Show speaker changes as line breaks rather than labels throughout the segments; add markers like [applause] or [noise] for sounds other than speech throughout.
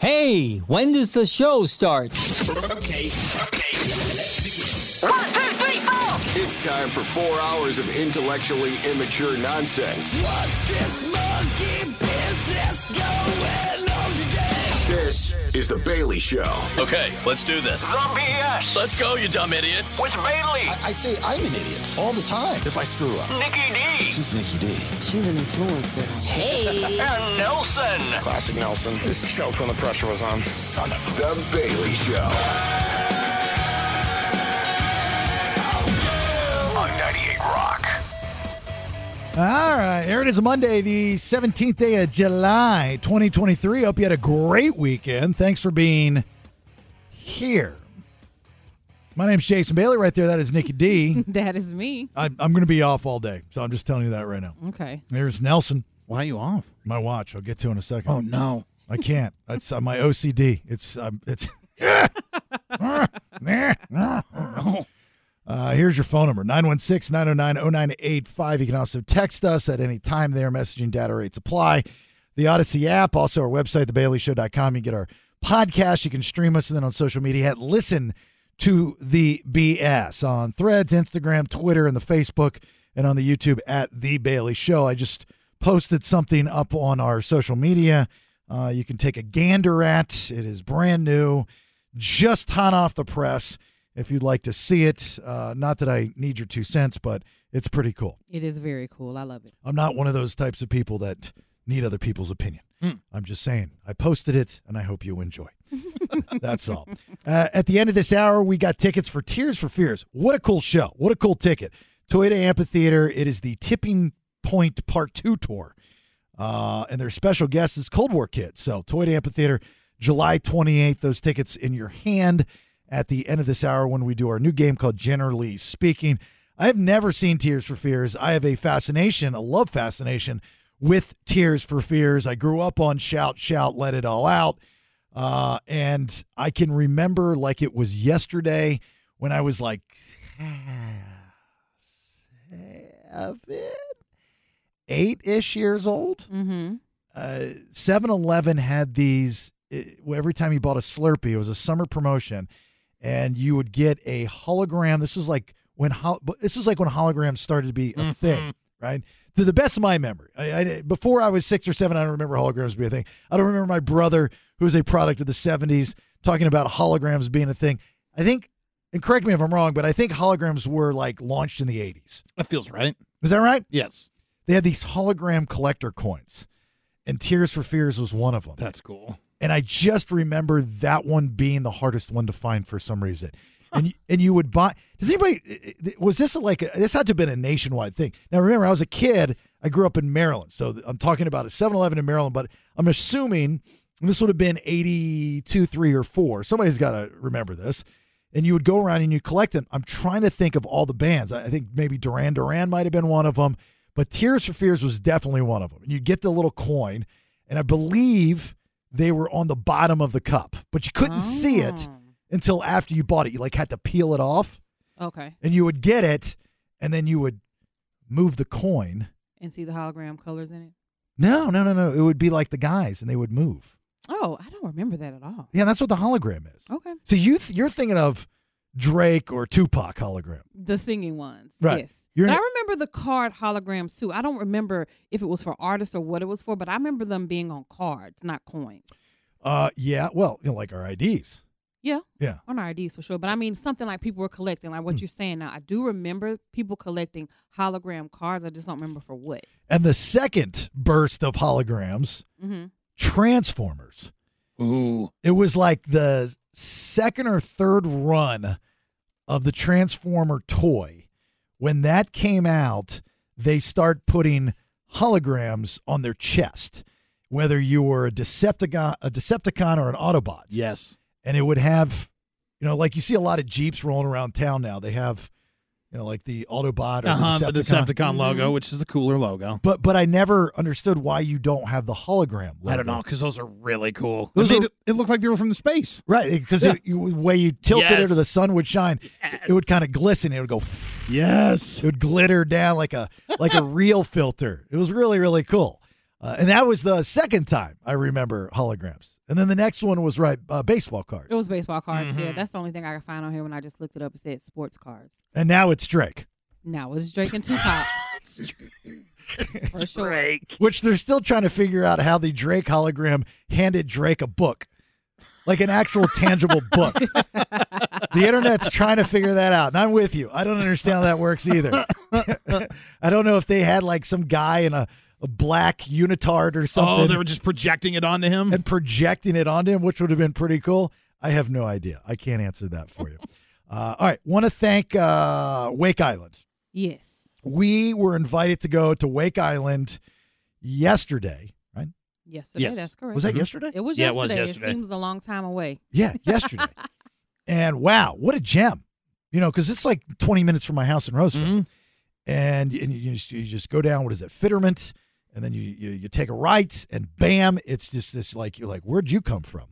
Hey, when does the show start?
Okay, okay, let's begin.
One, two, three, four.
It's time for four hours of intellectually immature nonsense.
What's this monkey business going on today?
This is The Bailey Show.
Okay, let's do this.
BS.
Let's go, you dumb idiots.
With Bailey,
I say I'm an idiot all the time if I screw up.
Nikki D,
She's Nikki D.
She's an influencer. Hey.
and Nelson.
Classic Nelson. This choked when the pressure was on. Son of a.
The Bailey Show.
On 98 Rock.
All right, here it is Monday, the 17th day of July, 2023. Hope you had a great weekend. Thanks for being here. My name's Jason Bailey, right there. That is Nikki D.
[laughs] That is me.
I, I'm going to be off all day, so I'm just telling you that right now.
Okay.
Here's Nelson,
Why are you off?
my watch. I'll get to in a second.
Oh no.
I can't. That's uh, my OCD. It's um, it's. [laughs] Uh, here's your phone number 916 909 0985. You can also text us at any time there. Messaging data rates apply. The Odyssey app, also our website, thebaileyshow.com. You get our podcast. You can stream us and then on social media at listen to the BS on threads, Instagram, Twitter, and the Facebook, and on the YouTube at The Bailey Show. I just posted something up on our social media. Uh, you can take a gander at it is brand new, just hot off the press. If you'd like to see it, uh, not that I need your two cents, but it's pretty cool.
It is very cool. I love it.
I'm not one of those types of people that need other people's opinion. I'm just saying, I posted it and I hope you enjoy.
[laughs]
That's all. Uh, at the end of this hour, we got tickets for Tears for Fears. What a cool show. What a cool ticket. Toyota Amphitheater. It is the Tipping Point Part 2 tour. Uh, and their special guest is Cold War Kid. So, Toyota Amphitheater, July 28th. Those tickets in your hand at the end of this hour when we do our new game called Generally Speaking. I have never seen Tears for Fears. I have a fascination, a love fascination with Tears for Fears. I grew up on Shout, Shout, Let It All Out. Uh, and I can remember like it was yesterday when I was like seven, eight ish years old.
Mm-hmm.
7 Eleven had these it- every time you bought a Slurpee, it was a summer promotion, and you would get a hologram. This is like when hol- but this is like when holograms started to be a thing, right? To the best of my memory, I, I, before I was six or seven, I don't remember holograms being a thing. I don't remember my brother, who was a product of the 70s, talking about holograms being a thing. I think, and correct me if I'm wrong, but I think holograms were like launched in the 80s.
That feels right.
Is that right?
Yes.
They had these hologram collector coins, and Tears for Fears was one of them.
That's cool.
And I just remember that one being the hardest one to find for some reason. And you, and you would buy. Does anybody? Was this like a, this had to have been a nationwide thing? Now remember, I was a kid. I grew up in Maryland, so I'm talking about a 7-Eleven in Maryland. But I'm assuming this would have been 82, three or four. Somebody's got to remember this. And you would go around and you collect them. I'm trying to think of all the bands. I I think maybe Duran Duran might have been one of them, but Tears for Fears was definitely one of them. And you get the little coin, and I believe they were on the bottom of the cup, but you couldn't see it until after you bought it. You like had to peel it off,
Okay.
and you would get it, and then you would move the coin.
And see the hologram colors in it.
No, no, no, no. It would be like the guys, and they would move.
Oh, I don't remember that at all.
Yeah, that's what the hologram is.
Okay.
So you th- you're thinking of Drake or Tupac hologram.
The singing ones.
Right.
Yes.
You're
but
in-
I remember the card holograms too. I don't remember if it was for artists or what it was for, but I remember them being on cards, not coins.
Uh, yeah. Well, you know, like our IDs.
Yeah.
Yeah.
On
Mm.
IDs for sure. But I mean, something like people were collecting, like what you're saying now. I do remember people collecting hologram cards. I just don't remember for what.
And the second burst of holograms,
Mm-hmm.
Transformers.
Ooh.
It was like the second or third run of the Transformer toy. When that came out, they start putting holograms on their chest, whether you were a Decepticon, a Decepticon or an Autobot.
Yes.
And it would have, you know, like you see a lot of Jeeps rolling around town now. They have, you know, like the Autobot or
Uh-huh.
the
The
Decepticon.
Decepticon Mm-hmm. logo, which is the cooler logo.
But but I never understood why you don't have the hologram.
I don't
logo.
know, because those are really cool.
Those
it, made
are-
it, it looked like they were from the space.
Right, because
Yeah.
it you, the way you tilted it or
Yes.
the sun would shine, it would kind of glisten. It would go,
Yes.
it
[laughs]
would glitter down like a like a real filter. It was really really cool. Uh, and that was the second time I remember holograms. And then the next one was right uh, baseball cards.
It was baseball cards.
Mm-hmm.
Yeah, that's the only thing I could find on here when I just looked it up. It said sports cards.
and now it's Drake,
Now it's Drake and
[laughs]
Tupac. For sure.
[laughs] which they're still trying to figure out how the Drake hologram handed Drake a book, like an actual tangible
[laughs]
book. The internet's trying to figure that out, and I'm with you. I don't understand how that works either. [laughs] I don't know if they had like some guy in a, a black unitard or something.
Oh, they were just projecting it onto him.
and projecting it onto him, which would have been pretty cool. I have no idea. I can't answer that for
[laughs]
you. Uh, all right. Want to thank uh, Wake Island.
Yes.
We were invited to go to Wake Island yesterday, right?
Yesterday.
Yes.
That's correct. Uh-huh.
Was that yesterday?
It was
Yeah, it was
yesterday.
yesterday.
seems a long time away.
Yeah, yesterday. and wow, what a gem. You know, because it's like 20 minutes from my house in Roseville.
Mhm.
And, and you, just, you just go down, what is it, Fitterment? And then you, you, you take a right, and bam, it's just this like, you're like, where'd you come from?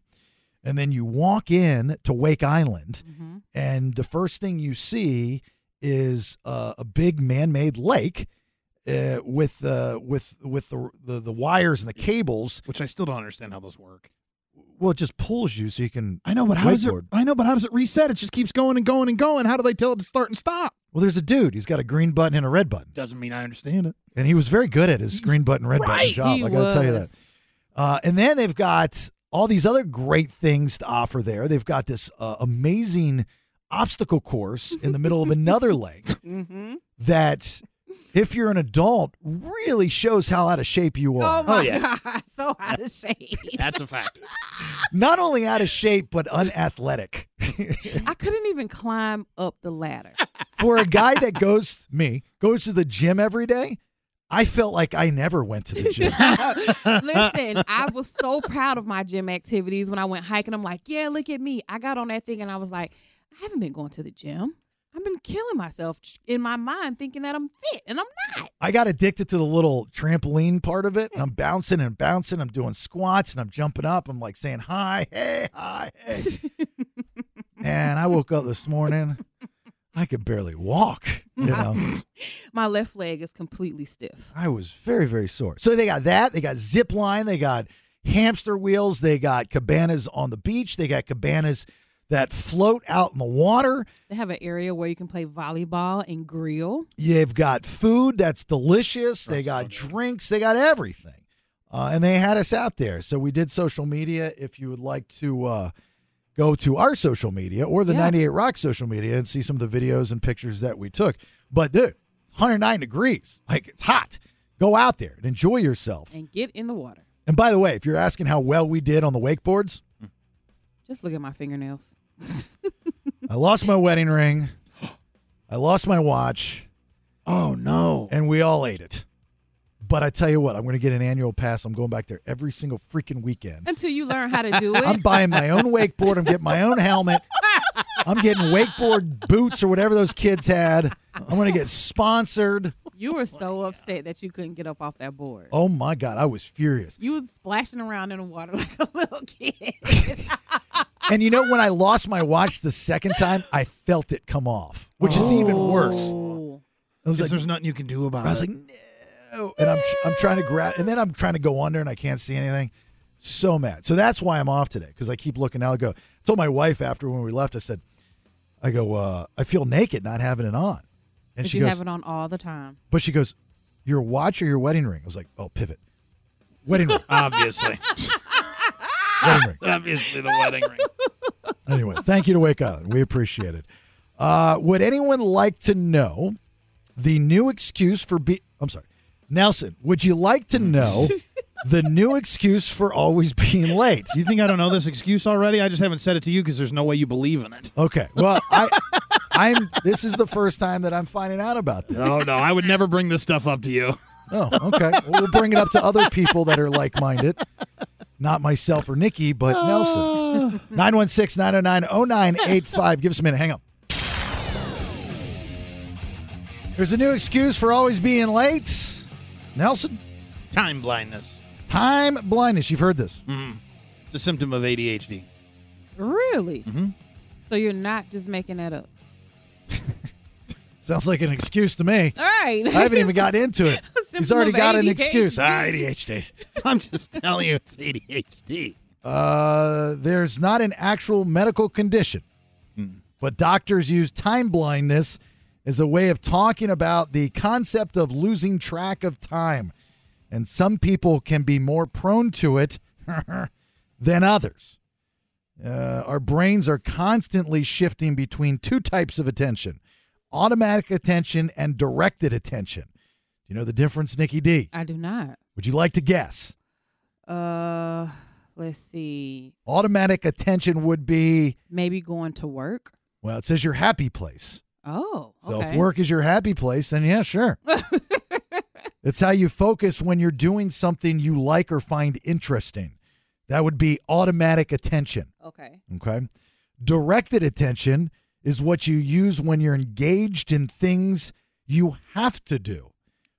And then you walk in to Wake Island,
Mhm.
and the first thing you see is uh, a big man-made lake uh, with uh, with with the, the the wires and the cables.
Which I still don't understand how those work.
Well, it just pulls you so you can.
I know, but how does it?
wakeboard.
I know, but how does it reset? It just keeps going and going and going. How do they tell it to start and stop?
Well, there's a dude. He's got a green button and a red button,
Doesn't mean I understand it.
and he was very good at his green button red button
Right.
job.
He
I got to tell you that.
was.
Uh, and then they've got all these other great things to offer there. They've got this uh, amazing obstacle course in the middle
[laughs]
of another lake Mm-hmm. that, if you're an adult, really shows how out of shape you
Oh
are.
my
yeah.
[laughs] god, so out of shape.
That's a fact.
Not only out of shape, but unathletic.
I couldn't even climb up the
[laughs]
ladder. [laughs]
For a guy that goes, me, goes to the gym every day, I felt like I never went to the gym.
[laughs] Listen, I was so proud of my gym activities when I went hiking. I'm like, yeah, look at me. I got on that thing and I was like, I haven't been going to the gym. I've been killing myself in my mind thinking that I'm fit and I'm not.
I got addicted to the little trampoline part of it, and I'm bouncing and bouncing. I'm doing squats and I'm jumping up. I'm like saying hi, hey, hi, hey. and I woke up this morning. I could barely walk. You know,
My left leg is completely stiff.
I was very, very sore. So they got that. They got zip line. They got hamster wheels. They got cabanas on the beach. They got cabanas that float out in the water.
They have an area where you can play volleyball and grill.
You've got food that's delicious. They got drinks. They got everything. Uh, and they had us out there. So we did social media. If you would like to uh, go to our social media or the
Yeah.
98 Rock social media and see some of the videos and pictures that we took. But, dude, 109 degrees. Like, it's hot. Go out there and enjoy yourself.
and get in the water.
And by the way, if you're asking how well we did on the wakeboards,
Just look at my fingernails.
I lost my wedding ring, I lost my watch.
Oh no!
and we all ate it. But I tell you what, I'm going to get an annual pass. I'm going back there every single freaking weekend.
Until you learn how to
[laughs]
do it.
I'm buying my
[laughs]
own wakeboard. I'm getting my own helmet. I'm getting wakeboard boots or whatever those kids had. I'm going to get sponsored.
you were so upset that you couldn't get up off that board.
Oh my God, I was furious.
You was splashing around in the water [laughs] like a little kid.
And you know, when I lost my watch the second time, I felt it come off, which is even worse.
[laughs]
Oh.
I was
Because
like,
there's nothing you can do about
I was
it.
like, no. And I'm I'm trying to grab, and then I'm trying to go under, and I can't see anything. So mad. So that's why I'm off today because I keep looking out. I go. I told my wife after when we left. I said, I go. Uh, I feel naked not having it on, and
But
she
you
goes.
have it on all the time.
but she goes, your watch or your wedding ring? I was like, oh, pivot. Wedding ring.
obviously,
[laughs] wedding
[laughs]
ring.
obviously the wedding ring.
Anyway, thank you to Wake Island. We appreciate it. Uh, would anyone like to know the new excuse for be? I'm sorry, Nelson. Would you like to know the new excuse for always being late?
Do you think I don't know this excuse already? I just haven't said it to you because there's no way you believe in it.
Okay. Well, I, I'm. This is the first time that I'm finding out about this.
[laughs] Oh no, I would never bring this stuff up to you.
Oh, okay. Well, we'll bring it up to other people that are like minded. Not myself or Nikki, but Nelson. 916 909 0985. Give us a minute. Hang on. There's a new excuse for always being late. Nelson,
Time blindness. Mm-hmm.
time blindness. You've heard this.
It's a symptom of ADHD.
Mm-hmm.
Really? So you're not just making that up.
Sounds like an excuse to me.
All right.
I haven't even got into
[laughs]
it. He's
Symptom
already
of
got an
ADHD.
excuse. Ah, ADHD.
[laughs] I'm just telling you, it's ADHD.
Uh, there's not an actual medical condition,
Hmm.
but doctors use time blindness as a way of talking about the concept of losing track of time. And some people can be more prone to it [laughs] than others. Uh, our brains are constantly shifting between two types of attention automatic attention and directed attention. Do you know the difference, Nikki D?
I do not.
Would you like to guess?
Uh, let's see.
Automatic attention would be
Maybe going to work.
Well, it says your happy place.
Oh,
So
okay.
if work is your happy place, then yeah, sure. it's how you focus when you're doing something you like or find interesting. That would be automatic attention.
Okay.
Okay. Directed attention is what you use when you're engaged in things you have to do,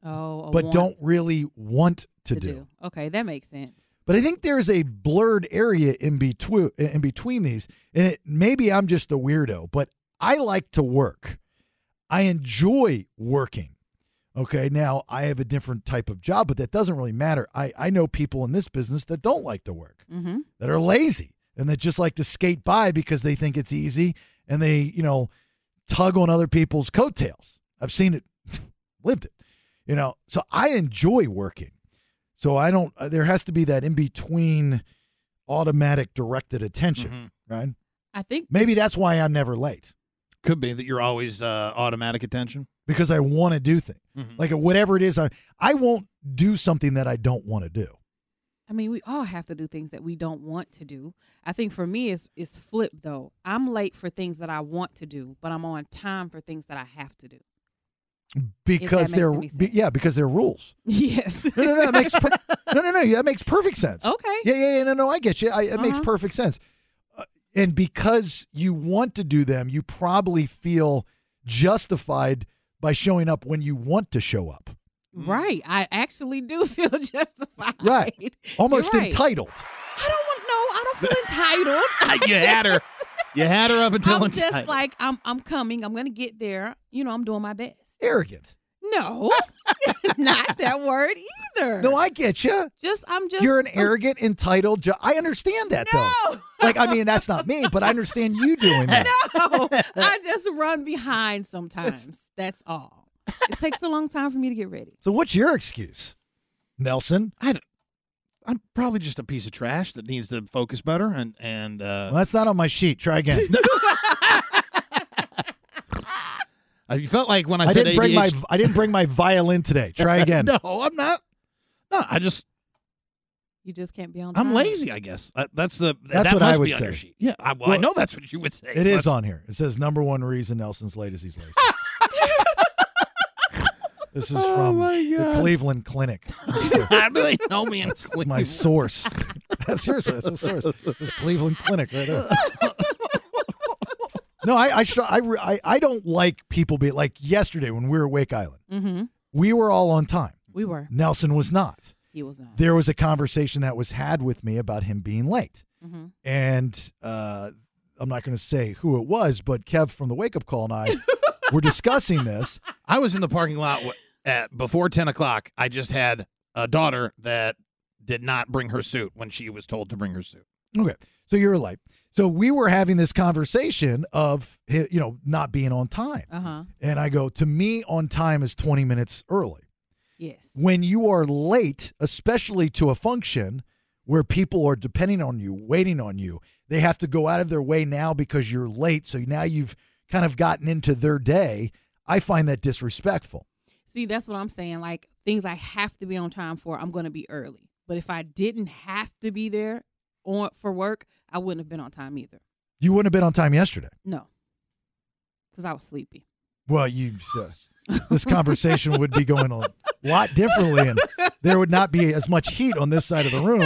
Oh, a
but
want
don't really want to, do.
Okay, that makes sense.
But I think there's a blurred area in between in between these, and it maybe I'm just a weirdo, but I like to work. I enjoy working. Okay, now I have a different type of job, but that doesn't really matter. I I know people in this business that don't like to work,
Mm-hmm.
that are lazy, and that just like to skate by because they think it's easy, and they you know tug on other people's coattails. I've seen it, [laughs] lived it, you know. So I enjoy working. So I don't. uh, There has to be that in between, automatic directed
Mm-hmm.
attention, right?
I think
Maybe that's why I'm never late
Could be that you're always uh, automatic attention.
because I want to do things. Like whatever it is, I I won't do something that I don't want to do.
I mean, we all have to do things that we don't want to do. I think for me, it's it's flip though. I'm late for things that I want to do, but I'm on time for things that I have to do.
Because
makes
they're
any
be- yeah, because they're rules.
Yes.
No, no, no, that
[laughs]
makes per- no, no, no, that makes perfect sense.
Okay.
Yeah, yeah, yeah. No, no, I get you. I, it makes
Uh-huh.
perfect sense. Uh, and because you want to do them, you probably feel justified by showing up when you want to
[laughs]
show up.
right. I actually do [laughs] feel justified.
Right.
You're
Almost
right.
entitled.
I don't want no. I don't feel
[laughs]
entitled.
you had her. You had her up
[laughs]
until
I'm
it's time.
just like I'm. I'm coming. I'm gonna get there. You know, I'm doing my best.
Arrogant.
No, [laughs] not that word either.
No, I get you.
just I'm just.
You're an arrogant, entitled. Ju- I understand that though. Like, I mean, that's not me, but I understand
[laughs]
you doing that.
No, I just run behind sometimes. That's all. It takes a long time for me to get ready.
So, what's your excuse, Nelson?
I don't- I'm probably just a piece of trash that needs to focus better and and uh,
Well, that's not on my sheet. Try again.
I felt like when I,
I,
said
didn't bring my
ADHD
I didn't bring my violin today.
[laughs]
[laughs]
Try again.
No, I'm not. No, I just
You just can't be on.
I'm
time.
lazy. I guess I, that's the
That's
that
what I
must
would
be on
say.
your sheet. Yeah, I, well, I
Well,
know that's what you would say.
It is on here. It says number one reason Nelson's late is he's lazy. this is
Oh
from the Cleveland Clinic.
[laughs] I really know me and
It's my source. [laughs] That's seriously, that's the source. This is Cleveland Clinic right there. No, I I, str- I re- I I don't like people be like yesterday when we were at Wake Island.
Mm-hmm.
We were all on time.
We were.
Nelson was not.
He was not.
There was a conversation that was had with me about him being late,
Mhm.
and uh, I'm not going to say who it was, but Kev from the Wake Up Call and I were discussing this.
I was in the parking lot w- at, before 10 o'clock. I just had a daughter that did not bring her suit when she was told to bring her suit. [laughs]
Okay. So you're like, so we were having this conversation of, hi- you know, not being on time.
Uh huh.
And I go, to me, on time is 20 minutes early.
Yes.
When you are late, especially to a function where people are depending on you, waiting on you, they have to go out of their way now because you're late. So now you've kind of gotten into their day. I find that disrespectful.
See, that's what I'm saying. Like things I have to be on time for, I'm going to be early. But if I didn't have to be there on for work, I wouldn't have been on time either.
You wouldn't have been on time yesterday.
No, because I was sleepy.
Well, you, uh, this conversation would be going a lot differently, and there would not be as much heat on this side of the [laughs] room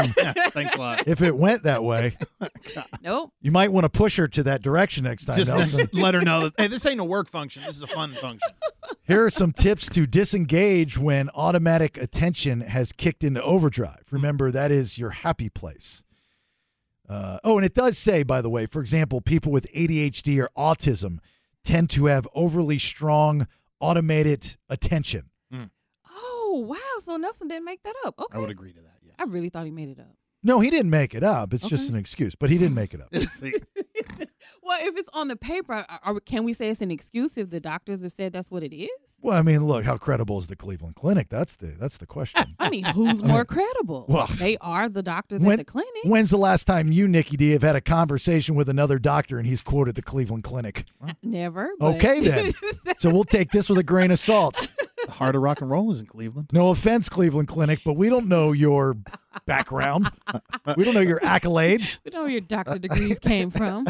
Thanks a lot.
if it went that way.
Nope.
You might want to push her to that direction next time,
Just
Nelson.
let- [laughs] let her know. that- Hey, this ain't a work function. This is a fun function.
Here are some tips to disengage when automatic attention has kicked into overdrive. Remember, that is your happy place. Uh, oh, and it does say, by the way, for example, people with ADHD or autism tend to have overly strong automated attention.
Oh wow! So Nelson didn't make that up. Okay.
I
I,
would agree to that. Yes.
really thought he made it up.
No, he didn't make it up. It's just
Okay.
an excuse, but he didn't make it
[laughs]
up.
See,
Well, if it's on the paper, are- are- can we say it's an excuse if the doctors have said that's what it is?
well, I mean, look, how credible is the Cleveland Clinic? That's the that's the
[laughs]
question.
I mean, who's more credible?
well,
they are the doctors
when-
at the clinic.
When's the last time you, Nikki D, have had a conversation with another doctor and he's quoted the Cleveland Clinic?
Never. [laughs] but- [laughs]
Okay, then. so we'll take this with a grain of salt.
the heart of rock and roll is in Cleveland.
No offense, Cleveland Clinic, but we don't know your background. We don't know your accolades.
we know where your doctor degrees came
[laughs]
from.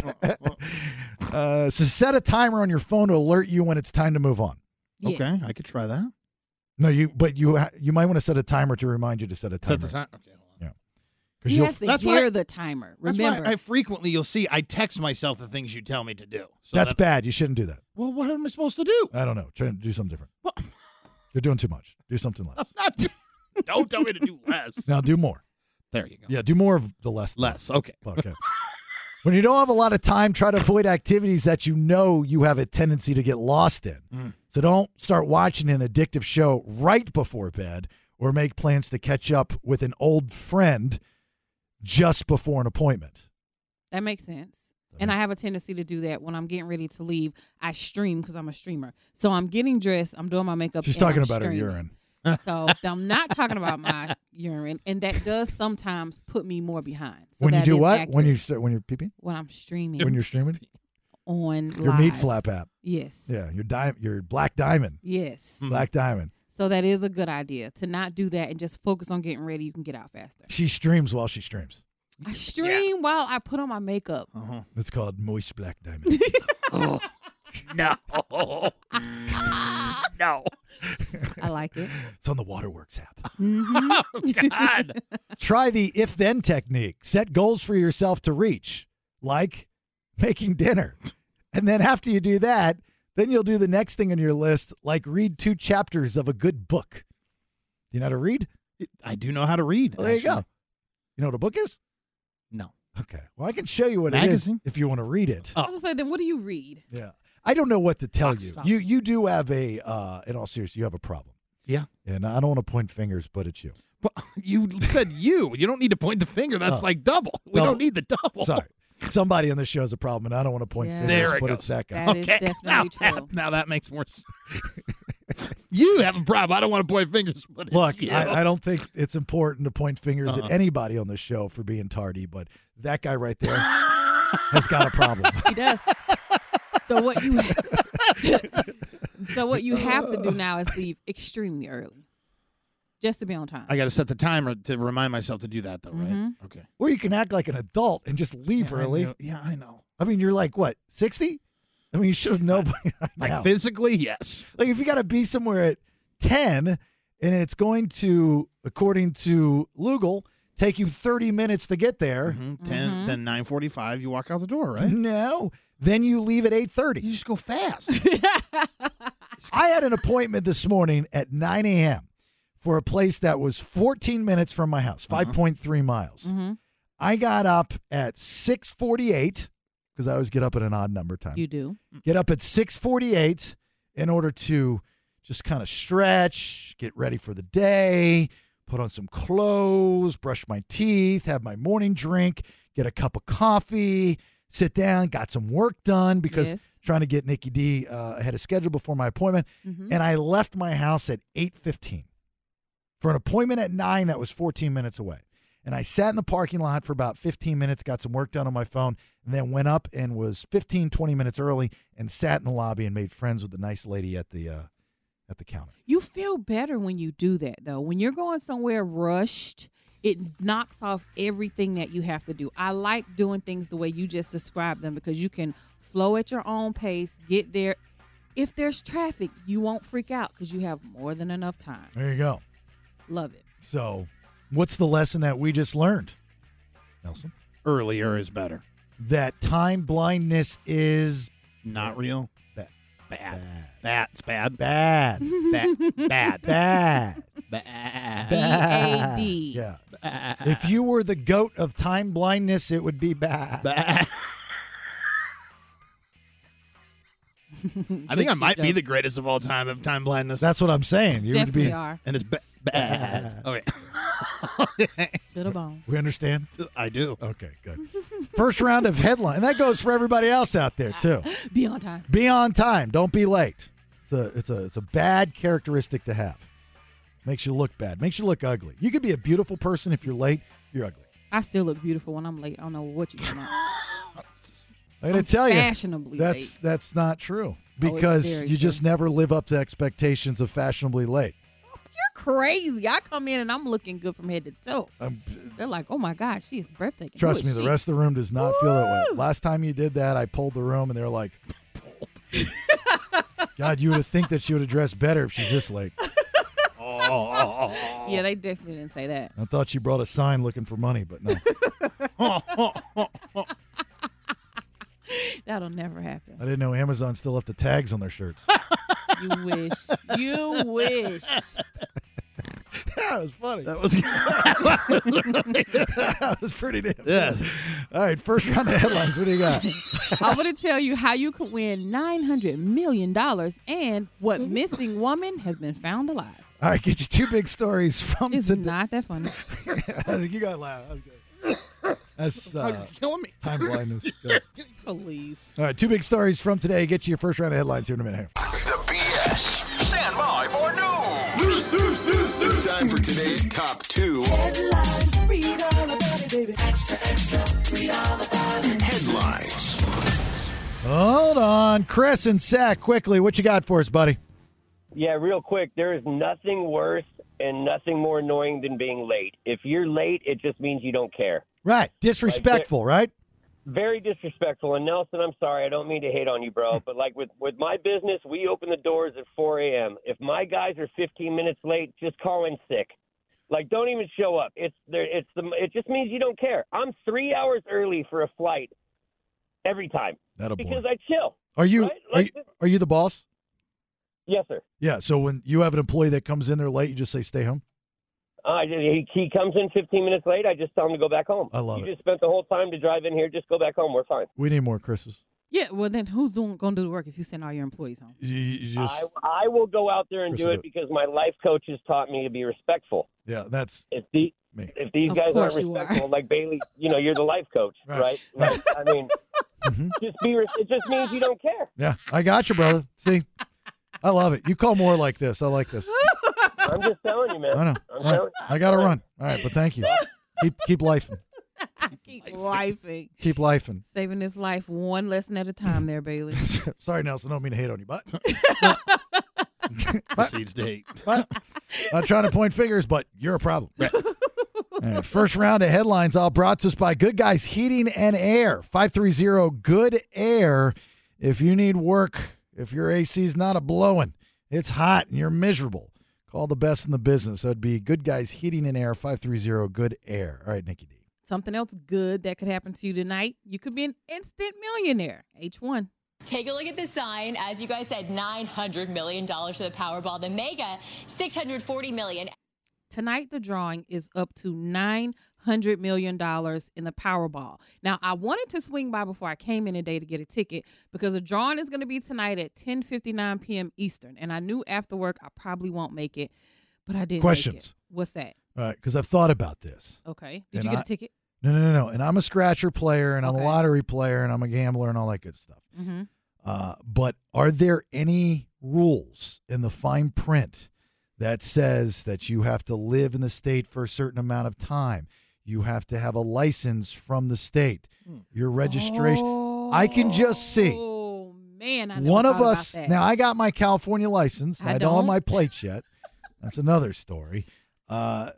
Uh, so set a timer on your phone to alert you when it's time to move on.
Yes.
Okay, I could try that.
No, you, but you, ha- you might want to set a timer to remind you to set a timer.
Set the time. Okay, hold on.
Because
He
you'll
has to
that's why-
hear the timer. Remember,
That's why I frequently you'll see I text myself the things you tell me to do. So
That's
that-
bad. You shouldn't do that.
Well, what am I supposed to do?
I don't know. Try to do something different. [laughs] You're doing too much. Do something less.
Not do- [laughs] don't tell me to do less.
Now do more.
There you go.
Yeah, do more of the less.
Less. Okay.
[laughs] Okay. when you don't have a lot of time, try to avoid activities that you know you have a tendency to get lost in. So don't start watching an addictive show right before bed or make plans to catch up with an old friend just before an appointment.
that makes sense. And I have a tendency to do that when I'm getting ready to leave. I stream because I'm a streamer. So I'm getting dressed. I'm doing my makeup.
She's
and
talking
I'm
about
streaming.
her urine.
So I'm not talking about my
[laughs]
urine, and that does sometimes put me more behind. So
when you
that
do
is
what? When
accurate.
you start when you're peeping?
when I'm streaming
When you're streaming?
on live.
Your meat flap app.
Yes.
Yeah, your di- your black diamond.
Yes.
Black diamond.
So that is a good idea to not do that and just focus on getting ready. You can get out faster.
She streams while she streams.
I stream while I put on my makeup.
Uh-huh.
It's called moist black diamond.
[laughs]
No. no.
I like it.
it's on the Waterworks app.
[laughs] Oh, God.
[laughs] Try the if then technique. Set goals for yourself to reach, like making dinner. And then after you do that, then you'll do the next thing on your list, like read two chapters of a good book. Do you know how to read?
I do know how to read.
Well, there you
actually.
go. You know what a book is?
No.
Okay. Well, I can show you what
Magazine?
it is if you want to read it.
Oh.
I was like, then what do you read?
Yeah. I don't know what to tell you.
stop.
You you do have a uh in all seriousness, you have a problem.
Yeah.
And I don't want to point fingers, but it's you.
But [laughs] you said you. You don't need to point the finger. [laughs] That's
Oh.
like double. We
Double.
don't need the double.
Sorry. Somebody on this show has a problem, and I don't want to point
Yeah.
fingers,
There it
but
goes.
it's that guy.
That is
now,
definitely true.
That, now that makes more sense. you have a problem. I don't want to point fingers, but it's
Look,
you. Uh-uh.
I, I don't think it's important to point fingers at anybody on this show for being tardy, but that guy right there has got a problem.
[laughs] He does. so what you [laughs] So what you have
[laughs]
to do now
[laughs]
is leave extremely early. Just to be on time.
I got to set the timer to remind myself to do that, though, right?
Mm-hmm.
Okay.
Or you can act like an adult and just leave early.
I know. yeah, I know.
I mean, you're like what, sixty? I mean, you should have known. by
[laughs] Like
now.
physically, yes.
Like if you got to be somewhere at 10 and it's going to, according to Lugal, take you 30 minutes to get there.
10 Mm-hmm. then nine forty five, you walk out the door, right?
No. Then you leave at 8.30.
You just go fast.
I had an appointment this morning at 9 a.m. for a place that was 14 minutes from my house,
Uh-huh.
5.3 miles.
Mm-hmm.
I got up at 6.48 because I always get up at an odd number time.
you do.
get up at 6:48 in order to just kind of stretch, get ready for the day, put on some clothes, brush my teeth, have my morning drink, get a cup of coffee, sit down, got some work done because
Yes.
trying to get Nikki D uh, ahead of schedule before my appointment, and I left my house at 8:15 for an appointment at 9 that was 14 minutes away. And I sat in the parking lot for about 15 minutes, got some work done on my phone, and then went up and was 15, 20 minutes early and sat in the lobby and made friends with the nice lady at the uh, at the counter.
You feel better when you do that though. When you're going somewhere rushed, it knocks off everything that you have to do. I like doing things the way you just described them because you can flow at your own pace, get there. If there's traffic, you won't freak out because you have more than enough time.
There you go.
Love it.
So, what's the lesson that we just learned, Nelson?
Earlier is better.
That time blindness is
Not real.
Bad.
Bad.
Bad.
That's bad.
bad,
Bad. Bad.
[laughs] bad,
Bad.
bad.
B.A.D..
Yeah. If you were the goat of time blindness, it would be bad.
Bad. I think I might be
joke.
the greatest of all time of time blindness.
That's what I'm saying. You would
Definitely
be.
are.
and it's ba- bad. okay.
To the
[laughs]
bone.
We understand.
I do.
Okay, [laughs] good. First round of headline, and that goes for everybody else out there too.
[laughs] Be on time.
Be on time. Don't be late. It's a it's a it's a bad characteristic to have. Makes you look bad. Makes you look ugly. You could be a beautiful person if you're late. You're ugly.
I still look beautiful when I'm late. I don't know what you're talking about.
I'm gonna tell you,
fashionably
that's that's not true
it's
because
very
you just
true.
never live up to expectations of fashionably late.
You're crazy. I come in and I'm looking good from head to toe.
I'm,
They're like, oh my God, she is breathtaking.
trust
Who
me,
is
the
she?
rest of the room does not feel that way.
Woo!
Last time you did that, I pulled the room, and
[laughs]
they're like, "God, you would have think that she would have dressed better if she's this late."
Oh,
Yeah, they definitely didn't say that.
I thought she brought a sign looking for money, but no,
[laughs] That'll never happen.
I didn't know Amazon still left the tags on their
[laughs]
shirts.
You wish. You wish.
[laughs] that was funny.
That was.
[laughs]
That was pretty damn. good.
yeah.
All right, first round of headlines. What do you got?
I want to tell you how you could win $900 million and what missing woman has been found alive.
All right, get your two big stories from
It's
today.
not that funny.
I think you got loud. That was good. That's uh,
Killing me.
time blindness. Good.
Please.
All right, two big stories from today. Get to your first round of headlines here in a minute.
The BS. Stand by for news.
News, news, news, news. It's time for today's top two
[laughs]
headlines.
Hold on, Chris and Sack, quickly, what you got for us, buddy?
Yeah, real quick. There is nothing worse and nothing more annoying than being late. If you're late, it just means you don't care.
Right, disrespectful, right?
Very disrespectful. And Nelson, I'm sorry. I don't mean to hate on you, bro. But like with with my business, we open the doors at 4 a.m. If my guys are 15 minutes late, just call in sick. Like, don't even show up. It's there. It's the. It just means you don't care. I'm three hours early for a flight every time
That'll
because I chill.
Are you
Right?
are
Like
you are you the boss?
Yes, sir.
Yeah. So when you have an employee that comes in there late, you just say stay home.
Uh, he, he comes in 15 minutes late. I just tell him to go back home.
I love
you
it.
just spent the whole time to drive in here. Just go back home. We're fine.
We need more Chris's.
Yeah, well, then who's doing, gonna do the work if you send all your employees home?
You, you just
I, I will go out there and
Chris
do
will
it
do
because my life coaches taught me to be respectful.
yeah. That's
If the
Me.
if these
Of
guys aren't
course you are.
respectful, like Bailey, you know, you're the life coach,
Right. Mm-hmm.
right? Like, I
[laughs]
mean, just be. res- It just means you don't care,
yeah. I got you, brother. See, I love it. You call more like this. I like this.
I'm just telling you, man.
I know.
I'm
All right.
telling
I gotta run. All right, but thank you. Keep keep lifing.
Keep lifing.
Keep lifing.
Saving this life one lesson at a time there, Bailey.
[laughs] Sorry, Nelson. I don't mean to hate on you, but
[laughs]
[laughs] Proceeds to hate.
not trying to point fingers, but you're a problem. [laughs] All right, first round of headlines all brought to us by Good Guys Heating and Air. 530 Good Air. If you need work, if your AC's not a blowing, it's hot and you're miserable, call the best in the business. That'd be Good Guys Heating and Air, 530 Good Air. All right, Nikki D.
Something else good that could happen to you tonight. You could be an instant millionaire. H1.
Take a look at the sign. As you guys said, $900 million to the Powerball. The mega, $640 million.
Tonight, the drawing is up to $900 million in the Powerball. Now, I wanted to swing by before I came in today to get a ticket because the drawing is going to be tonight at 10.59 p.m. Eastern. And I knew after work I probably won't make it, but I did make it.
Questions?
What's that?
All right, because I've thought about this.
Okay. Did
And
you get
I-
a ticket?
No, no, no, no. And I'm a scratcher player and I'm a
Okay.
lottery player and I'm a gambler and all that good stuff.
Mm-hmm.
Uh, but are there any rules in the fine print that says that you have to live in the state for a certain amount of time? You have to have a license from the state, your registration. I can just see
Oh, man. I never
one of
thought about
us.
that.
Now, I got my California license. I,
I
don't have
don't.
my plates yet. That's another story. Uh,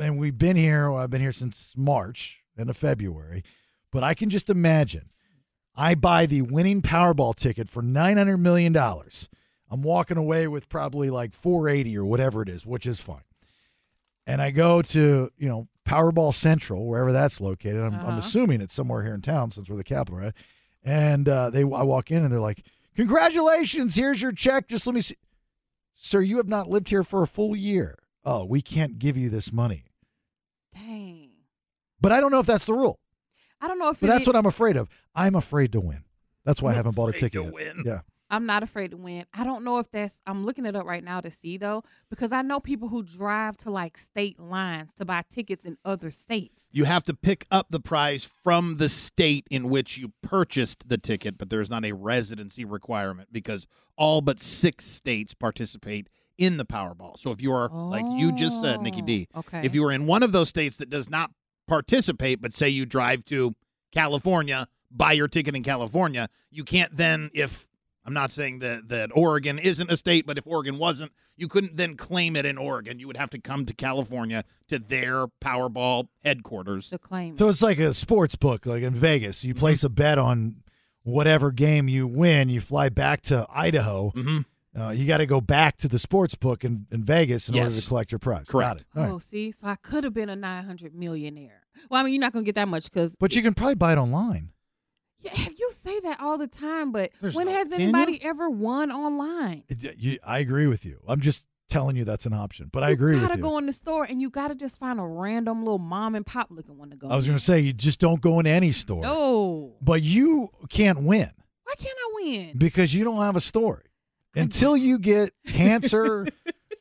and we've been here, well, I've been here since March and of February, but I can just imagine I buy the winning Powerball ticket for $900 million. I'm walking away with probably like 480 or whatever it is, which is fine. And I go to, you know, Powerball Central, wherever that's located. I'm, I'm
Uh-huh.
assuming it's somewhere here in town since we're the capital, right? And uh, they, I walk in and they're like, congratulations, here's your check. Just let me see. Sir, you have not lived here for a full year. Oh, we can't give you this money.
Dang.
But I don't know if that's the rule.
I don't know if
But
it
Oh,
that's
is-
what I'm afraid of. I'm afraid to win. That's why I haven't bought a
Afraid
ticket.
to
yet.
win.
Yeah.
I'm not afraid to win. I don't know if that's I'm looking it up right now to see though, because I know people who drive to like state lines to buy tickets in other states.
You have to pick up the prize from the state in which you purchased the ticket, but there is not a residency requirement because all but six states participate in the Powerball. So if you are, like you just said, Nikki D,
okay.
if you are in one of those states that does not participate, but say you drive to California, buy your ticket in California, you can't then, if I'm not saying that, that Oregon isn't a state, but if Oregon wasn't, you couldn't then claim it in Oregon. You would have to come to California to their Powerball headquarters.
To claim.
So it's like a sports book, like in Vegas. You
Mm-hmm.
place a bet on whatever game you win. You fly back to Idaho.
Mm-hmm.
Uh, you got to go back to the sports book in, in Vegas in order
Yes.
to collect your prize. Got
Correct.
it. All right.
Oh, see, so I could have been a 900 millionaire. Well, I mean, you're not gonna get that much because
But you can probably buy it online.
[laughs] you say that all the time. But
There's
when
no-
has
Can you?
anybody ever won online?
It- you- I agree with you. I'm just telling you that's an option. But I agree
you gotta
with you.
go in the store and you gotta just find a random little mom and pop looking one to go.
I was
in.
going to say you just don't go in any store.
No,
But you can't win
why can't I win?
because you don't have a story until
[laughs]
you get cancer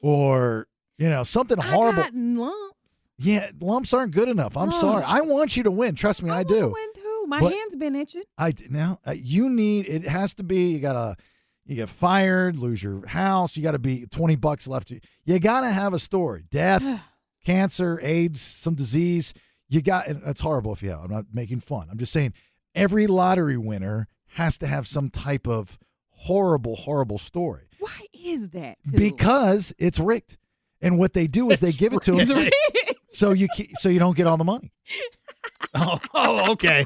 or you know something horrible.
I got lumps.
yeah, lumps aren't good enough. I'm sorry. I want you to win. Trust me, I, do.
Win too. My
But-
hand's been itching.
I d- now uh, you need it has to be you gotta you get fired, lose your house, you gotta be twenty bucks left. You, you gotta have a story: death, cancer, AIDS, some disease. You got and it's horrible if you have. I'm not making fun. I'm just saying every lottery winner has to have some type of horrible, horrible story
Why is that? Too?
because it's rigged. And what they do is they give it to them, so, so you ca- so you don't get all the money.
oh, [laughs] oh, okay.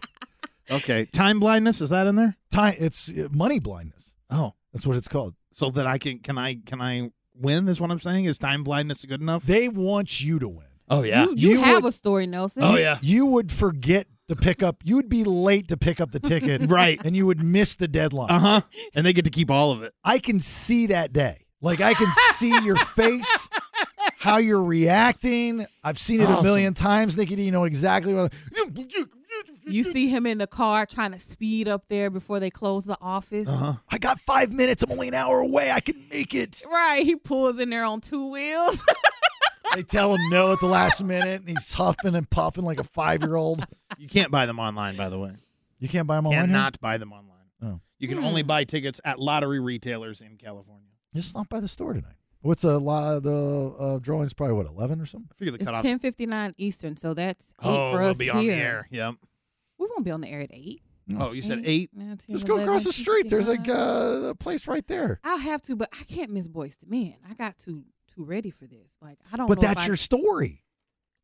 Okay. Time blindness is that in there?
Time it's uh, money blindness.
Oh,
That's what it's called.
so that I can can I can I win is what I'm saying? Is time blindness good enough?
They want you to win.
Oh yeah.
you, you,
You
have
would-
a story, Nelson.
Oh, yeah.
You would forget to pick up. You would be late to pick up the ticket,
[laughs] Right.
And you would miss the deadline.
Uh-huh. And they get to keep all of it.
I can see that day. Like I can see your
[laughs]
face, how you're reacting. I've seen it a
Awesome.
million times, Nikki. Do you know exactly what?
You see him in the car trying to speed up there before they close the office.
Uh-huh.
I got five minutes. I'm only an hour away. I can make it.
Right, he pulls in there on two wheels.
They tell him no at the last minute, and he's huffing and puffing like a five year old.
You can't buy them online, by the way.
You can't buy them online. here?
Cannot buy them online.
Oh.
You can only buy tickets at lottery retailers in California.
Just stop by the store tonight. What's a lot? The uh, drawing's probably what eleven or something.
I figure the
it's
cutoff.
ten fifty nine Eastern, so that's eight
Oh,
for
we'll
us
be
here.
on the air. Yep.
We won't be on the air at eight.
Oh, you said eight.
nine, 10,
Just go
11,
across the street. There's like
59.
uh, a place right there.
I'll have to, but I can't miss Boys to Men. I got too too ready for this. Like I don't.
But
know if
that's
I-
your story.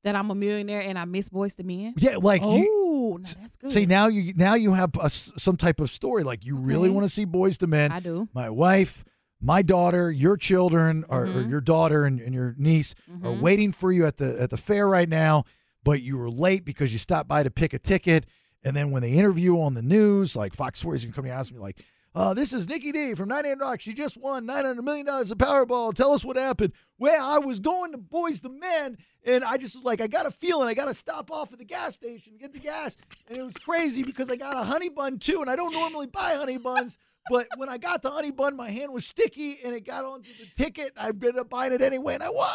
that I'm a millionaire and I miss Boys to Men.
Yeah, like you
oh, no, that's good.
see now you now you have a s- some type of story. Like you
Okay.
really want to see Boys to Men.
I do.
My wife, my daughter, your children, or,
Mm-hmm.
or your daughter and, and your niece are waiting for you at the at the fair right now. But you were late because you stopped by to pick a ticket. And then when they interview on the news, like Fox Stories, you can come here and ask me like. Uh, this is Nikki D from 98 Rock. She just won $900 million in Powerball. Tell us what happened. Well, I was going to Boys to Men, and I just was like, I got a feeling I got to stop off at the gas station to get the gas. And it was crazy because I got a honey bun too, and I don't normally buy honey buns. But when I got the honey bun, my hand was sticky, and it got onto the ticket. I ended up buying it anyway, and I won.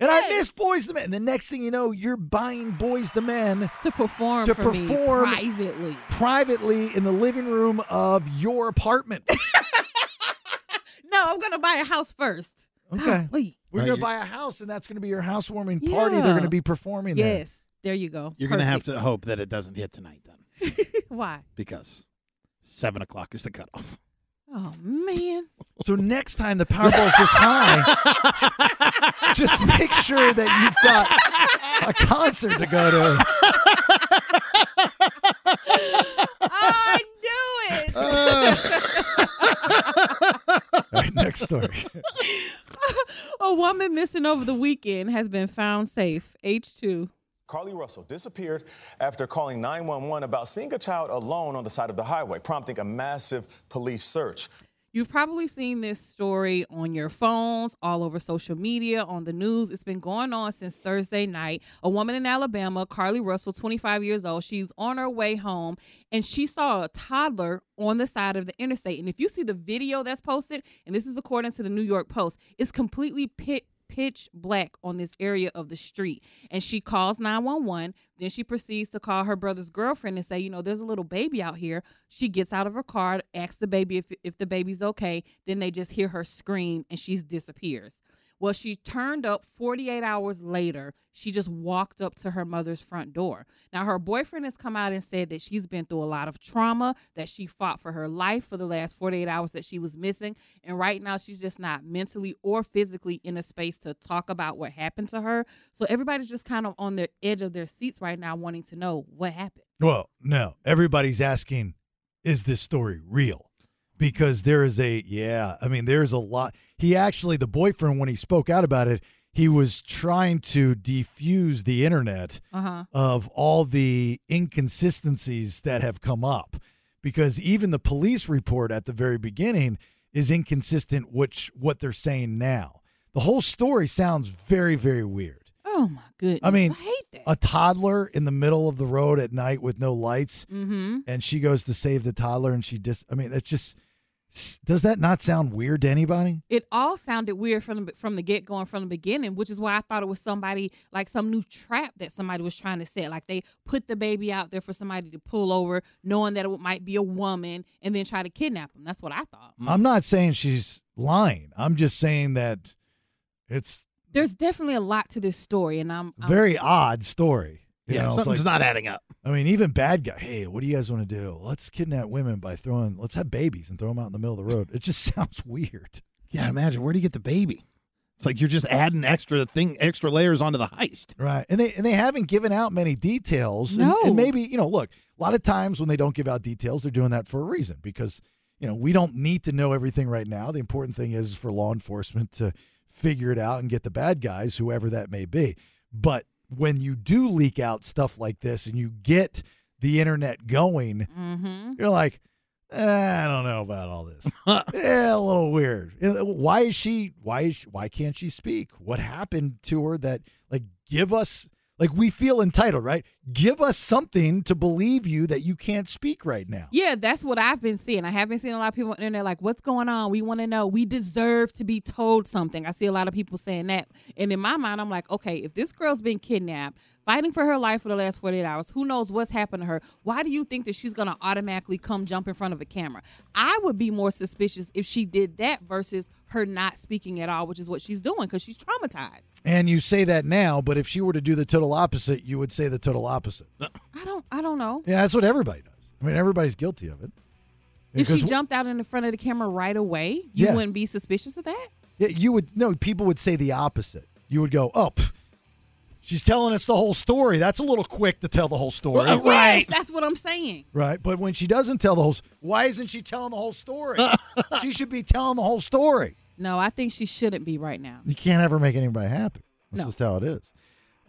And I missed Boys to Men. And the next thing you know, you're buying Boys to Men
to perform
to
Oh, for me
perform-
privately.
privately in the living room of
[gasps]
your apartment.
No, I'm gonna buy a house first. [gasps]
Okay.
Golly.
We're
Right,
gonna
you-
buy a house, and that's gonna be your housewarming party. They're
Yeah.
gonna be performing there.
Yes. There you go.
You're gonna have to hope that it doesn't hit tonight then.
[laughs] Why?
Because seven o'clock is the cutoff.
Oh man.
So next time the Powerball's this high, just make sure that you've got a concert to go to.
Oh, I knew it. Uh.
All right, next story.
[laughs] a woman missing over the weekend has been found safe. H two.
Carly Russell disappeared after calling 911 about seeing a child alone on the side of the highway, prompting a massive police search.
You've probably seen this story on your phones, all over social media, on the news. It's been going on since Thursday night. A woman in Alabama, Carly Russell, 25 years old, she's on her way home and she saw a toddler on the side of the interstate. And if you see the video that's posted, and this is according to the New York Post, it's completely pit pitch black on this area of the street. And she calls 911. Then she proceeds to call her brother's girlfriend and say, You know, there's a little baby out here. She gets out of her car, asks the baby if, if the baby's okay. Then they just hear her scream and she disappears. Well, she turned up 48 hours later. She just walked up to her mother's front door. Now, her boyfriend has come out and said that she's been through a lot of trauma, that she fought for her life for the last 48 hours that she was missing. And right now, she's just not mentally or physically in a space to talk about what happened to her. So everybody's just kind of on the edge of their seats right now, wanting to know what happened.
Well, no. Everybody's asking, is this story real? Because there is a, yeah, I mean, there's a lot. He actually, the boyfriend, when he spoke out about it, he was trying to defuse the internet
Uh-huh.
of all the inconsistencies that have come up. Because even the police report at the very beginning is inconsistent, which what they're saying now. The whole story sounds very, very weird.
Oh, my goodness.
I mean,
I hate that.
a toddler in the middle of the road at night with no lights,
Mm-hmm.
and she goes to save the toddler, and she just, I mean, that's just, s- does that not sound weird to anybody?
it all sounded weird from the from the get go and from the beginning, which is why I thought it was somebody like some new trap that somebody was trying to set. Like they put the baby out there for somebody to pull over, knowing that it might be a woman, and then try to kidnap him. That's what I thought.
I'm not saying she's lying. I'm just saying that it's
There's definitely a lot to this story, and I'm,
a
I'm
very odd story. You
Um, Yeah,
know, it's
something's
like-
not adding up.
I mean, even bad guy. Hey, what do you guys want to do? Let's kidnap women by throwing. Let's have babies and throw them out in the middle of the road. It just [laughs] sounds weird.
Yeah, imagine where do you get the baby? It's like you're just adding extra thing, extra layers onto the heist.
Right. And they and they haven't given out many details. And- And,
No.
maybe, you know, look, a lot of times when they don't give out details, they're doing that for a reason because, you know, we don't need to know everything right now. The important thing is for law enforcement to figure it out and get the bad guys, whoever that may be. But when you do leak out stuff like this and you get the internet going,
Mm-hmm.
you're like, "Eh, I don't know about all this. yeah, a little weird. You know, Why is she? Why is she, why can't she speak? What happened to her that like give us like we feel entitled, right? Give us something to believe you that you can't speak right now.
Yeah, that's what I've been seeing. I have been seeing a lot of people on the internet like, what's going on? We want to know. We deserve to be told something. I see a lot of people saying that. And in my mind, I'm like, okay, if this girl's been kidnapped, fighting for her life for the last 48 hours, who knows what's happened to her? Why do you think that she's going to automatically come jump in front of a camera? I would be more suspicious if she did that versus her not speaking at all, which is what she's doing because she's traumatized.
And you say that now, but if she were to do the total opposite, you would say the total opposite.
I don't, I don't know.
Yeah, that's what everybody does. I mean, everybody's guilty of it.
If she
Because-
jumped out in the front of the camera right away, you
Yeah.
wouldn't be suspicious of that?
Yeah, you would no. People would say the opposite. You would go, "Oh, pff, she's telling us the whole story. That's a little quick to tell the whole story,
Yes, that's what I'm saying.
Right. But when she doesn't tell the whole, s- why isn't she telling the whole story? she should be telling the whole story.
No, I think she shouldn't be right
[laughs]
now.
You can't ever make anybody happy. That's just how it is.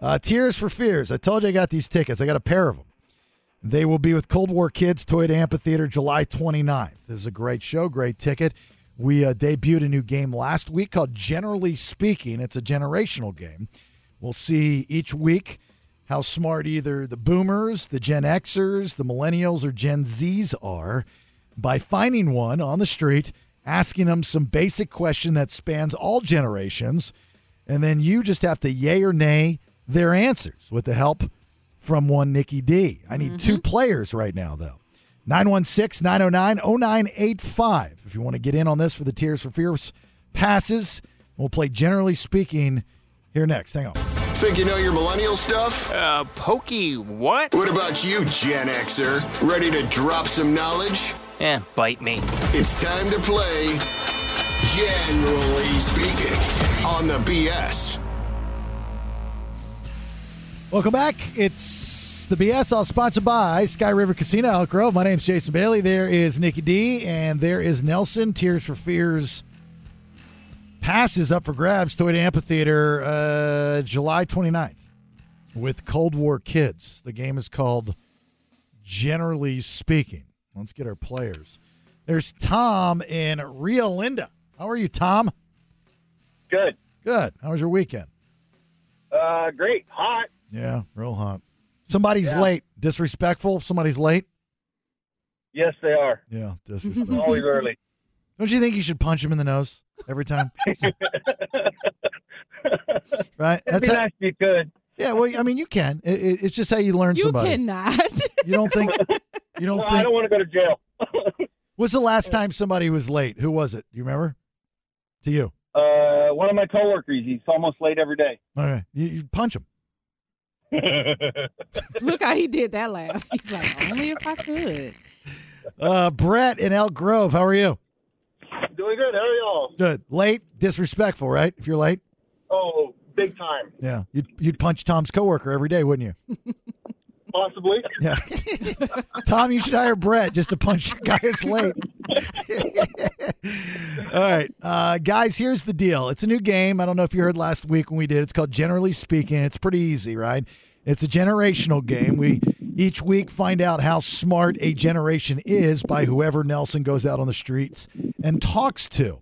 Uh, Tears for Fears. I told you I got these tickets. I got a pair of them. They will be with Cold War Kids, Toyota Amphitheater, July 29th. This is a great show, great ticket. We uh, debuted a new game last week called Generally Speaking. It's a generational game. We'll see each week how smart either the boomers, the Gen Xers, the millennials, or Gen Zs are by finding one on the street, asking them some basic question that spans all generations, and then you just have to yay or nay their answers with the help from one Nikki D. I need two players right now, though. 916 909 0985. If you want to get in on this for the Tears for Fears passes, we'll play Generally Speaking here next. Hang on.
Think you know your millennial stuff? Uh, pokey what? What about you, Gen Xer? Ready to drop some knowledge?
Eh, bite me.
It's time to play Generally Speaking on the BS.
Welcome back. It's the BS, all sponsored by Sky River Casino, Elk Grove. My name's Jason Bailey. There is Nikki D, and there is Nelson. Tears for Fears passes up for grabs. Toyota Amphitheater, uh, July 29th, with Cold War Kids. The game is called Generally Speaking. Let's get our players. There's Tom in Rio Linda. How are you, Tom?
Good.
Good. How was your weekend?
Uh, great. Hot.
Yeah, real hot. Somebody's
Yeah.
late. Disrespectful. if Somebody's late.
Yes, they are.
[laughs]
Yeah, disrespectful.
Always early.
Don't you think you should punch him in the nose
[laughs]
every time? right?
It'd be
how-
nice if you could.
Yeah, well, I mean, you can. It, it, it's just how you learn
You
somebody.
cannot.
You
[laughs]
don't think? You don't think?
I don't want to go to jail.
[laughs] What's the last time somebody was late? Who was it? Do you remember? To you.
Uh, one of my coworkers, he's almost late every day.
All right. You, you punch him.
Look how he did that laugh. He's like, only if I could.
Uh, Brett in Elk Grove. How are you?
[laughs] Doing good. How are y'all?
Good. Late, disrespectful, right? If you're late,
Oh, big time,
yeah, you'd, you'd punch Tom's coworker every day, wouldn't you?
possibly.
[laughs] Yeah. Tom, you should hire Brett just to punch a guy that's late. All right, uh, guys. Here's the deal. It's a new game. I don't know if you heard last week when we did. It's called Generally Speaking. It's pretty easy, right? It's a generational game. We each week find out how smart a generation is by whoever Nelson goes out on the streets and talks to.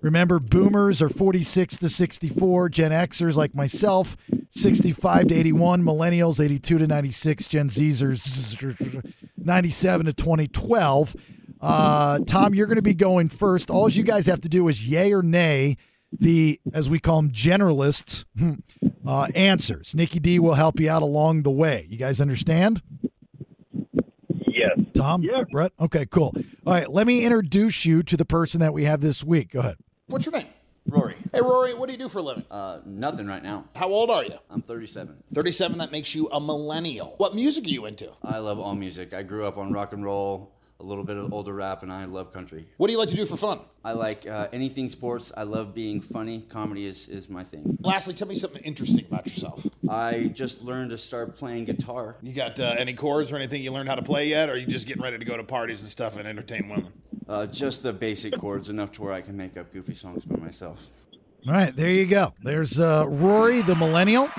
Remember, Boomers are 46 to 64. Gen Xers like myself, 65 to 81. Millennials, 82 to 96. Gen Zers, [laughs] 97 to 2012. Uh, Tom, you're going to be going first. All you guys have to do is yay or nay the, as we call them, generalists' [laughs] hmm, uh, answers. Nikki D will help you out along the way. You guys understand?
Yes.
Tom? Brett? Okay, cool. All right, let me introduce you to the person that we have this week. Go ahead.
What's your name? Rory. Hey, Rory, what do you do for a living? Uh, nothing right now. How old are you? I'm 37. 37, that makes you a millennial. What music are you into?
I love all music. I grew up on rock and roll, a little bit of older rap, and I love country.
What do you like to do for fun?
I like uh, anything sports. I love being funny. Comedy is, is my thing.
Lastly, tell me something interesting about yourself.
I just learned to start playing guitar.
You got uh, any chords or anything you learned how to play yet? Or are you just getting ready to go to parties and stuff and entertain women?
Uh, just the basic chords, enough to where I can make up goofy songs by myself.
All right, there you go. There's uh, Rory, the millennial.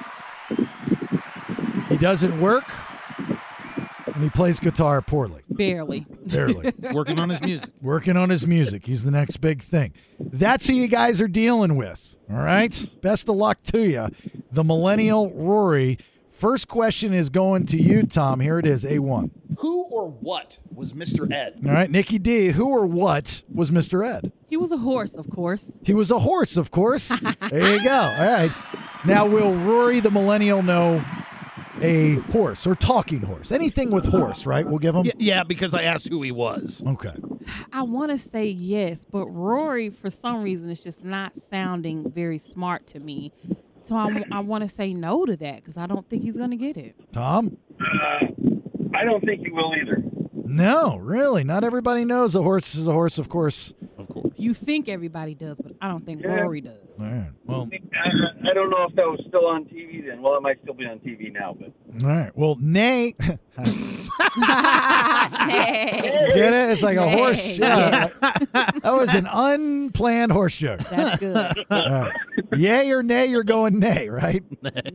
He doesn't work, and he plays guitar poorly.
Barely. [laughs]
Barely.
[laughs] Working on his music.
Working on his music. He's the next big thing. That's who you guys are dealing with. All right. Best of luck to you. The millennial Rory. First question is going to you, Tom. Here it is, A1.
Who or what was Mr. Ed?
All right. Nikki D, who or what was Mr. Ed?
He was a horse, of course.
He was a horse, of
[laughs]
course. there you go. All right. Now, will Rory the millennial know a horse or talking horse? Anything with horse, right? We'll give him.
Yeah, yeah, because I asked who he was.
Okay.
I want to say yes, but Rory, for some reason, is just not sounding very smart to me. So I, I want to say no to that because I don't think he's going to get it.
Tom?
I don't think you will either.
No, really. Not everybody knows a horse is a horse, of course. Of course.
You think everybody does, but I don't think
Yeah.
Rory does.
All right. Well,
I, I don't know if that was still on TV then. Well, it might still be on TV now, but
all right. Well, nay. [laughs] Get it? It's like a horse. Yeah. that was an unplanned horse joke.
That's good.
All right. Yay or nay? You're going nay, right?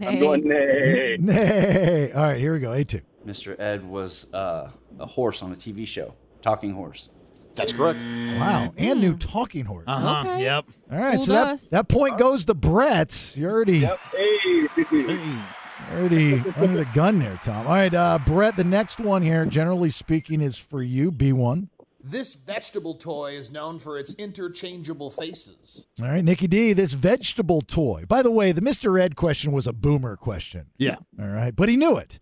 I'm going nay.
Nay. All right. Here we go. A two.
Mr. Ed was uh, a horse on a TV show, Talking Horse.
That's correct.
Wow. And new talking horse.
Uh-huh. Yep.
All right.
Fooled
so that,
us.
that point goes to Brett. You're already.
Hey.
Already under the gun there, Tom. All right, uh, Brett, the next one here, generally speaking, is for you, B1.
This vegetable toy is known for its interchangeable faces.
All right, Nikki D, this vegetable toy. By the way, the Mr. Ed question was a boomer question.
Yeah.
All right, but he knew it.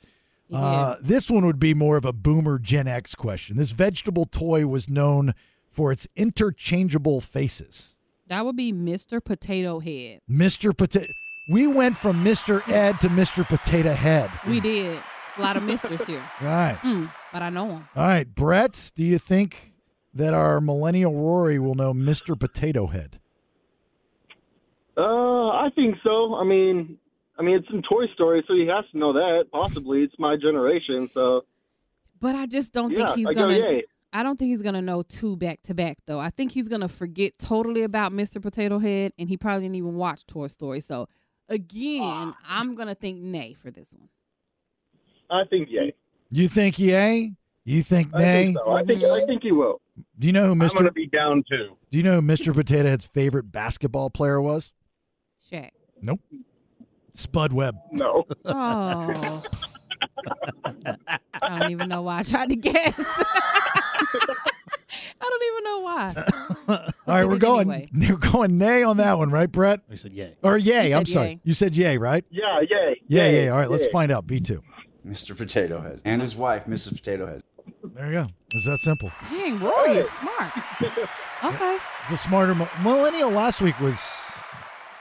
Uh, this one would be more of a boomer Gen X question. This vegetable toy was known for its interchangeable faces.
That would be Mr. Potato Head.
Mr. Potato. We went from Mr. Ed to Mr. Potato Head.
We did. It's a lot of misters here.
Right.
Mm, but I know him.
All right, Brett, do you think that our millennial Rory will know Mr. Potato Head?
Uh, I think so. I mean, I mean, it's in Toy Story, so he has to know that. Possibly, it's my generation, so
But I just don't
Yeah,
think he's
I go
gonna.
yay.
I don't think he's gonna know two back to back though. I think he's gonna forget totally about Mr. Potato Head, and he probably didn't even watch Toy Story. So again, I'm gonna think nay for this one.
I think yay.
You think yay? You think
I
nay?
Oh,
Mm-hmm.
think so. I think I think he will.
Do you know who
I'm going
Mr.
to be down too.
Do you know who Mr. Potato Head's favorite basketball player was?
Shaq.
Nope. Spud Webb.
No.
Oh. I don't even know why I tried to guess. [laughs] I don't even know why.
All
[laughs]
right, we're going. [laughs] We're going nay on that one, right, Brett? I
said yay.
Or yay.
You
I'm
said
sorry.
yay.
You said yay, right?
Yeah, yay.
Yeah, yeah. All right, let's
yay.
find out. B two.
Mr. Potato Head and his wife, Mrs. Potato Head.
There you go. It's that simple.
Dang, Rory is smart. Okay.
It's a smarter mo- millennial. Last week was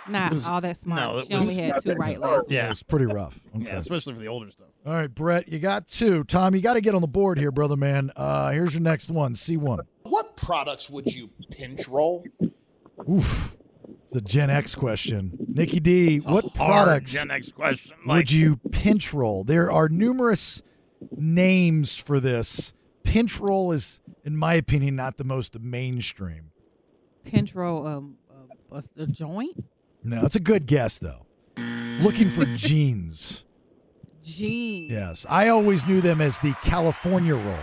Not
was-
all that smart.
no, it
she only
was
had
not
two
that
right
smart.
last
Yeah, it's pretty rough. Okay.
Yeah, especially for the older stuff.
All right, Brett, you got two. Tom, you got to get on the board here, brother man. Uh, here's your next one. C one.
What products would you pinch roll?
Oof. It's a Gen X question. Nikki D, what products
Gen X question.
would you pinch roll? There are numerous names for this. Pinch roll is, in my opinion, not the most mainstream.
Pinch roll um, a, a, a joint?
No, it's a good guess though. Looking
[laughs]
for jeans.
Jeez.
Yes, I always knew them as the California roll.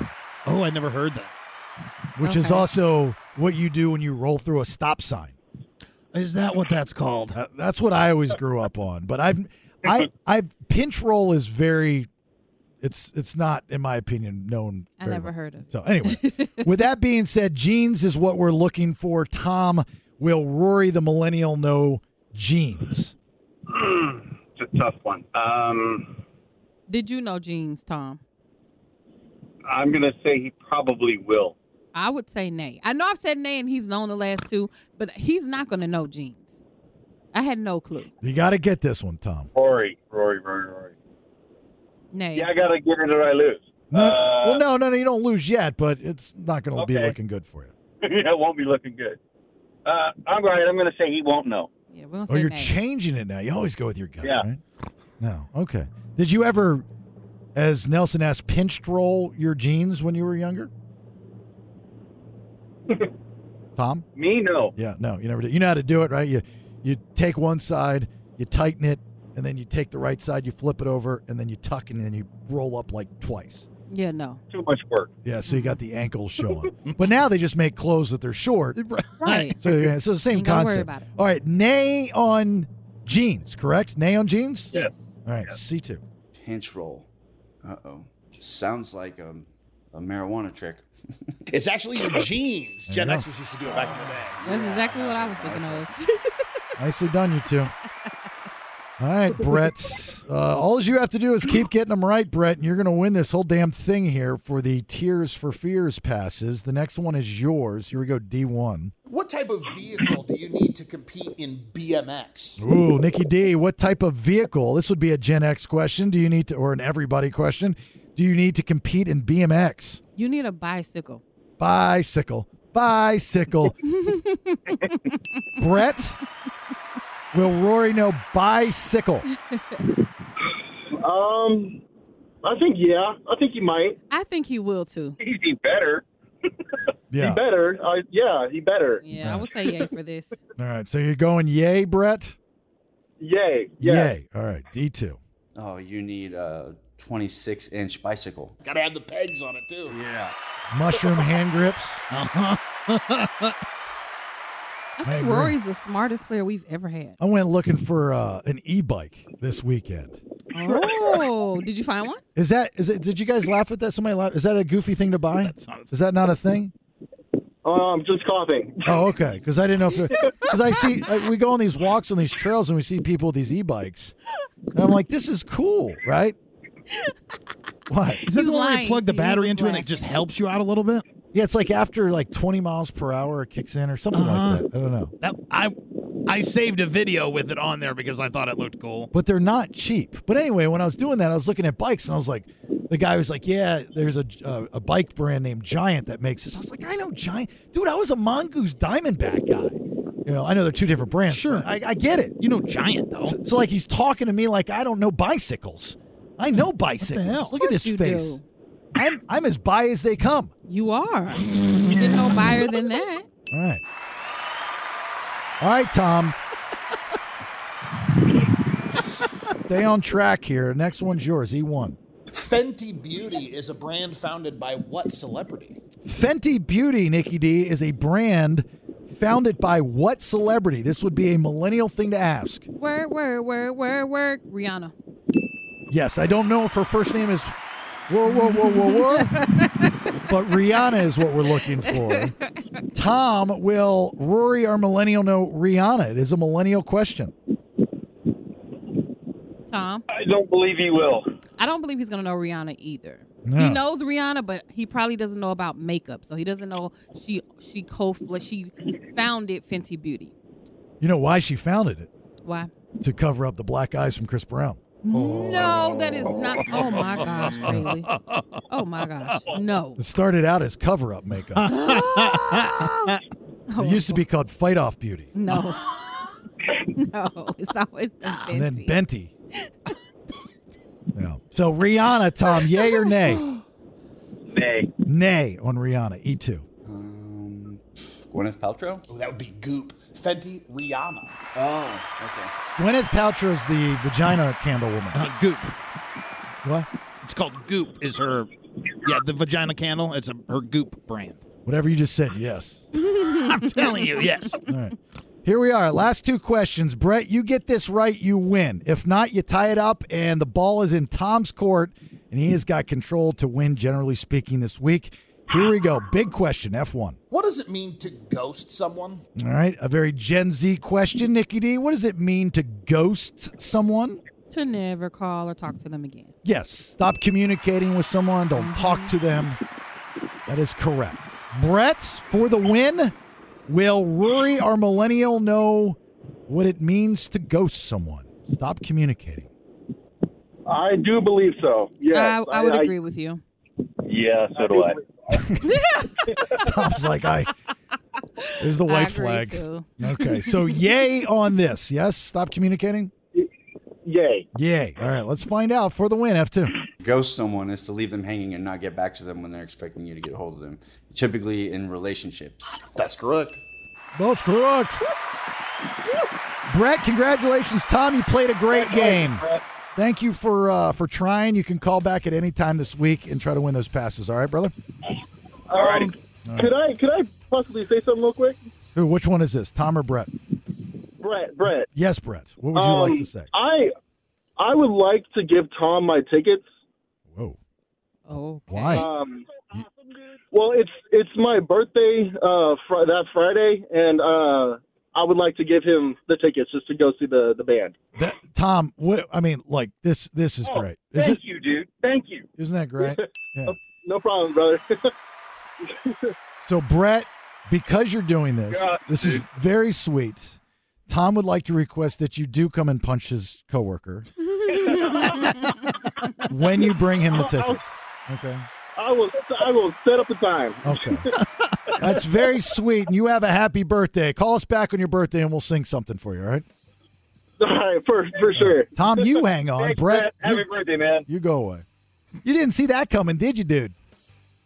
Oh, I never heard that.
Which is
Okay.
also what you do when you roll through a stop sign.
Is that what that's called?
That's what I always grew up on. But I've,
[laughs]
I, I pinch roll is very, it's it's not in my opinion known.
I
very
never
well.
heard of it. [laughs]
So anyway, with that being said, jeans is what we're looking for. Tom, will Rory the millennial know jeans?
it's a tough one. Um,
Did you know jeans, Tom?
I'm going to say he probably will.
I would say nay. I know I've said nay and he's known the last two, but he's not going to know jeans. I had no clue.
You got to get this one, Tom.
Rory, Rory, Rory, Rory.
Nay.
Yeah, I got to get it or I lose. [laughs]
No,
Uh,
well, no, no, no, you don't lose yet, but it's not going to be
Okay.
looking good for you.
yeah, it won't be looking good. Uh, I'm right. I'm going to say he won't know.
Yeah, we don't
Oh, you're changing it now. You always go with your gut,
Yeah.
right? No, okay. Did you ever, as Nelson asked, pinched roll your jeans when you
[laughs]
were younger? Tom?
Me, no.
Yeah, no, you never did. You know how to do it, right? You you take one side, you tighten it, and then you take the right side, you flip it over, and then you tuck, and then you roll up like twice.
Yeah, no.
Too much work.
Yeah, so you got the ankles showing. but now they just make clothes that they're short.
Right.
[laughs] So, yeah, so the same
Ain't gotta worry
concept.
about it.
All right, nay on jeans, correct? Nay on jeans?
Yes.
All right, C2.
Pinch roll. Uh oh. Sounds like um, a marijuana trick. [laughs]
It's actually your jeans.
There you
Gen
go.
Xers used to do it back in the day.
That's exactly what I was thinking of.
Nicely done, you two. All right, Brett. Uh, all you have to do is keep getting them right, Brett, and you're going to win this whole damn thing here for the Tears for Fears passes. The next one is yours. Here we go, D1.
What type of vehicle do you need to compete in BMX?
Ooh, Nikki D, what type of vehicle? This would be a Gen X question. Do you need to, or an everybody question? Do you need to compete in BMX?
You need a bicycle.
Bicycle. Bicycle.
[laughs]
Brett, will Rory know bicycle?
Um, I think yeah. I think he might.
I think he will too.
He'd be better.
Yeah.
He better.
Uh,
I yeah. He better.
Yeah, I would say yay for this.
All right, so you're going yay, Brett?
Yay.
Yay. All right, D2.
Oh, you need a 26 inch bicycle.
Gotta have the pegs on it too. Yeah.
Mushroom hand grips.
I
I
think
agree.
Rory's the smartest player we've ever had.
[laughs]
I went looking for uh, an e-bike this weekend.
Oh, did you find one?
Is that is it? Did you guys laugh at that? Somebody laugh? Is that a goofy thing to buy? Is that not a thing?
Oh,
Um,
I'm just coughing.
Oh, okay. Because I didn't know if because I see I, we go on these walks on these trails and we see people with these e-bikes, and I'm like, this is cool, right? What
Is that the one where you plug the battery into and it just helps you out a little bit?
Yeah, it's like after like 20 miles per hour, it kicks in or something like that. I don't know.
Uh-huh. That I I saved a video with it on there because I thought it looked cool.
but they're not cheap. But anyway, when I was doing that, I was looking at bikes and I was like, the guy was like, yeah, there's a a, a bike brand named Giant that makes this. I was like, I know Giant, dude. I was a Mongoose Diamondback guy. You know, I know they're two different brands. Sure, I, I get it. You know Giant though. So, so, like he's talking to me like I don't know bicycles. I know bicycles.
hell?
Look at his
You
face.
do.
I'm I'm as bi as they come.
You are. You didn't know buyer
[laughs]
than that.
All right. All right, Tom. Stay on track here. Next one's yours, E1.
Fenty Beauty is a brand founded by what celebrity?
Fenty Beauty, Nikki D, is a brand founded by what celebrity? This would be a millennial thing to ask.
Where, where, where, where, where? Rihanna.
Yes, I don't know if her first name is. Whoa, whoa, whoa, whoa, whoa. but Rihanna is what we're looking for. Tom, will Rory, our millennial, know Rihanna? It is a millennial question.
Tom.
I don't believe he will.
I don't believe he's gonna know Rihanna either.
No.
He knows Rihanna, but he probably doesn't know about makeup, so he doesn't know she she co like she founded Fenty Beauty.
You know why she founded it?
Why?
To cover up the black eyes from Chris Brown. Oh.
No, that is not. Oh my gosh, Bailey. Oh my gosh, no.
It started out as cover
[laughs]
up makeup. it used to be called fight off beauty.
[laughs] No. no, it's always been
And then
Fenty.
Benty. yeah. So Rihanna, Tom, yay or nay?
Nay.
Nay on Rihanna. E E2.
Gwyneth Paltrow?
Oh, that would be Goop. Fenty Rihanna. Oh, okay.
Gwyneth Paltrow's the vagina candle woman.
Uh, goop.
What?
It's called Goop. Is her yeah the vagina candle? It's a, her Goop brand.
Whatever you just said, yes.
[laughs] I'm telling you, yes.
[laughs] All right. Here we are. Last two questions. Brett, you get this right, you win. If not, you tie it up, and the ball is in Tom's court, and he has got control to win, generally speaking, this week. Here we go. Big question, F1.
What does it mean to ghost someone?
All right. A very Gen Z question, Nikki D. What does it mean to ghost someone?
To never call or talk to them again.
Yes. Stop communicating with someone. Don't talk to them. That is correct. Brett, for the win, will Rory, our millennial, know what it means to ghost someone? Stop communicating. [laughs]
I do believe so. Yes.
I, I would agree with you.
Yeah, so
Um,
do I.
Tom's like, I. This is the
I
white
agree,
flag.
too.
Okay.
[laughs]
So, yay on this. Yes. Stop communicating.
Yay.
Yay. All right. Let's find out for the win, F2.
Ghost someone is to leave them hanging and not get back to them when they're expecting you to get a hold of them, typically in relationships.
That's correct.
That's correct. Brett, congratulations, Tom. You played a great game. Thank you for uh, for trying. You can call back at any time this week and try to win those passes. All right, brother.
All right.
Could I could I possibly say something real quick?
Who- Which one is this, Tom or Brett?
Brett, Brett.
Yes, Brett. What would you
Um,
like to say?
I I would like to give Tom my tickets.
Whoa.
Oh.
Why?
Um, well, it's it's my birthday uh, fr- that Friday, and uh, I would like to give him the tickets just to go see the the band.
That, Tom, what I mean, like this this is great. Is
Oh, Thank
it-
you, dude. Thank you.
Isn't
[laughs]
that great? Yeah.
no problem,
[laughs]
brother. [laughs]
So Brett, because you're doing this,
God,
this is very sweet. Tom would like to request that you do come and punch his coworker when you
[laughs]
bring him the tickets. Okay.
I will I will set up
[laughs]
the time.
Okay. That's very sweet. And you have a happy birthday. Call us back on your birthday and we'll sing something for you, all right?
All right, for for sure.
[laughs]
Tom, you hang on.
Thanks,
Brett,
Brett. Happy birthday, man.
You go away. You didn't see that coming, did you, dude?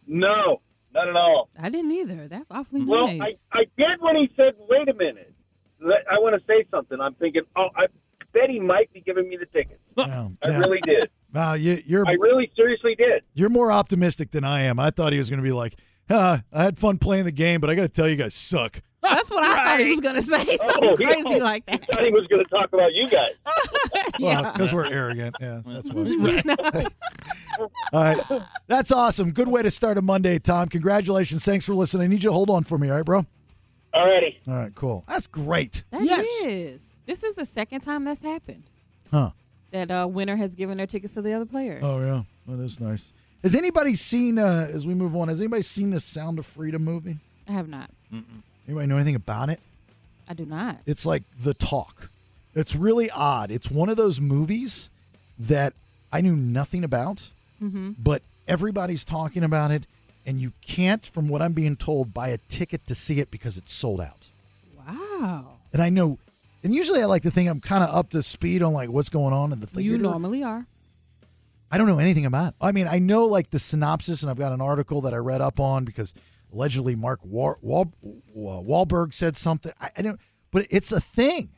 No, not at all.
I didn't either. That's awfully
Well,
nice.
I, I did when he said, wait a minute. Let- I want to say something. I'm thinking, oh, I bet he might be giving me the tickets. I
yeah.
really did.
Wow, you, you're
I really seriously did.
you're more optimistic than I am. I thought he was going to be like, huh, I had fun playing the game, but I got to tell you guys suck.
That's what I thought he was gonna say. Something
[laughs] Oh,
crazy
no.
like that.
[laughs] I thought he was going to talk about you guys.
because we're arrogant. Yeah, that's why. all right, that's awesome. Good way to start a Monday, Tom. Congratulations. Thanks for listening. I need you to hold on for me, all right, bro?
Alrighty.
All right, cool. That's great.
That is. This is the second time that's happened.
Huh.
That uh, winner has given their tickets to the other player.
Oh yeah, that is nice. Has anybody seen? Uh, as we move on, has anybody seen the Sound of Freedom movie?
I have not.
Anybody know anything about it?
I do not.
It's like The Talk. It's really odd. It's one of those movies that I knew nothing about,
Mhm.
but everybody's talking about it, and you can't, from what I'm being told, buy a ticket to see it because it's sold out.
Wow.
And I know, and usually I like to think I'm kind of up to speed on like what's going on in the theater.
you normally are.
I don't know anything about. it. I mean, I know like the synopsis, and I've got an article that I read up on because allegedly Mark War- Wal- Wa- Wahlberg said something. I, I don't, but it's a thing,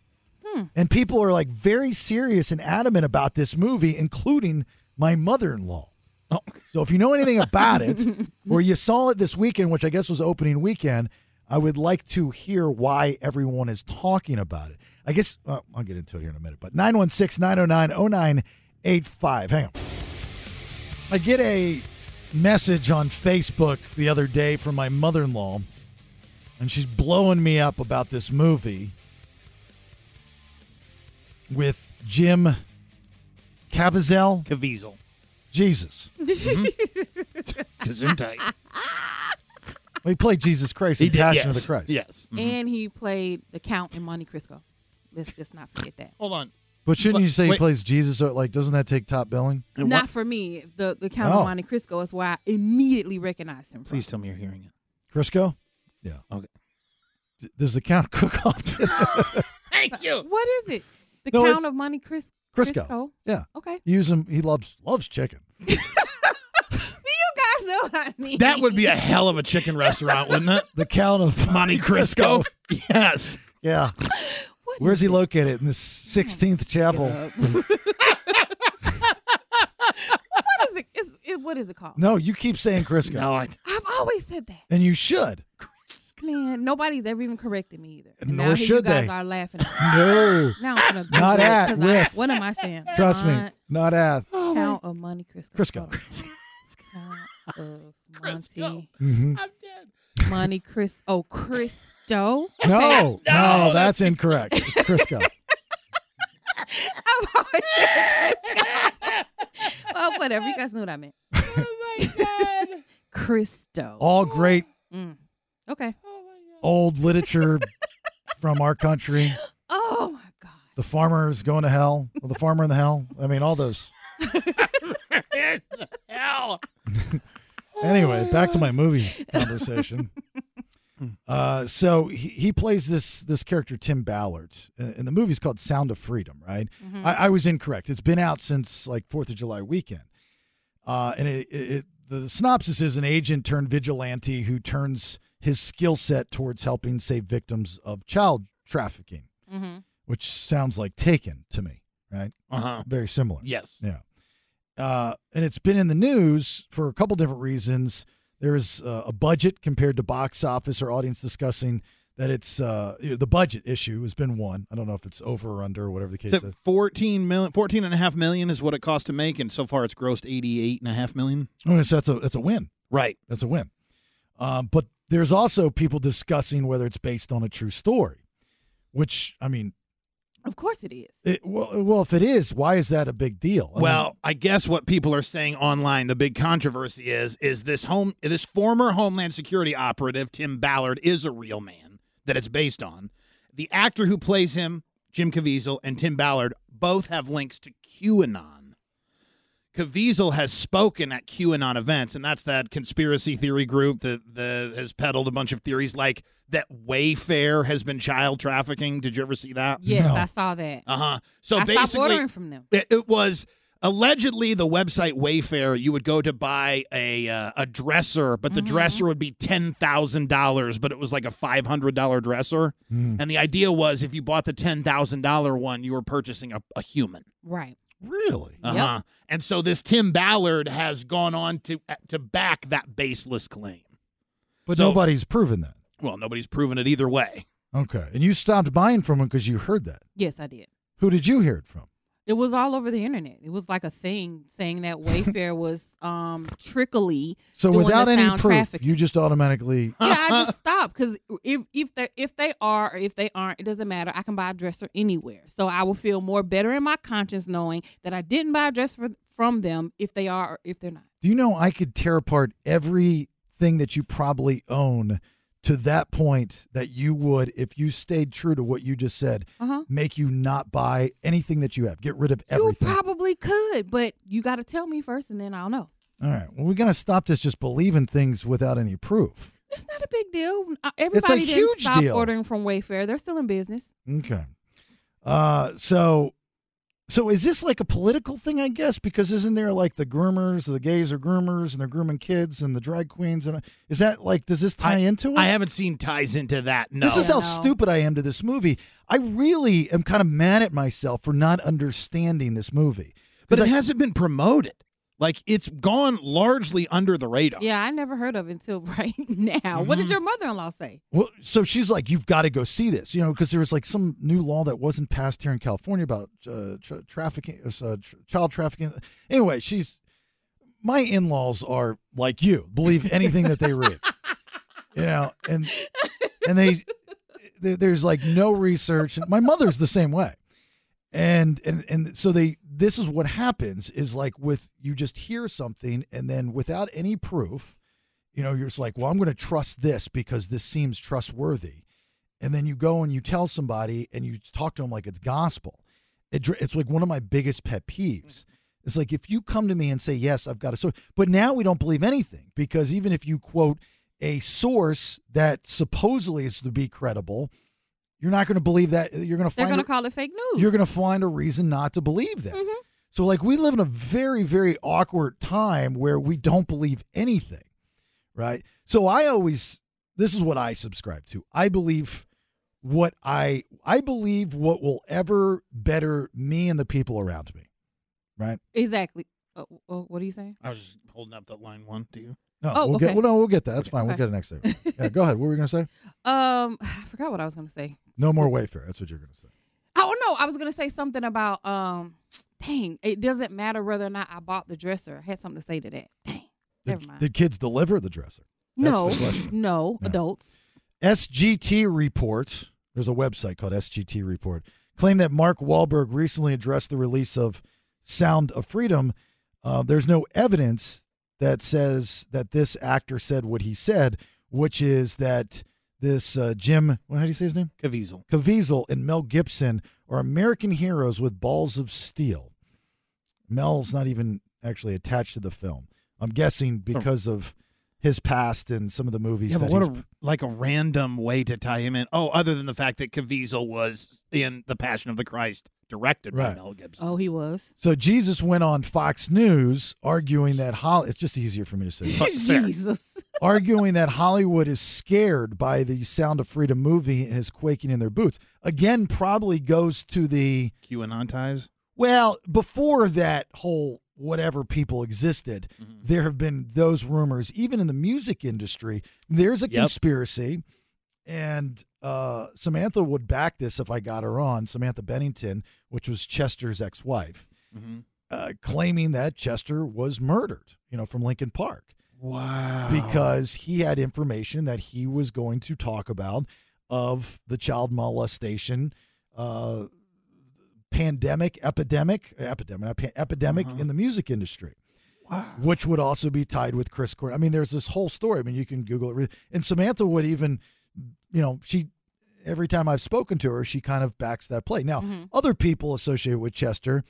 and people are like very serious and adamant about this movie, including my mother-in-law. So if you know anything about it, or you saw it this weekend, which I guess was opening weekend, I would like to hear why everyone is talking about it. I guess uh, I'll get into it here in a minute, but 916 909 0985. Hang on. I get a message on Facebook the other day from my mother in law, and she's blowing me up about this movie with Jim Cavazel.
Caviezel.
Jesus.
Gesundheit.
Well, he played Jesus Christ
He
in
did,
Passion
yes.
of the Christ.
Yes.
And he played the Count in Monte Cristo. Let's just not forget that.
Hold on.
But shouldn't you say he
Wait.
plays Jesus? Or, like, doesn't that take top billing?
not for me. The the Count
Oh.
of Monte Cristo is where I immediately recognized him. From.
Please tell me you're hearing it.
Crisco? Yeah.
Okay.
D- does the count [laughs] cook off?
Thank you. What is it? The
No,
Count
it's-
of Monte Cris- Cristo.
Crisco. Yeah.
Okay. [laughs]
Use him. He loves loves chicken.
You guys know what I mean.
That would be a hell of a chicken restaurant, wouldn't it?
The Count of
[laughs] Monte Cristo. yes.
Yeah. Where's he located? In the 16th
[laughs]
chapel. [laughs]
What is it? Is, it what is it called?
No, you keep saying Crisco. No,
I.
I've always said that.
And you should.
Man, nobody's ever even corrected me either. And
Nor
now here
should
you guys
they.
are laughing.
[laughs] No.
Now I'm gonna
Not
Google it
at,
'cause
with.
I, what am I saying?
Trust me.
Mon-
Not at.
Count of Monte Cristo.
Crisco.
[laughs] Count of Monte.
Mhm.
I'm dead. Monte Cristo. Oh, [laughs] Cristo.
[laughs] No, no, that's incorrect. It's Crisco.
well, Oh, whatever. You guys know what I meant. Oh, [laughs] Cristo.
All great
Mm. Okay.
old literature from our country.
Oh my
The farmer's going to hell. Well, the farmer in the hell. I mean, all those.
hell.
[laughs] Anyway, back to my movie conversation. Uh, so he, he plays this this character Tim Ballard, uh, and the movie's called Sound of Freedom, right?
Mhm.
I, I was incorrect. It's been out since like Fourth of July weekend, uh, and it, it, it the synopsis is an agent turned vigilante who turns his skill set towards helping save victims of child trafficking,
Mm-hmm.
which sounds like Taken to me, right?
Uh-huh.
Very similar.
Yes.
Yeah. Uh, and it's been in the news for a couple different reasons. There is uh, a budget compared to box office or audience discussing that it's uh, the budget issue has been one. I don't know if it's over or under or whatever the case
So
is.
14 million 14 and a half million is what it cost to make and so far it's grossed 88 and a half million.
I mean, so that's a that's a win.
Right.
That's a win. Um, but there's also people discussing whether it's based on a true story, which I mean,
Of course it is.
it, well, well, if it is, why is that a big deal? I mean,
Well, I guess what people are saying online, the big controversy is is this home this former Homeland Security operative Tim Ballard is a real man that it's based on. The actor who plays him, Jim Caviezel, and Tim Ballard both have links to QAnon. Caviezel has spoken at QAnon events, and that's that conspiracy theory group that, that has peddled a bunch of theories like that Wayfair has been child trafficking. Did you ever see that?
Yes, I saw that.
Uh huh. So
I
basically,
stopped ordering from them.
It, it was allegedly the website Wayfair. You would go to buy a uh, a dresser, but the
Mm-hmm.
dresser would be ten thousand dollars, but it was like a five hundred dollar dresser.
Hmm.
Mm.
And the idea was, if you bought the ten thousand dollar one, you were purchasing a, a human.
Right.
Really? Uh huh. And so this Tim Ballard has gone on to uh, to back that baseless claim.
but
so-
nobody's proven that.
Well, nobody's proven it either way.
Okay, and you stopped buying from him because you heard that.
Yes, I did.
Who did you hear it from?
It was all over the internet. It was like a thing saying that
[laughs]
Wayfair was um trickily.
So
doing the
without any
sound
proof,
traffic-
you just automatically.
yeah, I
[laughs]
just stopped because if if they if they are or if they aren't, it doesn't matter. I can buy a dresser anywhere, so I will feel more better in my conscience knowing that I didn't buy a dress for, from them if they are or if they're not.
Do you know I could tear apart everything that you probably own to that point that you would, if you stayed true to what you just said,
Uh-huh.
make you not buy anything that you have. Get rid of everything.
Probably could, but you got to tell me first, and then I'll know.
All right. Well, we got to stop this just believing things without any proof.
It's not a big deal. Uh, Everybody didn't
huge
stop
deal.
ordering from Wayfair. They're still in business.
Okay. Uh, so, so is this like a political thing? I guess because isn't there like the groomers, the gays are groomers, and they're grooming kids, and the drag queens, and is that like does this tie into it?
I haven't seen ties into that. No.
This is how stupid I am to this movie. I really am kind of mad at myself for not understanding this movie.
But it hasn't been promoted. Like it's gone largely under the radar.
Yeah, I never heard of it until [laughs] right now. What
Mm-hmm.
did your mother-in-law say?
Well, so she's like, you've got to go see this, you know, because there was like some new law that wasn't passed here in California about uh, tra- trafficking, uh, tr child trafficking. Anyway, she's my in-laws are like you, believe anything that they read, you know, and and they there- there's like no research. My mother's the same way, and and and so they this is what happens is like with you just hear something and then without any proof you know, you're just like, well, I'm going to trust this because this seems trustworthy. And then you go and you tell somebody and you talk to them like it's gospel. It, dr- it's like one of my biggest pet peeves. It's like if you come to me and say, yes, I've got a source, but now we don't believe anything because even if you quote a source that supposedly is to be credible, you're not going to believe that. You're going to
They're
find
going to
a-
call it fake news.
you're going to find a reason not to believe that.
Mhm.
So, like, we live in a very, very awkward time where we don't believe anything, right? So, I always, this is what I subscribe to. I believe what I, I believe what will ever better me and the people around me, right?
Exactly. Uh, uh, what are you saying?
I was just holding up that line one to you.
No,
Oh,
we'll
okay.
get, well, no, we'll get that. That's fine. We'll
Okay.
get it next time. yeah, go ahead. What were you going to say?
Um, [sighs] I forgot what I was going to say. [laughs]
No more Wayfair. That's what you're going to say.
Oh no, I was gonna say something about um. Dang, it doesn't matter whether or not I bought the dresser. I had something to say to that. Dang, never mind.
Did kids deliver the dresser? That's
no,
the question.
no, adults.
SGT Report, there's a website called SGT Report, claim that Mark Wahlberg recently addressed the release of Sound of Freedom. Uh, there's no evidence that says that this actor said what he said, which is that this uh, Jim, what, how do you say his name?
Caviezel.
Caviezel and Mel Gibson are American heroes with balls of steel. Mel's not even actually attached to the film. I'm guessing because of his past and some of the movies
Yeah,
that
but what
he's
a like a random way to tie him in. Oh, other than the fact that Caviezel was in The Passion of the Christ, directed by
Right.
Mel Gibson.
Oh, he was.
So Jesus went on Fox News arguing that Hollywood. It's just easier for me to say.
[laughs]
this.
Jesus.
arguing that Hollywood is scared by the Sound of Freedom movie and is quaking in their boots. Again, probably goes to the
QAnon ties.
Well, before that whole whatever people existed,
Mm-hmm.
there have been those rumors, even in the music industry. There's a
Yep.
conspiracy, and uh, Samantha would back this if I got her on. Samantha Bennington, which was Chester's ex-wife,
Mm-hmm.
uh, claiming that Chester was murdered. You know, from Lincoln Park
Wow.
because he had information that he was going to talk about of the child molestation uh, pandemic, epidemic, epidemic, not pan- epidemic in the music industry. Which would also be tied with Chris Cornell. I mean, there's this whole story. I mean, you can Google it. And Samantha would even, you know, she every time I've spoken to her, she kind of backs that play. Now, other people associated with Chester,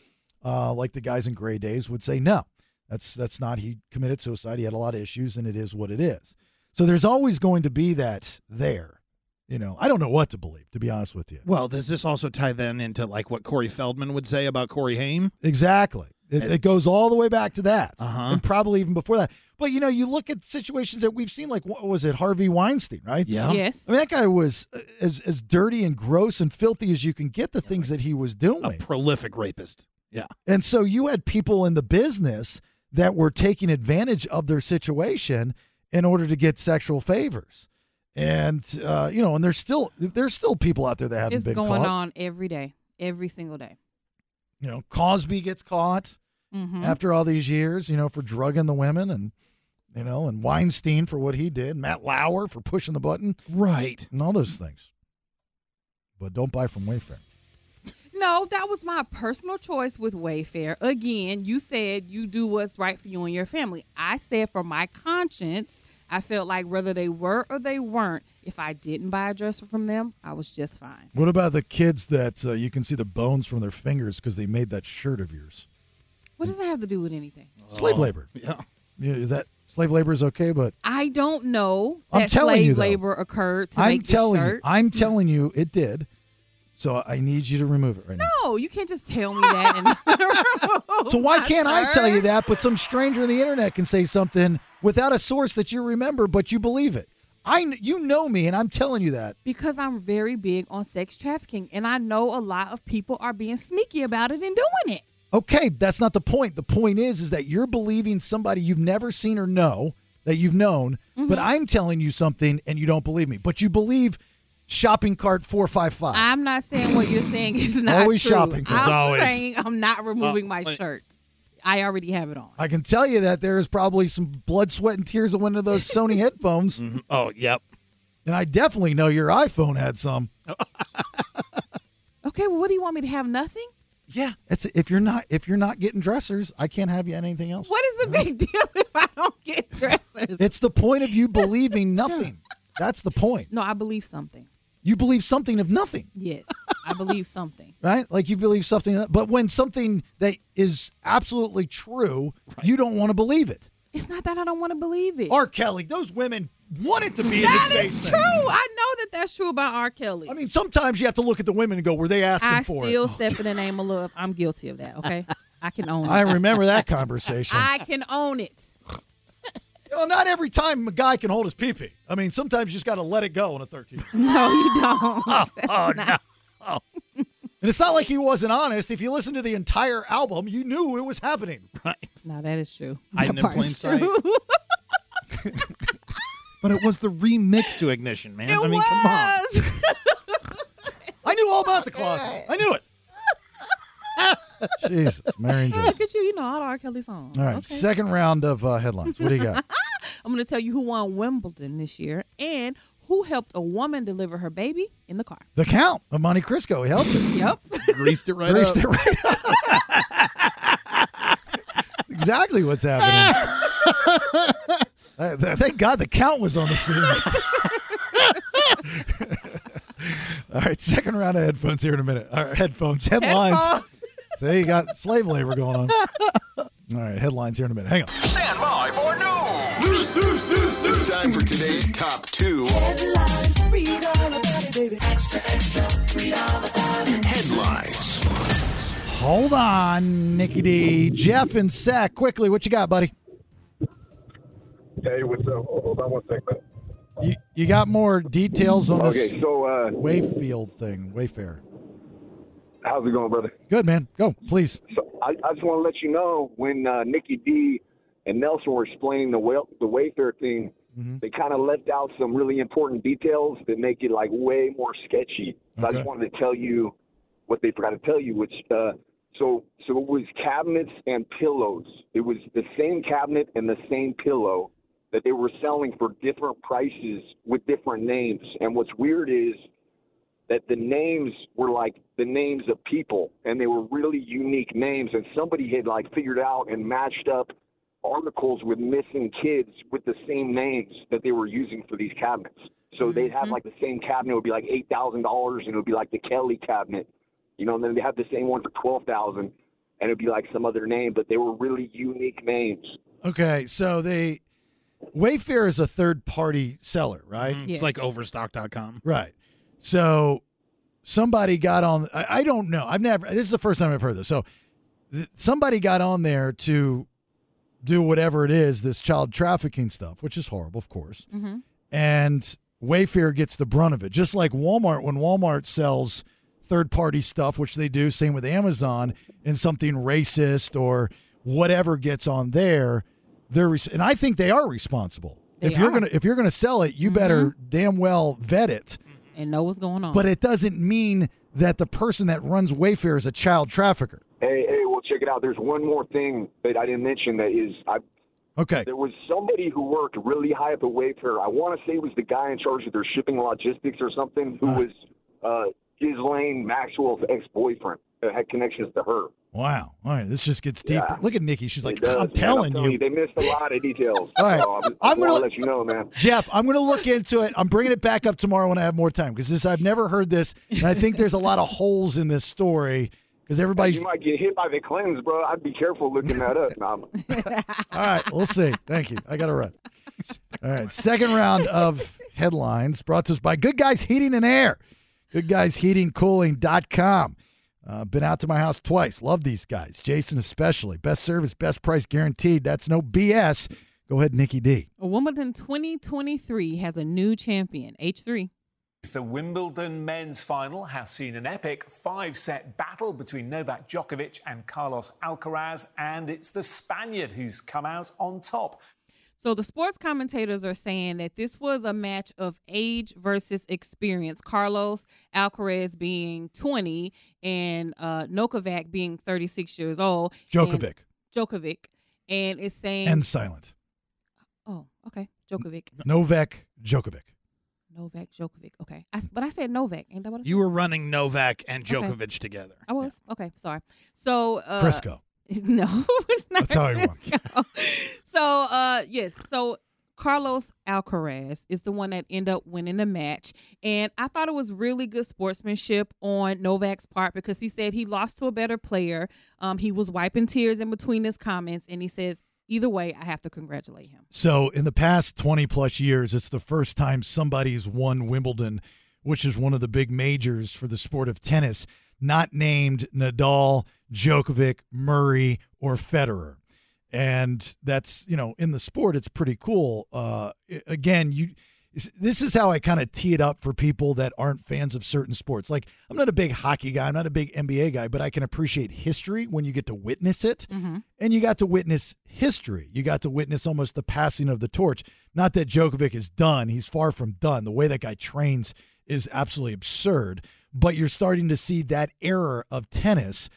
uh, like the guys in Gray Days, would say no. That's that's not he committed suicide. He had a lot of issues, and it is what it is. So there's always going to be that there. You know, I don't know what to believe, to be honest with you.
Well, does this also tie then into like what Corey Feldman would say about Corey Haim?
Exactly. It, it goes all the way back to that,
Uh-huh.
and probably even before that. But you know, you look at situations that we've seen, like what was it, Harvey Weinstein, right?
Yeah.
Yes.
I mean, that guy was uh, as as dirty and gross and filthy as you can get. The things that he was doing.
Prolific rapist. Yeah.
And so you had people in the business that were taking advantage of their situation in order to get sexual favors. And uh, you know, and there's still there's still people out there that haven't
It's
been
going
caught.
on every day, every single day.
You know, Cosby gets caught
Mhm.
after all these years, you know, for drugging the women and you know, and Weinstein for what he did, Matt Lauer for pushing the button.
Right.
And all those things. But don't buy from Wayfair.
No, that was my personal choice with Wayfair. Again, you said you do what's right for you and your family. I said for my conscience, I felt like whether they were or they weren't, if I didn't buy a dresser from them, I was just fine.
What about the kids that uh, you can see the bones from their fingers because they made that shirt of yours?
What does that have to do with anything?
Slave labor.
Yeah.
Yeah, is that slave labor is okay, but
I don't know.
I'm
that
telling
slave
you, though.
labor occurred to
I'm
make this
telling you,
shirt.
I'm telling you, it did. So I need you to remove it right
No, you can't just tell me that. And [laughs] Oh
now. So why can't I tell you that, but some stranger on the internet can say something without a source that you remember, but you believe it? I, kn- you know me, and I'm telling you that.
because I'm very big on sex trafficking, and I know a lot of people are being sneaky about it and doing it.
Okay, that's not the point. The point is is that you're believing somebody you've never seen or know that you've known,
Mm-hmm.
but I'm telling you something and you don't believe me. But you believe shopping cart 455.
I'm not saying what you're saying
[laughs]
is not
Always
true.
shopping. It's
I'm
always-
saying I'm not removing my
like-
shirt. I already have it on.
I can tell you that there is probably some blood, sweat, and tears in one of those
[laughs]
Sony headphones.
Oh, yep.
And I definitely know your iPhone had some.
Okay, well, what do you want me to have? Nothing?
Yeah, it's if you're not if you're not getting dressers, I can't have you anything else.
What is the big deal if I don't get [laughs] dressers?
It's the point of you believing nothing. That's the point.
No, I believe something.
You believe something of nothing,
Yes, I believe something.
[laughs] right? Like you believe something, but when something that is absolutely true, you don't want to believe it.
[laughs] It's not that I don't want to believe it.
R. Kelly, those women wanted to be
That
in the
is true.
basement.
I know that that's true about R. Kelly. I
mean, Sometimes you have to look at the women and go, "Were they asking
I
for
still
[laughs] it?"
step in the name of love. I'm guilty of that. Okay, I can own.
I
it. [laughs]
remember that conversation.
I can own it.
Well, not every time a guy can hold his pee pee. I mean, sometimes you just got to let it go on a 13.
[laughs] No, you don't.
[laughs] oh, no. Oh. And it's not like he wasn't honest. If you listen to the entire album, you knew it was happening.
Right.
No, that is true.
Hiding
That
in
part
plain
is
sight.
true.
[laughs] But it was the remix to Ignition, man. I mean, come
on. I knew all about
[laughs]
the closet. I knew it. Jesus, Marion Jones.
Look at you. You know all the R. Kelly songs.
All right,
Okay.
second round of uh, headlines. What do you got?
[laughs] I'm going to tell you who won Wimbledon this year and who helped a woman deliver her baby in the car.
The Count of Monte Cristo. He helped it.
Yep.
Greased it right
Greased
up.
it right up. [laughs] exactly what's happening. Uh, th- Thank God the Count was on the scene. [laughs] All right, second round of headphones here in a minute. All right, headphones, headlines. [laughs]
Headphones.
So you got slave labor going on. All right, headlines here in a minute. Hang on.
Stand by for news.
News, news, news, news. It's time for today's top two.
Headlines, read all about it, baby. Extra, extra, read all about it.
Headlines.
Hold on, Nicky D. Jeff and Sack, quickly, what you got, buddy?
Hey, what's up? Hold on one second.
You, you got more details on this
Okay, so uh,
Wayfield thing, Wayfair.
how's it going, brother?
Good, man. Go, please.
So I, I just want to let you know when uh, Nikki D and Nelson were explaining the way, the Wayfair thing, they kind of left out some really important details that make it like way more sketchy. So I just
Okay.
wanted to tell you what they forgot to tell you, which uh, so so it was cabinets and pillows. It was the same cabinet and the same pillow that they were selling for different prices with different names. And what's weird is that the names were like the names of people and they were really unique names and somebody had like figured out and matched up articles with missing kids with the same names that they were using for these cabinets so they'd have like the same cabinet would be like eight thousand dollars and it would be like the kelly cabinet you know and then they have the same one for twelve thousand and it'd be like some other name but they were really unique names
Okay, so they Wayfair is a third party seller, right?
on. Mm-hmm. It's like overstock.com.
Right. So somebody got on. I, I don't know. I've never. This is the first time I've heard this. So th- somebody got on there to do whatever it is, this child trafficking stuff, which is horrible, of course.
Mm-hmm.
And Wayfair gets the brunt of it, just like Walmart. When Walmart sells third party stuff, which they do, same with Amazon, and something racist or whatever gets on there, they're res- and I think they are responsible.
They
if you're
are. Mm-hmm.
gonna if you're gonna sell it, you better damn well vet it.
And know what's going on.
But it doesn't mean that the person that runs Wayfair is a child trafficker.
Hey, hey, well, check it out. There's one more thing that I didn't mention that is I.
Okay.
There was somebody who worked really high up at Wayfair. I want to say it was the guy in charge of their shipping logistics or something
Uh-huh.
who was uh, Ghislaine Maxwell's ex-boyfriend that had connections to her.
Wow. All right, this just gets deeper.
Yeah.
Look at Nikki. She's like,
It does,
I'm
man.
telling you.
They missed a lot of details.
[laughs] All right.
So I'm,
I'm
going
gonna-
to let you know, man.
Jeff, I'm going to look into it. I'm bringing it back up tomorrow when I have more time because this I've never heard this, and I think there's a lot of holes in this story because everybody.
You might get hit by the cleanse, bro. I'd be careful looking that up. Nah, I'm-
All right, we'll see. Thank you. I got to run. All right, second round of headlines brought to us by Good Guys Heating and Air. GoodGuysHeatingCooling.com. Uh, been out to my house twice. Love these guys. Jason especially. Best service, best price guaranteed. That's no BS. Go ahead, Nikki D.
Wimbledon 2023 has a new champion, H3.
The Wimbledon men's final has seen an epic five set battle between Novak Djokovic and Carlos Alcaraz, and it's the Spaniard who's come out on top.
So the sports commentators are saying that this was a match of age versus experience. Carlos Alcaraz being 20 and uh, Nokovac being 36 years old.
Djokovic.
And, Djokovic. And it's saying.
And silent.
Oh, okay. Djokovic.
Novak Djokovic.
Novak Djokovic. Okay. I, but I said Novak. Ain't that what I said?
You were running Novak and
Okay.
Djokovic together.
I was? Okay. Sorry. So. Uh,
Crisco.
[laughs] No, it's not.
That's how he won.
Crisco. so, uh, yes. So Carlos Alcaraz is the one that ended up winning the match, and I thought it was really good sportsmanship on Novak's part because he said he lost to a better player. Um, he was wiping tears in between his comments, and he says, "Either way, I have to congratulate him."
So, in the past 20 plus years, it's the first time somebody's won Wimbledon, which is one of the big majors for the sport of tennis, not named Nadal, Djokovic, Murray, or Federer. And that's, you know, in the sport, it's pretty cool. Uh, i- again, you. This is how I kind of tee it up for people that aren't fans of certain sports. Like, I'm not a big hockey guy, I'm not a big NBA guy, but I can appreciate history when you get to witness it
Mm-hmm.
and you got to witness history. You got to witness almost the passing of the torch. Not that Djokovic is done; he's far from done. The way that guy trains is absolutely absurd. But you're starting to see that era of tennis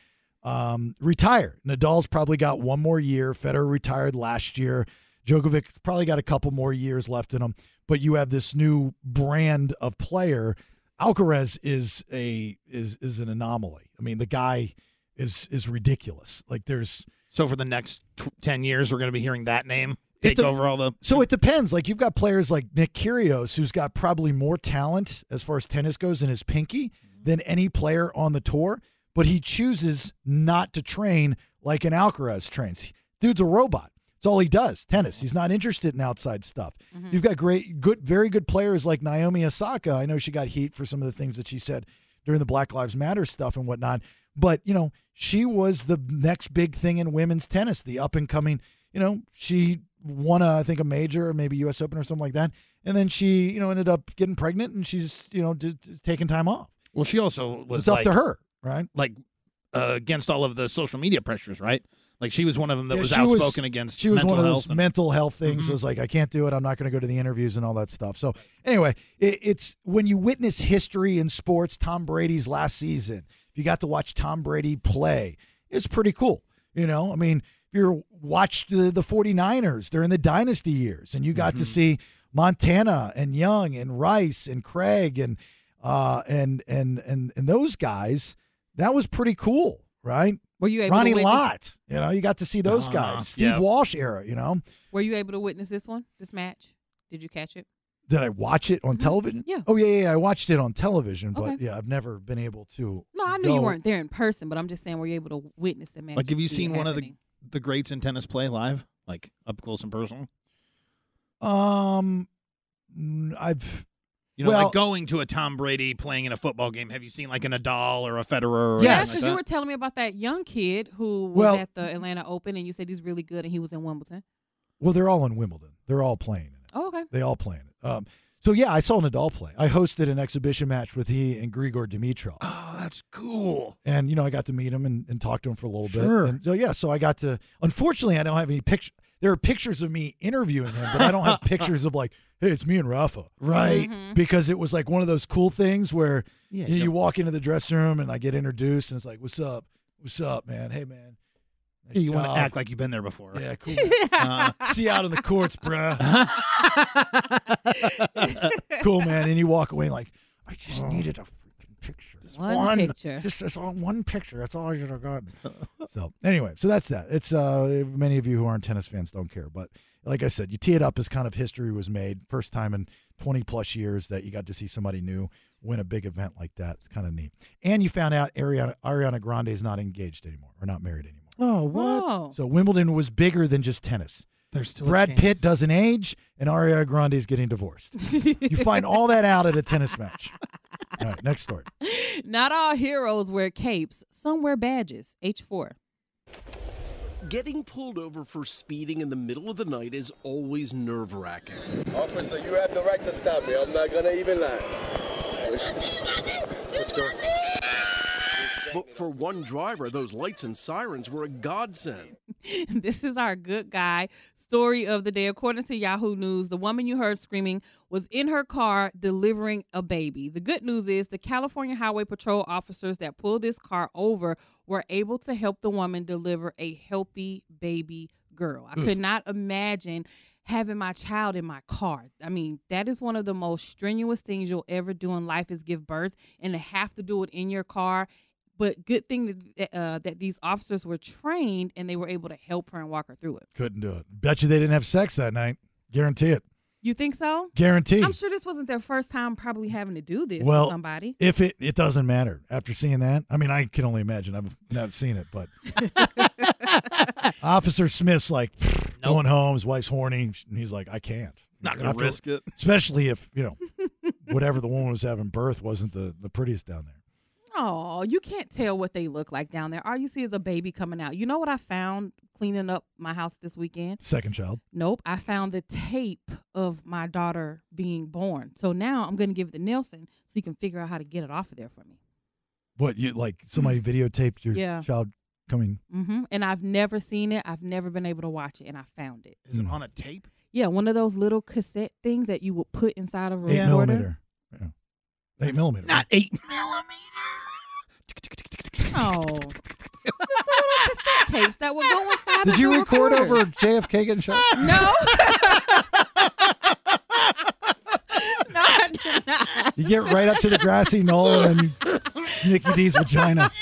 um, retire. Nadal's probably got one more year. Federer retired last year. Djokovic's probably got a couple more years left in him. But you have this new brand of player. Alcaraz is a is is an anomaly. I mean, the guy is is ridiculous. Like there's
So for the next tw 10 years, we're going to be hearing that name
It
take
de-
over all the.
So it depends. Like you've got players like Nick Kyrgios, who's got probably more talent as far as tennis goes in his pinky than any player on the tour, but he chooses not to train like an Alcaraz trains. Dude's a robot. It's all he does. Tennis. He's not interested in outside stuff. You've got great, good, very good players like Naomi Osaka. I know she got heat for some of the things that she said during the Black Lives Matter stuff and whatnot. But, you know, she was the next big thing in women's tennis, the up and coming, you know, she won, a, I think, a major or maybe U.S. Open or something like that. And then she, you know, ended up getting pregnant and she's, you know, d- d- taking time off.
Well, she also was.
It's up to
like-
her, right?
Like uh, against all of the social media pressures, right? Like she was one of them that
Yeah,
was
she was-
outspoken against.
She was
mental
one of
health
those
and- Mm-hmm.
mental health things. It was like, I can't do it. I'm not going to go to the interviews and all that stuff. So anyway, it, it's when you witness history in sports. Tom Brady's last season, if you got to watch Tom Brady play, it's pretty cool. You know, I mean, if you watched the, the 49ers during the dynasty years, and you got
Mm-hmm.
to see Montana and Young and Rice and Craig and uh and and and and those guys, that was pretty cool, right?
Were you able to
Ronnie
witness-
Lott? You know, you got to see those
Uh,
guys. Steve
yeah.
Walsh era, you know.
Were you able to witness this one, this match? Did you catch it?
Did I watch it on television? Yeah. Oh yeah, yeah, yeah. I watched it on television, but
Okay.
yeah, I've never been able to.
No, I knew
go-
you weren't there in person, but I'm just saying, were you able to witness the match?
Like,
and
have you
see it
seen one of
happening?
the the greats in tennis play live, like up close and personal?
Um, mm, I've
You know,
well,
like going to a Tom Brady playing in a football game. Have you seen like a Nadal or a Federer? Or
Yeah,
anything
because
like
you
that?
were telling me about that young kid who was
Well-
at the Atlanta Open, and you said he's really good, and he was in Wimbledon.
well, they're all in Wimbledon. They're all playing in it.
Oh, okay.
They all playing it. Um, so yeah, I saw Nadal play. I hosted an exhibition match with he and Grigor Dimitrov.
Oh, that's cool.
and you know I got to meet him and, and talk to him for a little
Sure.
bit. And so yeah, so I got to. Unfortunately, I don't have any picture. There are pictures of me interviewing him, but I don't
[laughs]
have pictures of like, hey, it's me and Rafa,
Right. Mhm.
Because it was like one of those cool things where
Yeah,
you, know,
you
you walk into the dressing room and I get introduced and it's like, what's up, what's up, man? Hey, man. Nice
you want
job.
to act like you've been there before.
Yeah, [laughs] cool.
Uh,
See you out on the courts,
[laughs]
bruh. cool, man. And you walk away like, I just
Oh.
needed a freaking picture. Just
One picture.
Just, just on- one picture. That's all I should have gotten. [laughs] so anyway, so that's that. It's uh many of you who aren't tennis fans don't care, but like I said, you tee it up as kind of history was made. First time in 20 plus years that you got to see somebody new win a big event like that. It's kind of neat. And you found out Ariana Ariana Grande is not engaged anymore or not married anymore.
Oh, what?
So Wimbledon was bigger than just tennis.
There's still a
Brad
chance.
Pitt doesn't age, and Ariana Grande is getting divorced. you find all that out at a tennis match. All right, next story.
Not all heroes wear capes. Some wear badges. H four.
Getting pulled over for speeding in the middle of the night is always nerve wracking.
Officer, you have the right to stop me. I'm not gonna even lie.
Let's go. But for one driver, those lights and sirens were a godsend.
[laughs] this is our good guy story of the day. According to Yahoo News, the woman you heard screaming was in her car delivering a baby. The good news is the California Highway Patrol officers that pulled this car over were able to help the woman deliver a healthy baby girl. I
Ugh.
could not imagine having my child in my car. I mean, that is one of the most strenuous things you'll ever do in life is give birth and to have to do it in your car but good thing that, uh, that these officers were trained and they were able to help her and walk her through it.
Couldn't do it. Bet you they didn't have sex that night. Guarantee it.
You think so?
Guaranteed.
I'm sure this wasn't their first time probably having to do this
well,
with somebody.
if it it doesn't matter after seeing that, I mean, I can only imagine. I've not seen it,
[laughs]
but Officer Smith's like going home. His wife's horny, and he's like, I can't.
Not gonna risk it.
especially if you know whatever the woman was having birth wasn't the the prettiest down there.
Oh, you can't tell what they look like down there. All you see is a baby coming out. You know what I found cleaning up my house this weekend?
Second child.
Nope. I found the tape of my daughter being born. So now I'm going to give it to Nelson so he can figure out how to get it off of there for me.
What you like? Somebody videotaped your
Hmm. Yeah.
child coming.
hmm And I've never seen it. I've never been able to watch it, and I found it.
Is it on a tape?
[laughs]
Yeah, one of those little cassette things that you would put inside of a
Eight
recorder.
millimeter. Yeah. Eight millimeter. Not
eight.
Oh. Just the little cassette tapes that would go inside
Did
of
you
the
record
recorders.
over JFK getting shot?
[laughs]
[laughs]
No. no, I did not.
You get right up to the grassy knoll and Nikki D's vagina.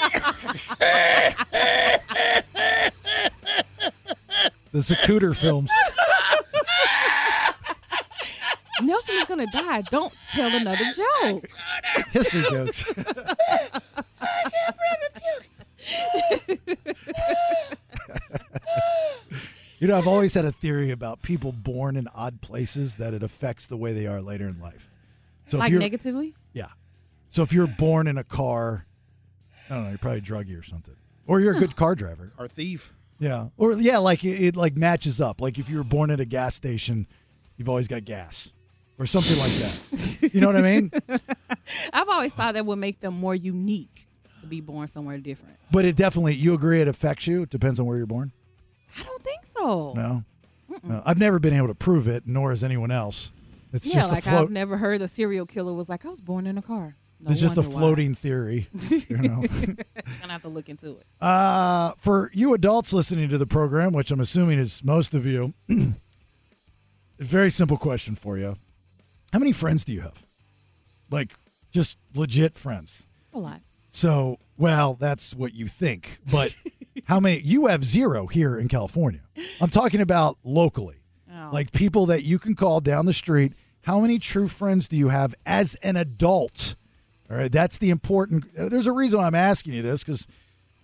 The Zacuder films.
Nelson is gonna die. Don't tell another joke.
History jokes. [laughs] You know, I've always had a theory about people born in odd places that it affects the way they are later in life. So if
like
you're
negatively?
Yeah. So if you're born in a car, I don't know, you're probably druggy or something. Or you're a good car [laughs] driver.
Uh, Our thief.
Yeah. Or yeah, like it, it like matches up. Like if you were born at a gas station, you've always got gas. Or something like that. You know what I mean?
I've always thought that would make them more unique to be born somewhere different.
But it definitely you agree it affects you. It depends on where you're born.
I don't think so.
No. No. I've never been able to prove it, nor has anyone else. It's
yeah,
just
like
a float.
I've never heard a serial killer was like, I was born in a car. No
it's just a
wonder why.
floating theory. [laughs] You know.
[laughs] Gonna have to look into it.
Uh, for you adults listening to the program, which I'm assuming is most of you, [clears throat] a very simple question for you. How many friends do you have? Like, just legit friends.
A lot.
So, well, that's what you think, but how many? You have zero here in California. I'm talking about locally, like people that you can call down the street. How many true friends do you have as an adult? All right, that's the important. There's a reason why I'm asking you this because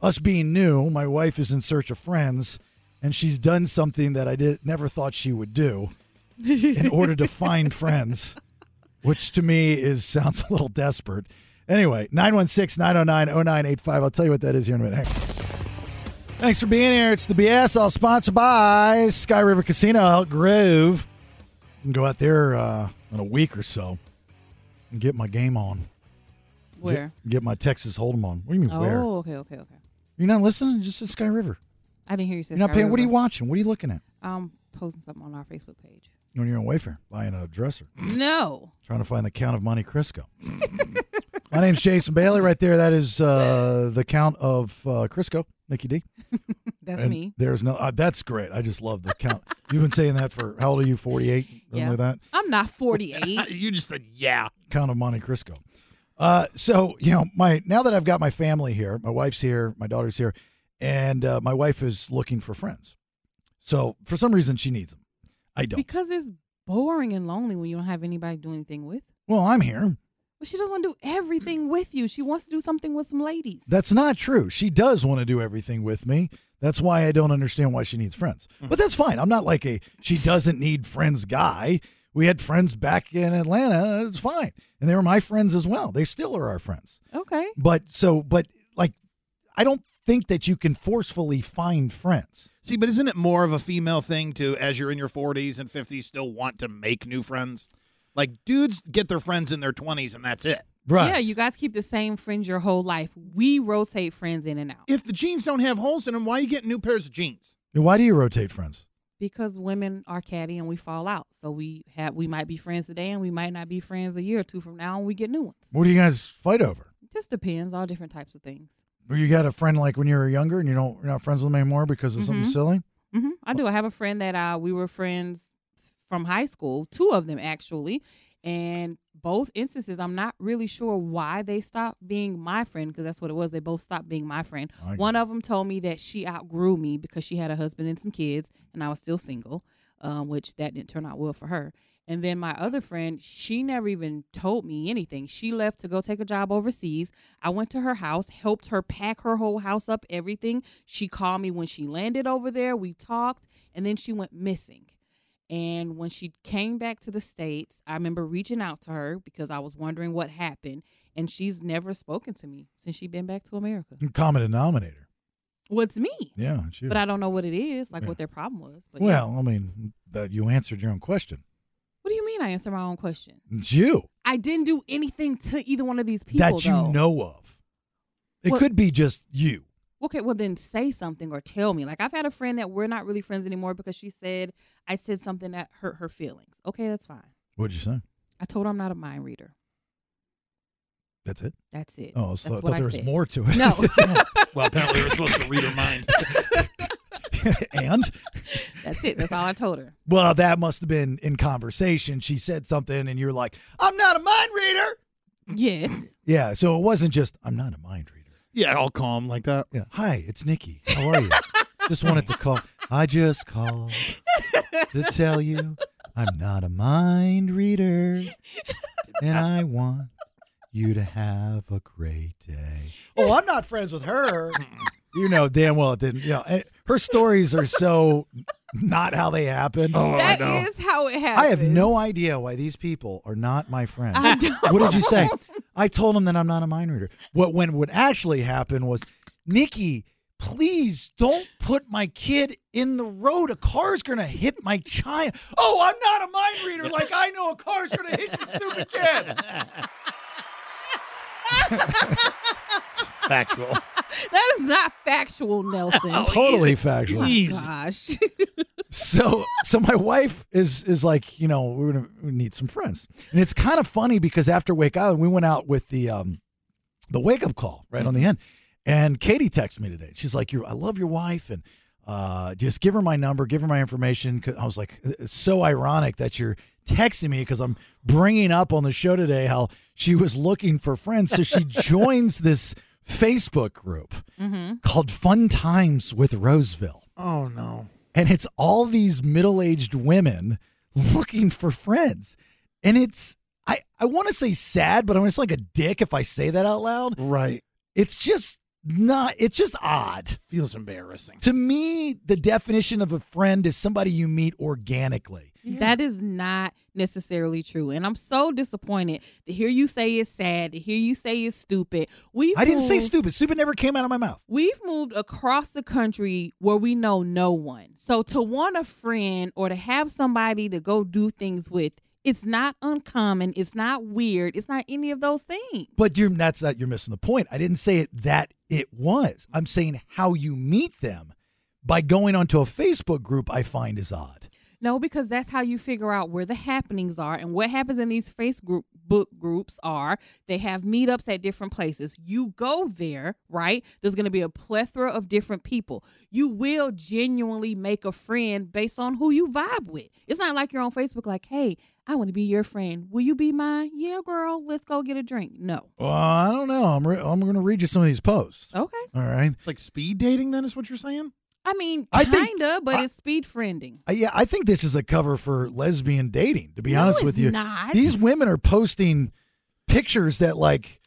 us being new, my wife is in search of friends, and she's done something that I did never thought she
[laughs]
would do in order to find friends which to me is sounds a little desperate. Anyway, 916-909-0985. I'll tell you what that is here in a minute. Hang on. Thanks for being here. It's the BS, all sponsored by Sky River Casino, Elk Grove. I can go out there uh, in a week or so and get my game on.
Where?
Get, get my Texas Hold'em on. What do you mean
Oh,
where?
okay, okay, okay.
You're not listening? Just at Sky River.
I didn't hear you say
You're not paying. What are you
Skyrim.
watching? What are you looking at?
I'm posting something on our Facebook page.
When you're on Wayfair, buying a dresser.
No.
Trying to find the Count of Monte Cristo. [laughs] My name's Jason Bailey. Right there, that is uh, the Count of uh, Crisco, Nikki D.
[laughs] That's
And
me.
There's no. Uh, that's great. I just love the Count. You've been saying that for how old are you? 48, something like that.
I'm not 48.
[laughs] you just said yeah.
Count of Monte Cristo. Uh, so you know, my now that I've got my family here, my wife's here, my daughter's here, and uh, my wife is looking for friends. So for some reason, she needs them. I don't.
Because it's boring and lonely when you don't have anybody doing anything with.
Well, I'm here.
But she doesn't want to do everything with you. She wants to do something with some ladies.
That's not true. She does want to do everything with me. That's why I don't understand why she needs friends. But that's fine. I'm not like a she doesn't need friends guy. We had friends back in Atlanta. It's fine. And they were my friends as well. They still are our friends.
Okay.
But so, but like, I don't think that you can forcefully find friends.
See, but isn't it more of a female thing to, as you're in your 40s and 50s, still want to make new friends? Like dudes get their friends in their 20s and that's it.
Right.
Yeah, you guys keep the same friends your whole life. We rotate friends in and out
If the jeans don't have holes in them, why you getting new pairs of jeans?
Then Why do you rotate friends?
because women are catty and we fall out. So we have we might be friends today and we might not be friends a year or two from now and we get new ones.
What do you guys fight over?
It just depends, all different types of things.
Or you got a friend like when you were younger and you don't you're not friends with them anymore because of something
Mhm.
silly?
hmm I do. I have a friend that uh, we were friends from high school, two of them actually. And both instances, I'm not really sure why they stopped being my friend because that's what it was. They both stopped being my friend.
I
One of them told me that she outgrew me because she had a husband and some kids, and I was still single, um, which that didn't turn out well for her. And then my other friend, she never even told me anything. She left to go take a job overseas. I went to her house, helped her pack her whole house up, everything. She called me when she landed over there. We talked, and then she went missing. And when she came back to the States, I remember reaching out to her because I was wondering what happened. And she's never spoken to me since she been back to America.
Common denominator.
Well, it's me.
Yeah, it's you.
But I don't know what it is, like
Yeah.
what their problem was. But yeah.
Well, I mean, that you answered your own question.
what do you mean I answer my own question?
It's you
I didn't do anything to either one of these people.
that you
though.
know of. It
Well-
could be just you.
Okay, well then say something or tell me. Like I've had a friend that we're not really friends anymore because she said I said something that hurt her feelings. Okay, that's fine.
What'd you say?
I told her I'm not a mind reader.
That's it.
That's it.
Oh,
That's
so I thought
what
there was
said.
more to it. [laughs]
No.
well, apparently we're supposed to read her mind.
and
That's it. That's all I told her.
well, that must have been in conversation. She said something, and you're like, "I'm not a mind reader."
Yes.
Yeah. So it wasn't just I'm not a mind reader.
Yeah, all calm like that.
Yeah. Hi, it's Nikki. How are you? [laughs] just wanted to call. I just called to tell you I'm not a mind reader, and I want you to have a great day. Oh, I'm not friends with her. You know damn well it didn't. You know, and her stories are so not how they happen.
Oh,
That is how it happened.
I have no idea why these people are not my friends.
I don't.
What did you say? I told him that I'm not a mind reader. What when would actually happen was, Nikki, please don't put my kid in the road. A car's gonna hit my child. Oh, I'm not a mind reader. Like I know a car's gonna hit your stupid kid.
[laughs]
Factual.
[laughs] That is not factual, Nelson.
Totally factual.
My
Easy.
gosh.
so so my wife is is like you know we're gonna we need some friends and it's kind of funny because after wake island we went out with the um the wake up call right on the end and katie texted me today she's like you i love your wife and uh just give her my number give her my information 'Cause i was like "Uh, it's so ironic that you're texting me because i'm bringing up on the show today how she was looking for friends so she joins this facebook group
Mm-hmm.
called fun times with roseville
Oh no.
and it's all these middle-aged women looking for friends and it's i i want to say sad but i'm just like a dick if i say that out loud
right
it's just not it's just odd
Feels embarrassing.
to me the definition of a friend is somebody you meet organically
That is not necessarily true. And I'm so disappointed to hear you say it's sad, to hear you say it's stupid. We
i didn't say
moved-
stupid stupid never came out of my mouth
We've moved across the country where we know no one. So to want a friend or to have somebody to go do things with, it's not uncommon. It's not weird. It's not any of those things.
but you're that's that you're missing the point i didn't say it that it was i'm saying how you meet them by going onto a facebook group i find is odd
No, because that's how you figure out where the happenings are and what happens in these Facebook book groups are. They have meetups at different places. You go there, right? There's going to be a plethora of different people. You will genuinely make a friend based on who you vibe with. It's not like you're on Facebook, like, hey, I want to be your friend. Will you be mine? Yeah, girl, let's go get a drink. No.
Well, I don't know. I'm re- I'm going to read you some of these posts.
Okay.
All right.
It's like speed dating, then, is what you're saying?
I mean,
I think-
kind of, but it's speed friending.
Uh, yeah, I think this is a cover for lesbian dating. To be
No,
honest
it's
with you,
not.
these women are posting pictures that like,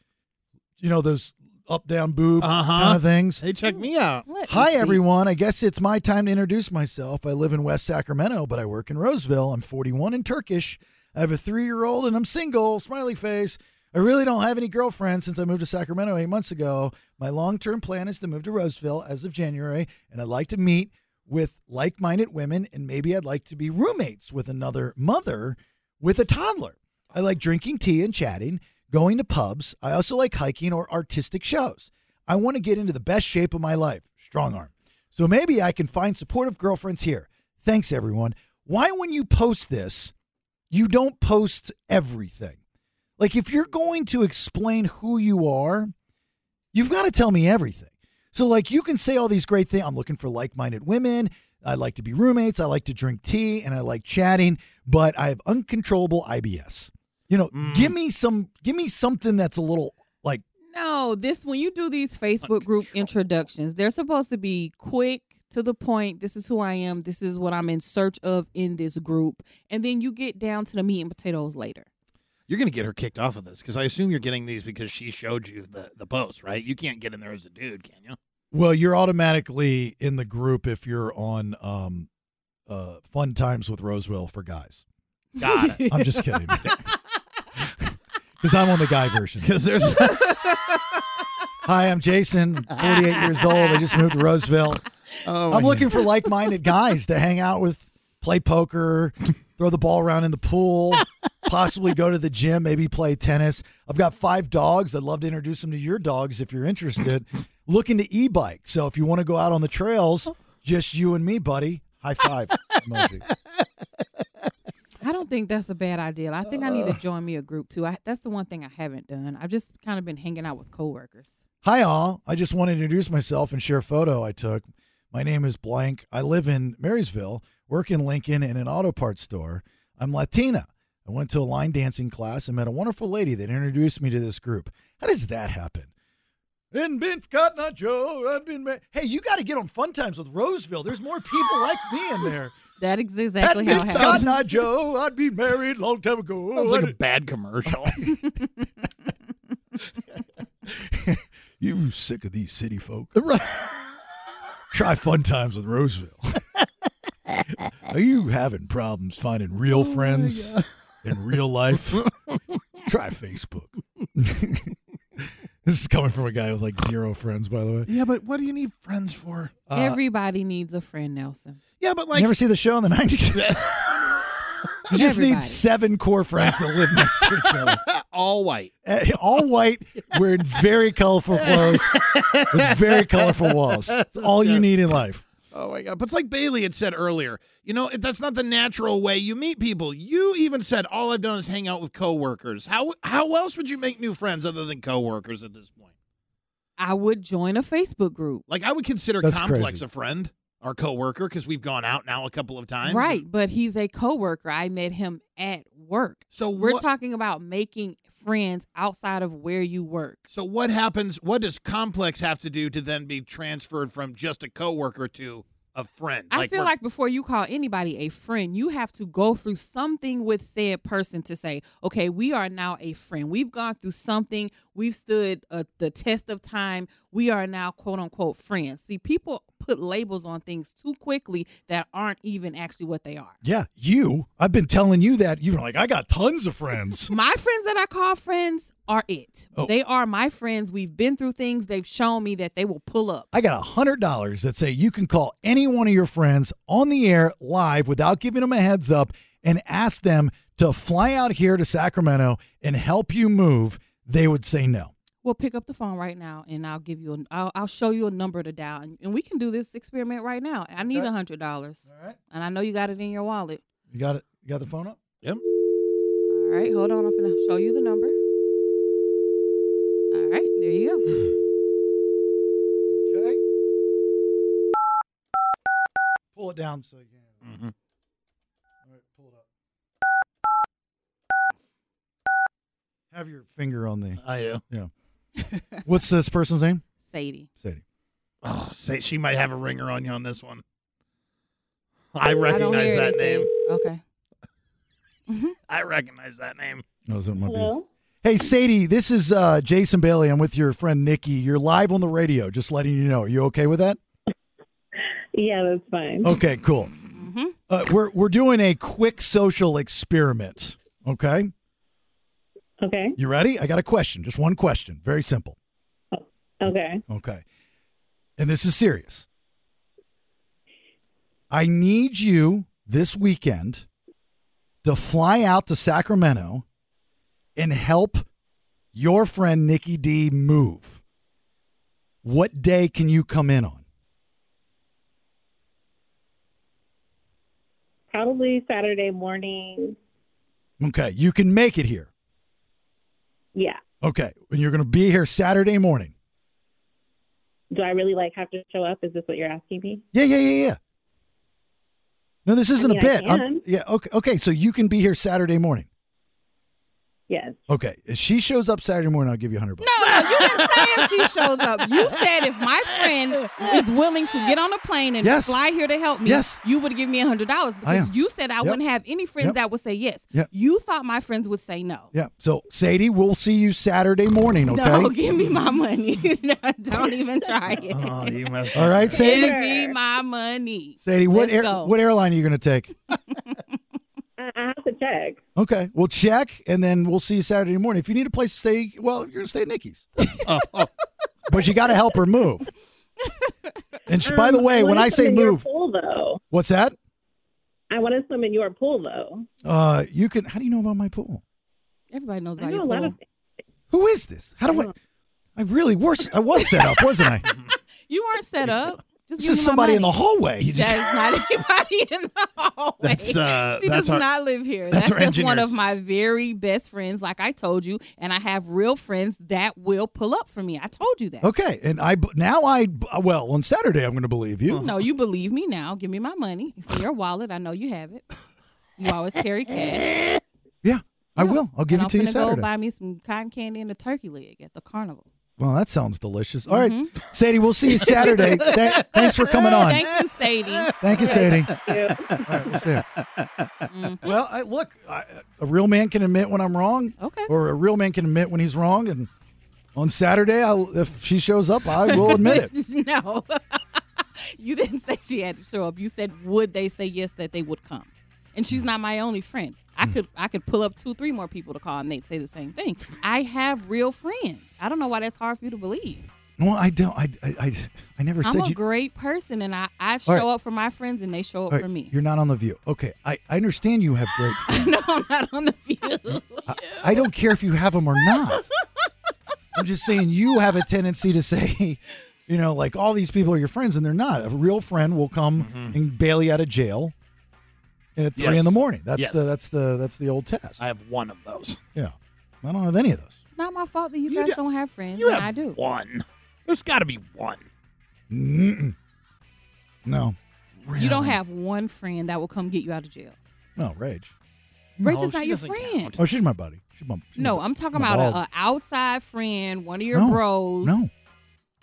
you know, those up down boob
Uh-huh.
kind of things.
Hey, check me out.
Let me
Hi
see.
everyone. I guess it's my time to introduce myself. I live in West Sacramento, but I work in Roseville. I'm 41 and Turkish. I have a three-year-old and I'm single. Smiley face. I really don't have any girlfriends since I moved to Sacramento eight months ago. My long-term plan is to move to Roseville as of January, and I'd like to meet with like-minded women, and maybe I'd like to be roommates with another mother with a toddler. I like drinking tea and chatting. going to pubs. I also like hiking or artistic shows. I want to get into the best shape of my life. Strong arm. So maybe I can find supportive girlfriends here. Thanks, everyone. Why, when you post this, you don't post everything? Like, if you're going to explain who you are, you've got to tell me everything. So, like, you can say all these great things. I'm looking for like minded women. I like to be roommates. I like to drink tea and I like chatting, but I have uncontrollable IBS. You know, give me some, give me something that's a little like,
No, this when you do these Facebook group introductions, they're supposed to be quick to the point. This is who I am. This is what I'm in search of in this group, and then you get down to the meat and potatoes later.
You're going to get her kicked off of this because I assume you're getting these because she showed you the, the post, right? You can't get in there as a dude, can you?
well, you're automatically in the group if you're on um, uh, Fun Times with Rosewell for guys.
Got it.
I'm just
[laughs]
kidding. Because I'm on the guy version. Because
there's.
Hi, I'm Jason. I'm 48 years old. I just moved to Roseville.
Oh my
I'm looking
God.
for like-minded guys to hang out with, play poker, throw the ball around in the pool, possibly go to the gym, maybe play tennis. I've got five dogs. I'd love to introduce them to your dogs if you're interested. looking to e-bike. So if you want to go out on the trails, just you and me, buddy. High five. emojis.
I don't think that's a bad idea. I think I need to
Uh-uh.
join me a group too. I, that's the one thing I haven't done. I've just kind of been hanging out with coworkers.
Hi, all. I just want to introduce myself and share a photo I took. My name is Blank. I live in Marysville, work in Lincoln in an auto parts store. I'm Latina. I went to a line dancing class and met a wonderful lady that introduced me to this group. How does that happen? And been forgotten, not Joe. I've been. Ma- hey, you got to get on Fun Times with Roseville. There's more people like me in there.
[laughs] That is exactly how it happens.
Hadn't been forgotten, not Joe. I'd be married long time ago.
Sounds like a bad commercial.
You sick of these city folk? Try fun times with Roseville. Are you having problems finding real friends in real life? Try Facebook. this is coming from a guy with like zero friends, by the way.
yeah, but what do you need friends for?
Uh, Everybody needs a friend, Nelson.
Yeah, but
you ever see the show in the 90s? you just
Everybody.
need seven core friends that live next to each other.
[laughs] all white.
Eh, All white, wearing very colorful
[laughs]
clothes with very colorful walls. It's all you need in life.
Oh my god! But it's like Bailey had said earlier. You know, it- that's not the natural way you meet people. You even said all I've done is hang out with coworkers. How how else would you make new friends other than coworkers at this point?
I would join a Facebook group.
Like I would consider
That's
Complex
crazy.
a friend, our coworker, because we've gone out now a couple of times.
Right, but he's a coworker. I met him at work.
So
we're
what-
talking about making friends outside of where you work.
So what happens? What does Complex have to do to then be transferred from just a coworker to a friend?
I feel
we're-
like before you call anybody a friend, you have to go through something with said person to say, okay, we are now a friend. We've gone through something. We've stood uh, the test of time. We are now quote unquote friends. See, people put labels on things too quickly that aren't even actually what they are.
Yeah, you. I've been telling you that. You're like, I got tons of friends. [laughs]
My friends that I call friends are it.
Oh.
They are my friends. We've been through things. They've shown me that they will pull up.
I got a hundred dollars that say you can call any one of your friends on the air live without giving them a heads up and ask them to fly out here to Sacramento and help you move. They would say no.
Well, pick up the phone right now, and I'll give you. A, I'll, I'll show you a number to dial, and, and we can do this experiment right now. I need a hundred dollars, and I know you got it in your wallet.
You got it. You got the phone up.
Yep.
All right, hold on. I'm gonna show you the number. All right, there you
[laughs] Okay. Pull it down so you can.
Mm-hmm.
Have your finger on the.
[laughs] I know.
Yeah. What's this person's name?
go, Sadie.
Sadie.
Oh, say she might have a ringer on you on this one. I
I don't
recognize
hear
that
anything.
name. [laughs]
Okay. Mm-hmm.
I recognize that name.
No, is it my Hello? Hey, Sadie, this is uh, Jason Bailey. I'm with your friend Nikki. You're live on the radio, just letting you know. Are you okay with that?
Yeah, that's fine.
Okay, cool. Uh, we're, we're doing a quick social experiment. Okay.
Okay.
You ready? I got a question, just one question. Very simple.
[laughs]
Okay.
Okay. And this is serious. I need you this weekend to fly out to Sacramento and help your friend Nikki D move, what day can you come in on?
Probably Saturday morning.
Okay, you can make it here.
Yeah.
Okay, and you're going to be here Saturday morning.
Do I really like have to show up? Is this what you're asking me?
Yeah, yeah, yeah, yeah. No, this
I
isn't
mean,
a
I
bit. I'm-
can.
yeah, okay, okay. So you can be here Saturday morning.
[laughs]
Yes.
Okay, if she shows up Saturday morning, I'll give you a hundred bucks.
If she shows up, you said if my friend is willing to get on a plane and
Yes.
fly here to help me,
Yes.
you would give me a hundred dollars because
am.
you said I
Yep.
wouldn't have any friends
Yep.
that would say yes.
Yep.
You thought my friends would say no.
Yeah. So Sadie, we'll see you Saturday morning. Okay.
No, give me my
[laughs]
money. [laughs] No, Don't even try it. [laughs]
Oh, you
[laughs]
must.
All right, Sadie.
Give me my money.
Sadie, what
Let's
air,
go.
what airline are you going to take?
I I have to check.
Okay, we'll check, and then we'll see you Saturday morning. If you need a place to stay, well, [laughs] you're going to stay at Nikki's. oh. But you got to help her move. And sh- by the
Um,
way, when
wanna
I say
swim in your
move,
pool, though.
what's that?
I want to swim in your pool though.
Uh, you can. How do you know about my pool?
Everybody knows
I
about
know
your
a lot
pool.
of
Who is this? How do I? I really worse. I was set up,
[laughs]
wasn't I?
You weren't set up.
[laughs]
Just
This
give me
is
my
somebody in
money.
the hallway. [laughs] You just-
That's not anybody in the hallway.
That's, uh,
she
that's
does
our-
not live here.
that's
That's,
our
just one of
engineers.
my very best friends, like I told you, and I have real friends that will pull up for me. I told you that.
Okay, and I b- now I b- well on Saturday I'm going to believe you.
No, you believe me now. Give me my money. You see your wallet. I know you have it. You always carry cash.
Yeah, I will. I'll [laughs] give
and
it to
I'm
you
finna
Saturday.
Go buy me some cotton candy and a turkey leg at the carnival.
Well, that sounds delicious. All right, Sadie, we'll
[laughs]
see you Saturday. Th- thanks for coming on.
Mm-hmm. Thank you, Sadie.
[laughs] Thank
All
you, Sadie. right, we'll see ya.
Mm-hmm.
Well, I, look, I, a real man can admit when I'm wrong, okay. or a real man can admit when he's wrong. And on Saturday, I'll, if she shows up, I will admit
[laughs]
it.
no. you didn't say she had to show up. You said would they say yes that they would come. And she's not my only friend.
Hmm.
I could I could pull up two, three more people to call and they'd say the same thing. I have real friends. I don't know why that's hard for you to believe.
Well, I don't. I I I, I never
I'm
said
a
you.
great person and I, I show
All right.
up for my friends and they show
All
up
right,
for me.
You're not on the View. Okay, I, I understand you have great.
[laughs]
friends.
no, I'm not on the view.
I don't care if you have them or not. I'm just saying you have a tendency to say, [laughs] you know, like all these people are your friends and they're not. A real friend will come and bail you out of jail, and at three
Mm-hmm. Yes.
in the morning. That's
Yes.
the that's the that's the old test.
I have one of [laughs] those.
Yeah. I don't have any of those.
It's not my fault that you, guys don't have friends
You
and
have
I do.
one. There's got to be one.
Mm-mm. No.
You don't have one friend that will come get you out of jail.
No, Rage.
Rachel's not your friend.
Oh, she's my buddy. She's my, she's
No,
my-
I'm talking
my
about a,
dog.
a outside friend, one of your
No,
bros.
No.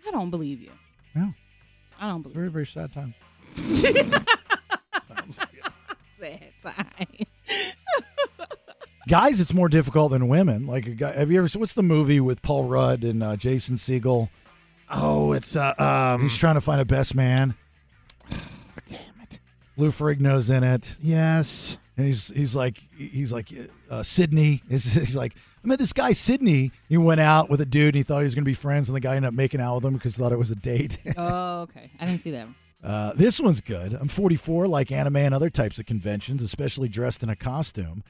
I don't believe you.
No.
I don't [laughs] believe
Very, very sad times.
sad time.
guys it's more difficult than women like a guy have you ever seen what's the movie with paul rudd and uh, jason siegel
Oh, it's uh, um,
he's trying to find a best
[sighs]
man damn it lou ferrigno's in it
yes
and he's he's like he's like uh, sydney is he's like i met this guy sydney he went out with a dude and he thought he was going to be friends and the guy ended up making out with him because he thought it was a date
Oh, okay. I didn't see that. one.
Uh, this one's good. I'm 44, like anime and other types of conventions, especially dressed in a costume.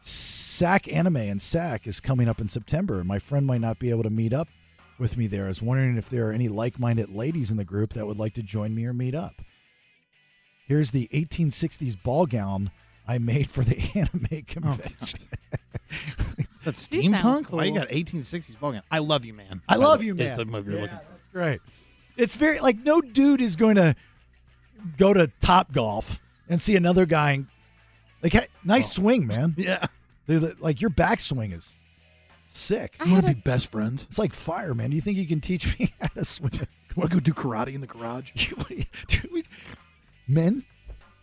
SAC Anime and SAC is coming up in September, and my friend might not be able to meet up with me there. I was wondering if there are any like minded ladies in the group that would like to join me or meet up. Here's the 1860s ball gown I made for the [laughs] anime convention. [laughs]
That's
She sounds
steampunk. Why you
cool.
got 1860s ball gown? I love you, man.
I
By
love
the-
you,
Is
man.
the movie you're
Yeah,
looking for?
That's great. It's very like no dude is going to go to Top Golf and see another guy. And, like, hey, nice swing, man.
Oh. [laughs] Yeah,
Dude, like your backswing is sick.
You want to be best friends?
It's like fire, man. Do you think you can teach me [laughs] how to swing?
Want to go do karate in
[laughs]
the garage?
Dude, we- Men?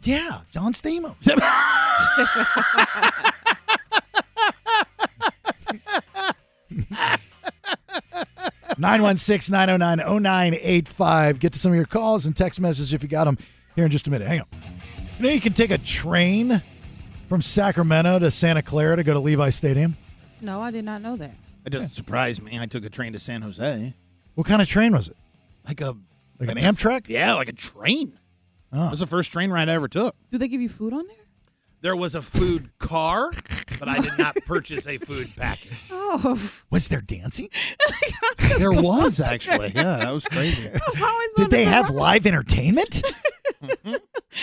Yeah, John
[laughs]
Stamos. [laughs]
[laughs]
Nine one six nine zero nine zero nine eight five. Get to some of your calls and text messages if you got them here in just a minute. Hang on. You know you can take a train from Sacramento to Santa Clara to go to Levi Stadium.
No, I did not know that.
It doesn't surprise me. I took a train to San Jose.
What kind of train was it?
Like a
Like an Amtrak?
Yeah, like a train. It was the first train ride I ever took.
Do they give you food on there?
There was a food car. but I did [laughs] not purchase a food package.
Oh,
Was there dancing?
there was actually. Yeah, that was crazy.
Did they have live entertainment?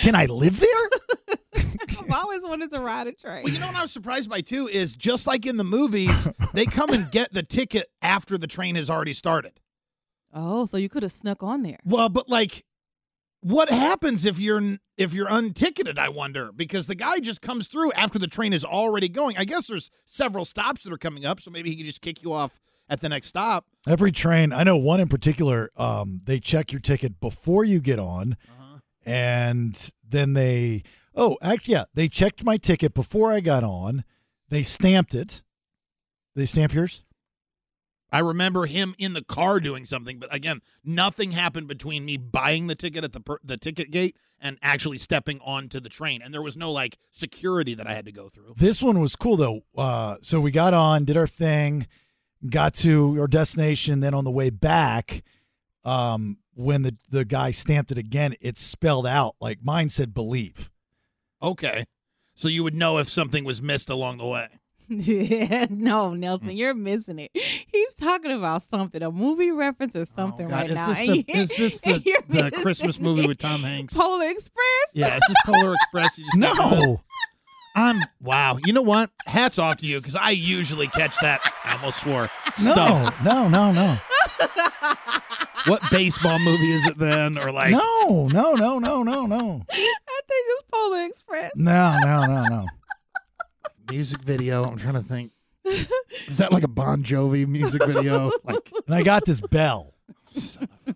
Can I live there?
I've always wanted to ride a train.
Well, you know what I was surprised by too is just like in the movies, they come and get the ticket after the train has already started.
Oh, so you could have snuck on there.
Well, but like, what happens if you're if you're unticketed? I wonder because the guy just comes through after the train is already going. I guess there's several stops that are coming up, so maybe he could just kick you off at the next stop.
Every train, I know one in particular, um, they check your ticket before you get on, and then they, oh, act yeah, they checked my ticket before I got on. They stamped it. They stamp yours?
I remember him in the car doing something, but again, nothing happened between me buying the ticket at the per- the ticket gate and actually stepping onto the train. And there was no like security that I had to go through.
This one was cool though. Uh, so we got on, did our thing, got to our destination. Then on the way back, um, when the the guy stamped it again, it spelled out like mine said believe.
Okay, so you would know if something was missed along the way.
[laughs] Yeah, no, Nelson, you're missing it. He's talking about something, a movie reference
Oh,
or something right now. [laughs] and you- and you're missing it. [laughs]
Tom Hanks?
Polar Express?
Yeah, it's just
[laughs]
Polar Express. You just got
No.
rid of it. I'm wow. You know what? Hats off to you because I usually catch that. I almost swore stuff.
No, no, no, no.
[laughs] What baseball movie is it then? Or like
no, no, no, no, no, no.
I think it's Polar Express.
No, no, no, no.
music video? I'm trying to think. Is that like a Bon Jovi
[laughs]
music video? Like
And I got this bell. And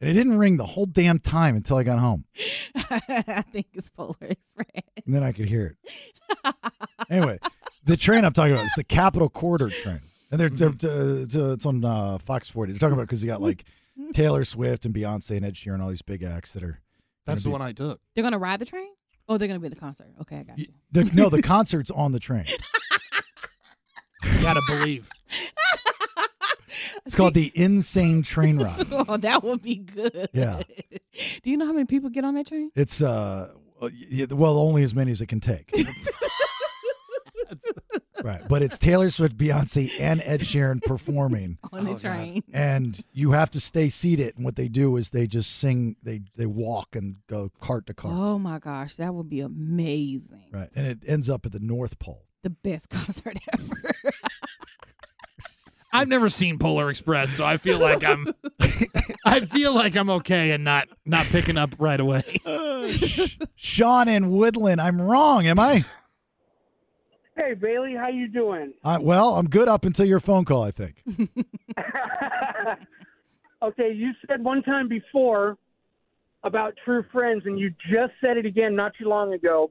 it didn't ring the whole damn time until I got home.
[laughs] I think it's Polar Express.
And then I could hear it. anyway, the train I'm talking about is the Capital Corridor train. And they're, they're, uh, it's, uh, it's on uh, Fox 40. They're talking about because you got like
Mm-hmm.
Taylor Swift and Beyonce and Ed Sheeran, all these big acts that are.
That's the
gonna
one I took.
They're going to ride the train? Oh, they're going to be at the concert. Okay, I got you.
be- the- no, the concert's on the train.
You gotta believe.
It's called the Insane Train [laughs] Ride.
oh, that would be good.
Yeah.
[laughs] Do you know how many people get on that train?
It's uh, uh, y- well, only as many as it can take. right, but it's Taylor Swift, Beyonce, and Ed Sheeran performing,
On the train.
Oh, and you have to stay seated. And what they do is they just sing, they they walk and go cart to cart.
[laughs] Oh my gosh, that would be amazing.
Right, and it ends up at the North Pole. [laughs]
The best [laughs] concert ever.
I've never seen Polar Express, so I feel like
[laughs]
I'm I feel like I'm okay and not not picking up right away.
Sean in Woodland, I'm wrong, am I?
Hey Bailey, how you doing?
I well, I'm good up until your phone call, I think.
Okay, you said one time before about true friends, and you just said it again not too long ago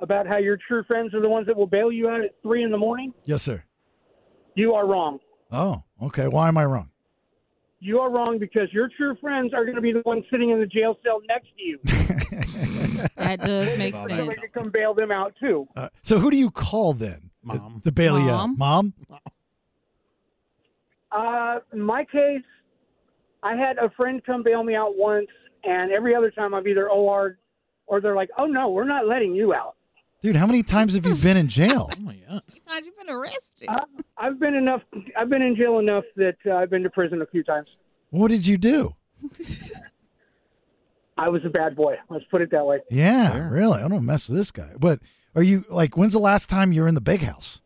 about how your true friends are the ones that will bail you out at three in the morning.
Yes, sir.
You are wrong.
Oh, okay. Why am I wrong?
You are wrong because your true friends are going to be the ones sitting in the jail cell next to you.
[laughs] that does make
Somebody
sense.
to come bail them out too.
Uh, so who do you call then? Mom. The, bail you out?
Mom.
Mom?
Uh, in my case, I had a friend come bail me out once, and every other time I've either OR'd or they're like, "Oh no, we're not letting you out."
Dude, how many times have you been in jail?
Todd, you've been arrested.
Uh, I've been enough. I've been in jail enough that uh, I've been to prison a few times.
What did you do?
I was a bad boy. Let's put it that way.
Yeah, really. I don't mess with this guy. But are you like when's the last time you were in the big house?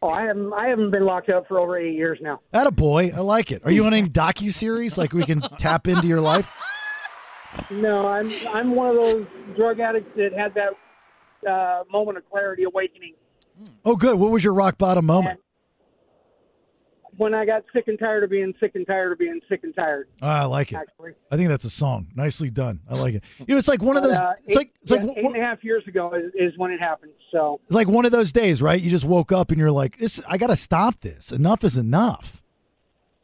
Oh, I haven't. I haven't been locked up for over eight years now.
That a boy. I like it. Are you on any docu series like we can tap into your life?
No, I'm. I'm one of those drug addicts that had that uh, moment of clarity awakening
Oh good. What was your rock bottom moment?
when I got sick and tired of being sick and tired of being sick and tired.
Ah, I like it.
Actually.
I think that's a song. Nicely done. I like it. You know, it's like one of those
Uh,
it's like
eight-
it's like
yeah, eight and a half years ago is, is when it happened. So
it's like one of those days, right? You just woke up and you're like, This I gotta stop this. Enough is enough.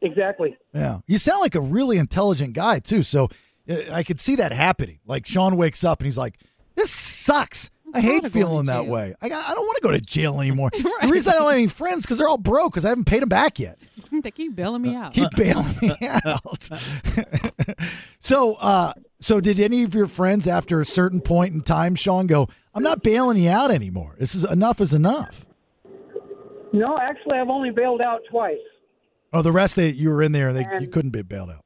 exactly.
Yeah. You sound like a really intelligent guy, too. So uh, I could see that happening. Like Sean wakes up and he's like, this sucks. I hate feeling that way. I, got, I don't want to go to jail anymore. The reason I don't have any friends because they're all broke because I haven't paid them back yet.
[laughs] they keep bailing me out. [laughs]
Keep bailing me out. [laughs] so, uh, so did any of your friends after a certain point in time, Sean, go, I'm not bailing you out anymore. This is enough is enough.
No, actually, I've only bailed out twice.
Oh, the rest that you were in there, they, you
And-
couldn't be bailed out.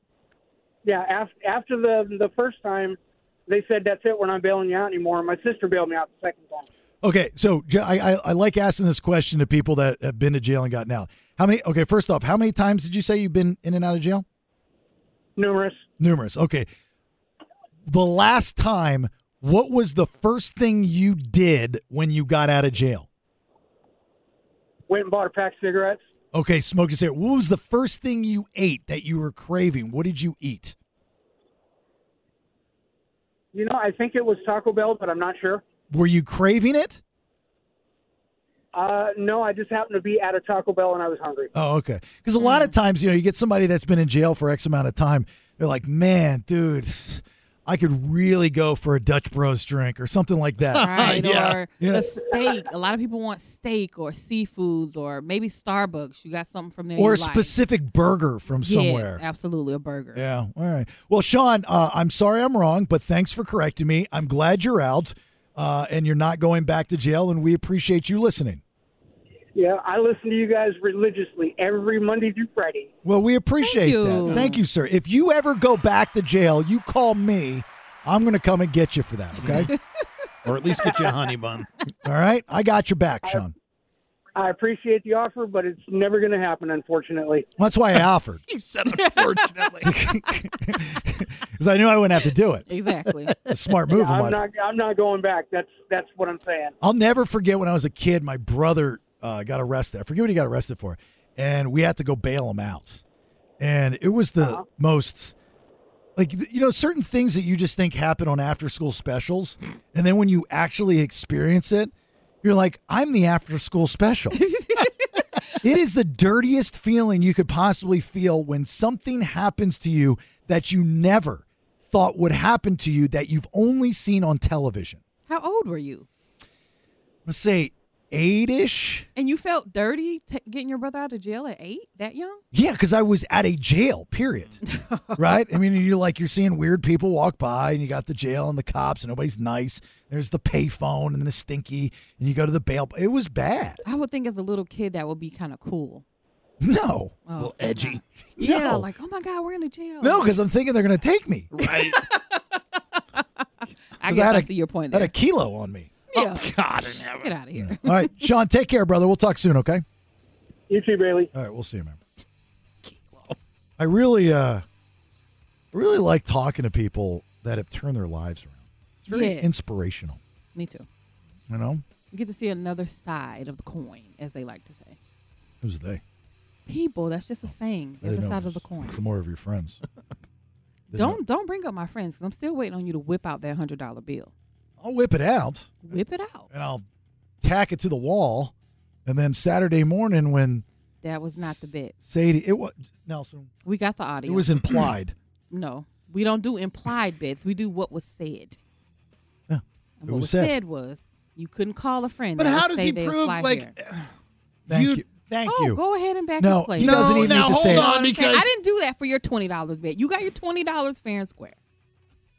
Yeah, af- after the the first time, they said that's it. We're not bailing you out anymore. My sister bailed me out the second time.
Okay, so J- I, I- I like asking this question to people that have been to jail and gotten out. How many? Okay, first off, how many times did you say you've been in and out of jail?
Numerous.
Numerous. Okay. The last time, what was the first thing you did when you got out of jail?
Went and bought a pack of cigarettes.
Okay, smoke a cigarette. What was the first thing you ate that you were craving? What did you eat?
You know, I think it was Taco Bell, but I'm not sure.
Were you craving it?
Uh, no, I just happened to be at a Taco Bell and I was hungry.
Oh, okay. Because a lot
Mm.
of times, you know, you get somebody that's been in jail for X amount of time. They're like, man, dude, I could really go for a Dutch Bros drink or something like that.
[laughs]
[laughs]
Right, or
You
the
know,
steak. A lot of people want steak or seafoods or maybe Starbucks. You got something from there.
or
you
a specific burger from
Yes,
somewhere.
absolutely, a burger.
Yeah. All right. Well, Sean, uh, I'm sorry I'm wrong, but thanks for correcting me. I'm glad you're out uh, and you're not going back to jail, and we appreciate you listening.
Yeah, I listen to you guys religiously every Monday through Friday.
Well, we appreciate
you.
that. Thank you, sir. If you ever go back to jail, you call me. I'm going to come and get you for that,
[laughs]
okay?
or at least get you a honey bun.
All right? I got your back,
[laughs]
Sean.
I appreciate the offer, but it's never going to happen, unfortunately.
Well, that's why
[laughs]
I offered,
He said,
[laughs]
unfortunately.
because I knew I wouldn't have to do it.
Exactly.
It's a smart move on
I'm
my
not. I'm not going back. That's that's what I'm saying.
I'll never forget when I was a kid, my brother uh, got arrested. I forget what he got arrested for. And we had to go bail him out. And it was the most, like, th- you know, certain things that you just think happen on after school specials. And then when you actually experience it, you're like, I'm the after school special. It is the dirtiest feeling you could possibly feel when something happens to you that you never thought would happen to you that you've only seen on television.
How old were you?
Let's say eight ish.
And you felt dirty t- getting your brother out of jail at eight? That young?
Yeah, because I was at a jail,
[laughs]
period. right? I mean, you're like, you're seeing weird people walk by, and you got the jail and the cops, and nobody's nice. There's the payphone and the stinky, and you go to the bail. It was bad. [laughs]
I would think as a little kid that would be kind of cool.
No.
Oh,
little edgy.
Yeah,
No.
like oh my god, we're in a jail.
No, because I'm thinking they're going to take me.
[laughs]
[laughs]
Right.
I
'Cause
guess
had
I
a-
see your point
Had
there.
a kilo on me.
Yeah.
Oh, God,
get out of here.
All right, Sean, take care, brother. We'll talk soon, okay?
You too, Bailey.
All right, we'll see you, man. I really, uh, I really like talking to people that have turned their lives around. It's very
Yes.
inspirational,
Me too.
you know?
You get to see another side of the coin, as they like to say.
Who's they?
People, that's just a saying. The
I
other
didn't know
side
if
of the
it's-
coin.
it's more of
[laughs]
your friends. Didn't know.
Don't don't bring up my friends. 'cause I'm still waiting on you to whip out that hundred dollar bill.
I'll whip it out
Whip it out.
and I'll tack it to the wall, and then Saturday morning when
That was not the bit.
Sadie, it was Nelson.
We got the audio.
It was implied.
no, we don't do implied bits. We do what was said.
Yeah,
And
it
what
was
was
said.
said. was you couldn't call a friend.
But
that would
how does
say
he
they
prove,
apply
like,
here.
Thank you. Thank
oh,
you.
go ahead and back
No,
his play.
he doesn't even No, need to now, say hold it. on,
I'm saying,
because-
I didn't do that for your twenty dollars bet. You got your twenty dollars fair and square.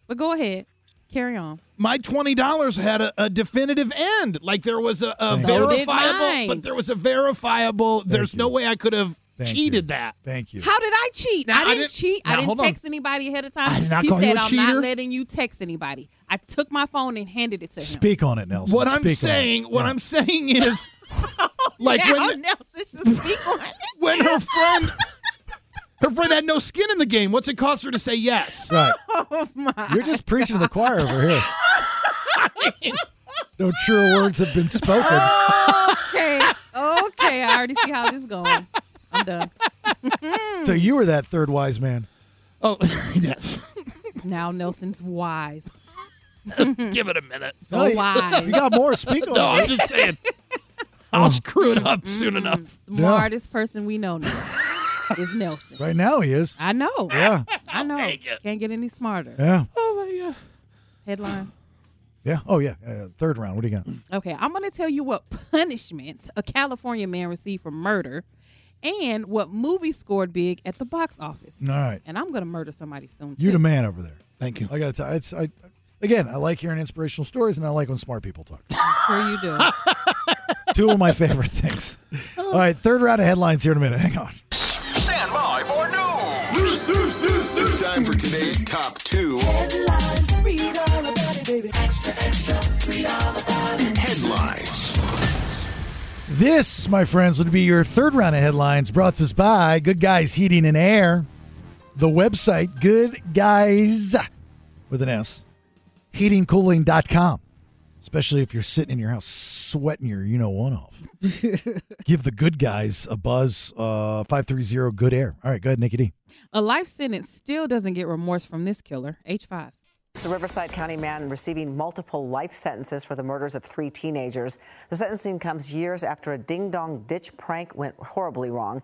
But go ahead, carry on.
My twenty dollars had a, a definitive end. Like there was a, a
Thank you. So did
verifiable,
mine.
but there was a verifiable. there's no way I could have cheated that.
Thank you.
How did I cheat?
Now,
I
I
didn't
didn't-
cheat.
now,
I didn't
hold on.
text anybody ahead of time.
I did not
he
call you
said,
a
"I'm
cheater."
not letting you text anybody." I took my phone and handed it to him.
Speak on it, Nelson.
What I'm
Speak on it.
saying, what I'm saying is, [laughs]
oh,
like
now,
when
Nelson, just speak on it.
[laughs] when her friend, [laughs] her friend had no skin in the game. What's it cost her to say yes?
Right.
[laughs] Oh my!
You're just preaching to the choir
[laughs]
over here. No truer words have been spoken. [laughs]
okay, okay. I already see how this is going. I'm done.
So you were that third wise man.
[laughs] Oh, [laughs] yes.
Now Nelson's wise.
[laughs] Give it a minute.
So
No, you-
wise.
if you got more, speak on Oh.
No,
it.
I'm
[laughs]
just saying. I'll screw it up soon enough.
Smartest person we know now is Nelson.
Right now he is.
I know.
Yeah.
I know. Can't get any smarter.
Yeah.
Oh my god.
Headlines.
Yeah. Oh, yeah. Uh, third round. What do you got?
Okay, I'm going to tell you what punishment a California man received for murder and what movie scored big at the box office.
All right.
And I'm going to murder somebody soon.
You
too.
the man over there.
Thank you.
I got to tell it's I Again, I like hearing inspirational stories, and I like when smart people talk. [laughs]
sure you do.
Two of my favorite things. All right, third round of headlines here in a minute. Hang on.
Stand by for news. News, news, news,
It's time for today's top two. Headlines.
This, my friends, would be your third round of headlines brought to us by Good Guys Heating and Air. The website, Good Guys, with an S, heatingcooling.com. Especially if you're sitting in your house sweating your you know one off. Give the good guys a buzz, uh, 530 Good Air. All right, go ahead, Nikki D.
A life sentence still doesn't get remorse from this killer, H5.
It's a Riverside County man receiving multiple life sentences for the murders of three teenagers. The sentencing comes years after a ding dong ditch prank went horribly wrong.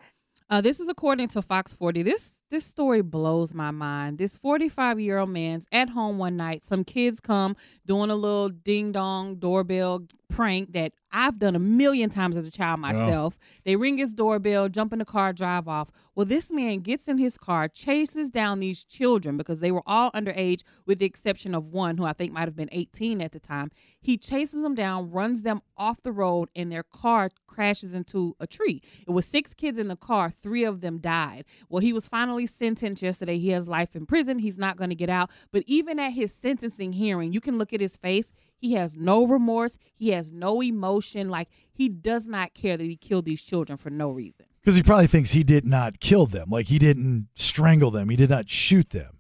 Uh, this is according to Fox 40. This this story blows my mind. This 45 year old man's at home one night. Some kids come doing a little ding dong doorbell prank that I've done a million times as a child
Oh.
myself. They ring his doorbell, jump in the car, drive off. Well, this man gets in his car, chases down these children because they were all underage, with the exception of one who I think might have been 18 at the time. He chases them down, runs them off the road, and their car crashes into a tree. It was six kids in the car, three of them died. Well, he was finally sentenced yesterday. He has life in prison. He's not going to get out. But even at his sentencing hearing, you can look at his face. He has no remorse. He has no emotion. Like he does not care that he killed these children for no reason.
Because he probably thinks he did not kill them. Like he didn't strangle them, he did not shoot them.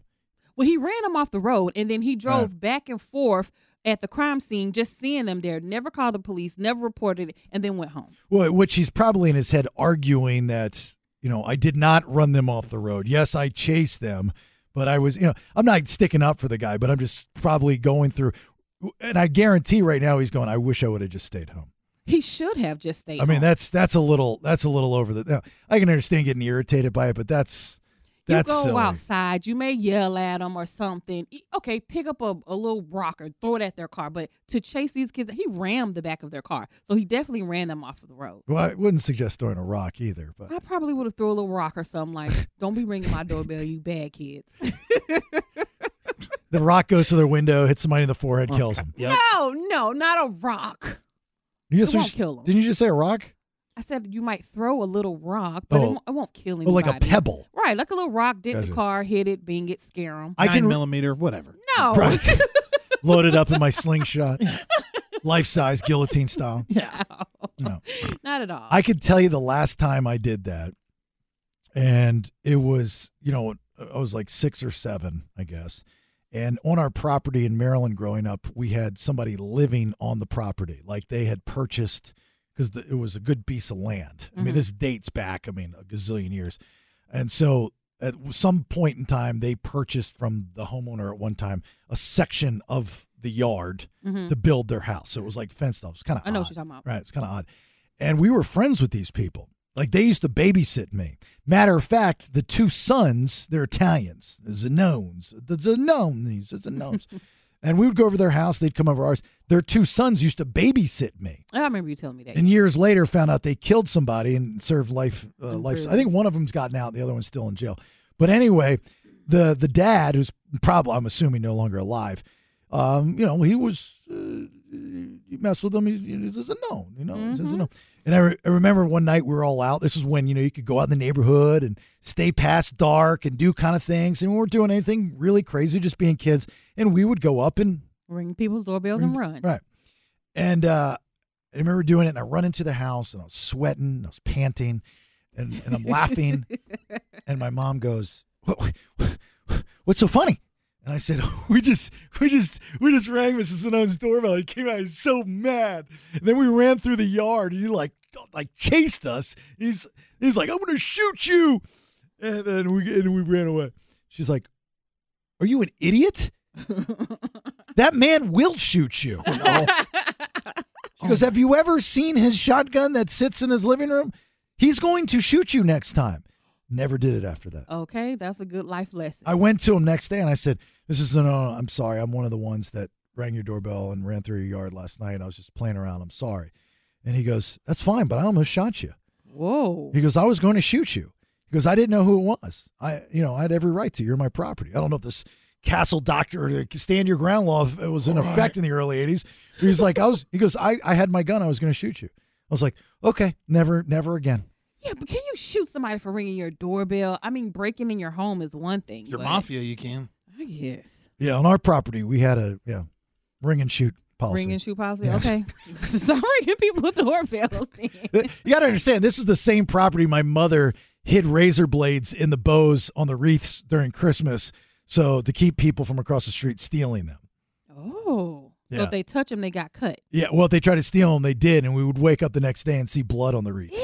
Well, he ran them off the road and then he drove back and forth at the crime scene, just seeing them there, never called the police, never reported it, and then went home.
Well, which he's probably in his head arguing that, you know, I did not run them off the road. Yes, I chased them, but I was, you know, I'm not sticking up for the guy, but I'm just probably going through. And I guarantee right now he's going, I wish I would have just stayed home.
He should have just stayed.
I mean,
home.
that's that's a little that's a little over the. Now, I can understand getting irritated by it, but that's that's
you go
silly.
outside, you may yell at them or something. E- Okay, pick up a, a little rock or throw it at their car. But to chase these kids, he rammed the back of their car. So he definitely ran them off of the road.
Well, I wouldn't suggest throwing a rock either, but
I probably would have thrown a little rock or something
[laughs]
like, don't be ringing my doorbell, you bad kids.
the rock goes to their window, hits somebody in the forehead,
Oh,
kills them.
No, no, not a rock.
You just,
It won't kill 'em.
Didn't you just say a rock?
I said you might throw a little rock, but it,
Oh.
won't, it won't kill
Oh,
anybody.
like a pebble.
Right, like a little rock did
Gotcha.
the car, hit it, bing it, scare them.
I can
millimeter, whatever.
No.
[laughs] Right. Loaded up in
[laughs]
my slingshot, life size, guillotine style.
Yeah.
No.
Not at all.
I could tell you the last time I did that, and it was you know I was like six or seven, I guess. And on our property in Maryland, growing up, we had somebody living on the property, like they had purchased because it was a good piece of land. I mean,
Mhm.
this dates back, I mean, a gazillion years. And so at some point in time, they purchased from the homeowner at one time a section of the yard
Mhm.
to build their house. So it was like fenced off. It was kind of
I know what you're talking about.
Right. It's kind of odd. And we were friends with these people. Like they used to babysit me. Matter of fact, the two sons, they're Italians, the Zanones, the Zanones, the Zanones. and we would go over to their house. They'd come over ours. Their two sons used to babysit me.
I remember you telling me that.
And years later, found out they killed somebody and served life. Uh,
In
life.
prison.
I think one of them's gotten out. The other one's still in jail. But anyway, the the dad, who's probably I'm assuming no longer alive, um, you know, he was uh, you mess with him, he's, he's a no, you know, he's
Mm-hmm.
a no. And I, re- I remember one night we were all out. This is when you know you could go out in the neighborhood and stay past dark and do kind of things, and we weren't doing anything really crazy, just being kids. And we would go up and
Ring people's doorbells and run.
Right. And uh, I remember doing it, and I run into the house, and I was sweating, and I was panting, and, and I'm laughing. and my mom goes, what, What's so funny? And I said, [laughs] We just, we just, we just rang Mrs. Sinone's doorbell. He came out, he's so mad. And then we ran through the yard, and he like, like chased us. He's, he's like, I'm gonna shoot you. And then we, and we ran away. She's like, Are you an idiot? that man will shoot you. She goes, Have you ever seen his shotgun that sits in his living room? He's going to shoot you next time. Never did it after that.
Okay, that's a good life lesson.
I went to him next day and I said, This is no, no, I'm sorry. I'm one of the ones that rang your doorbell and ran through your yard last night. I was just playing around. I'm sorry. And he goes, That's fine, but I almost shot you.
Whoa.
He goes, I was going to shoot you. He goes, I didn't know who it was. I, you know, I had every right to. You're my property. I don't know if this castle doctor or the stand your ground law if it was in effect in the early 80s. He was like, I was, he goes, I, I had my gun. I was going to shoot you. I was like, okay, never, never again.
Yeah, but can you shoot somebody for ringing your doorbell? I mean, breaking in your home is one thing.
Your
but-
mafia, you can.
I guess.
Yeah. On our property, we had a, yeah, ring and shoot policy.
Ring and shoot policy.
Yes.
Okay. [laughs] Stop ringing people doorbells.
you got to understand, this is the same property my mother hid razor blades in the bows on the wreaths during Christmas. So to keep people from across the street stealing them.
oh. So
Yeah.
if they touch them, they got cut.
Yeah, well, if they tried to steal them, they did, and we would wake up the next day and see blood on the wreaths.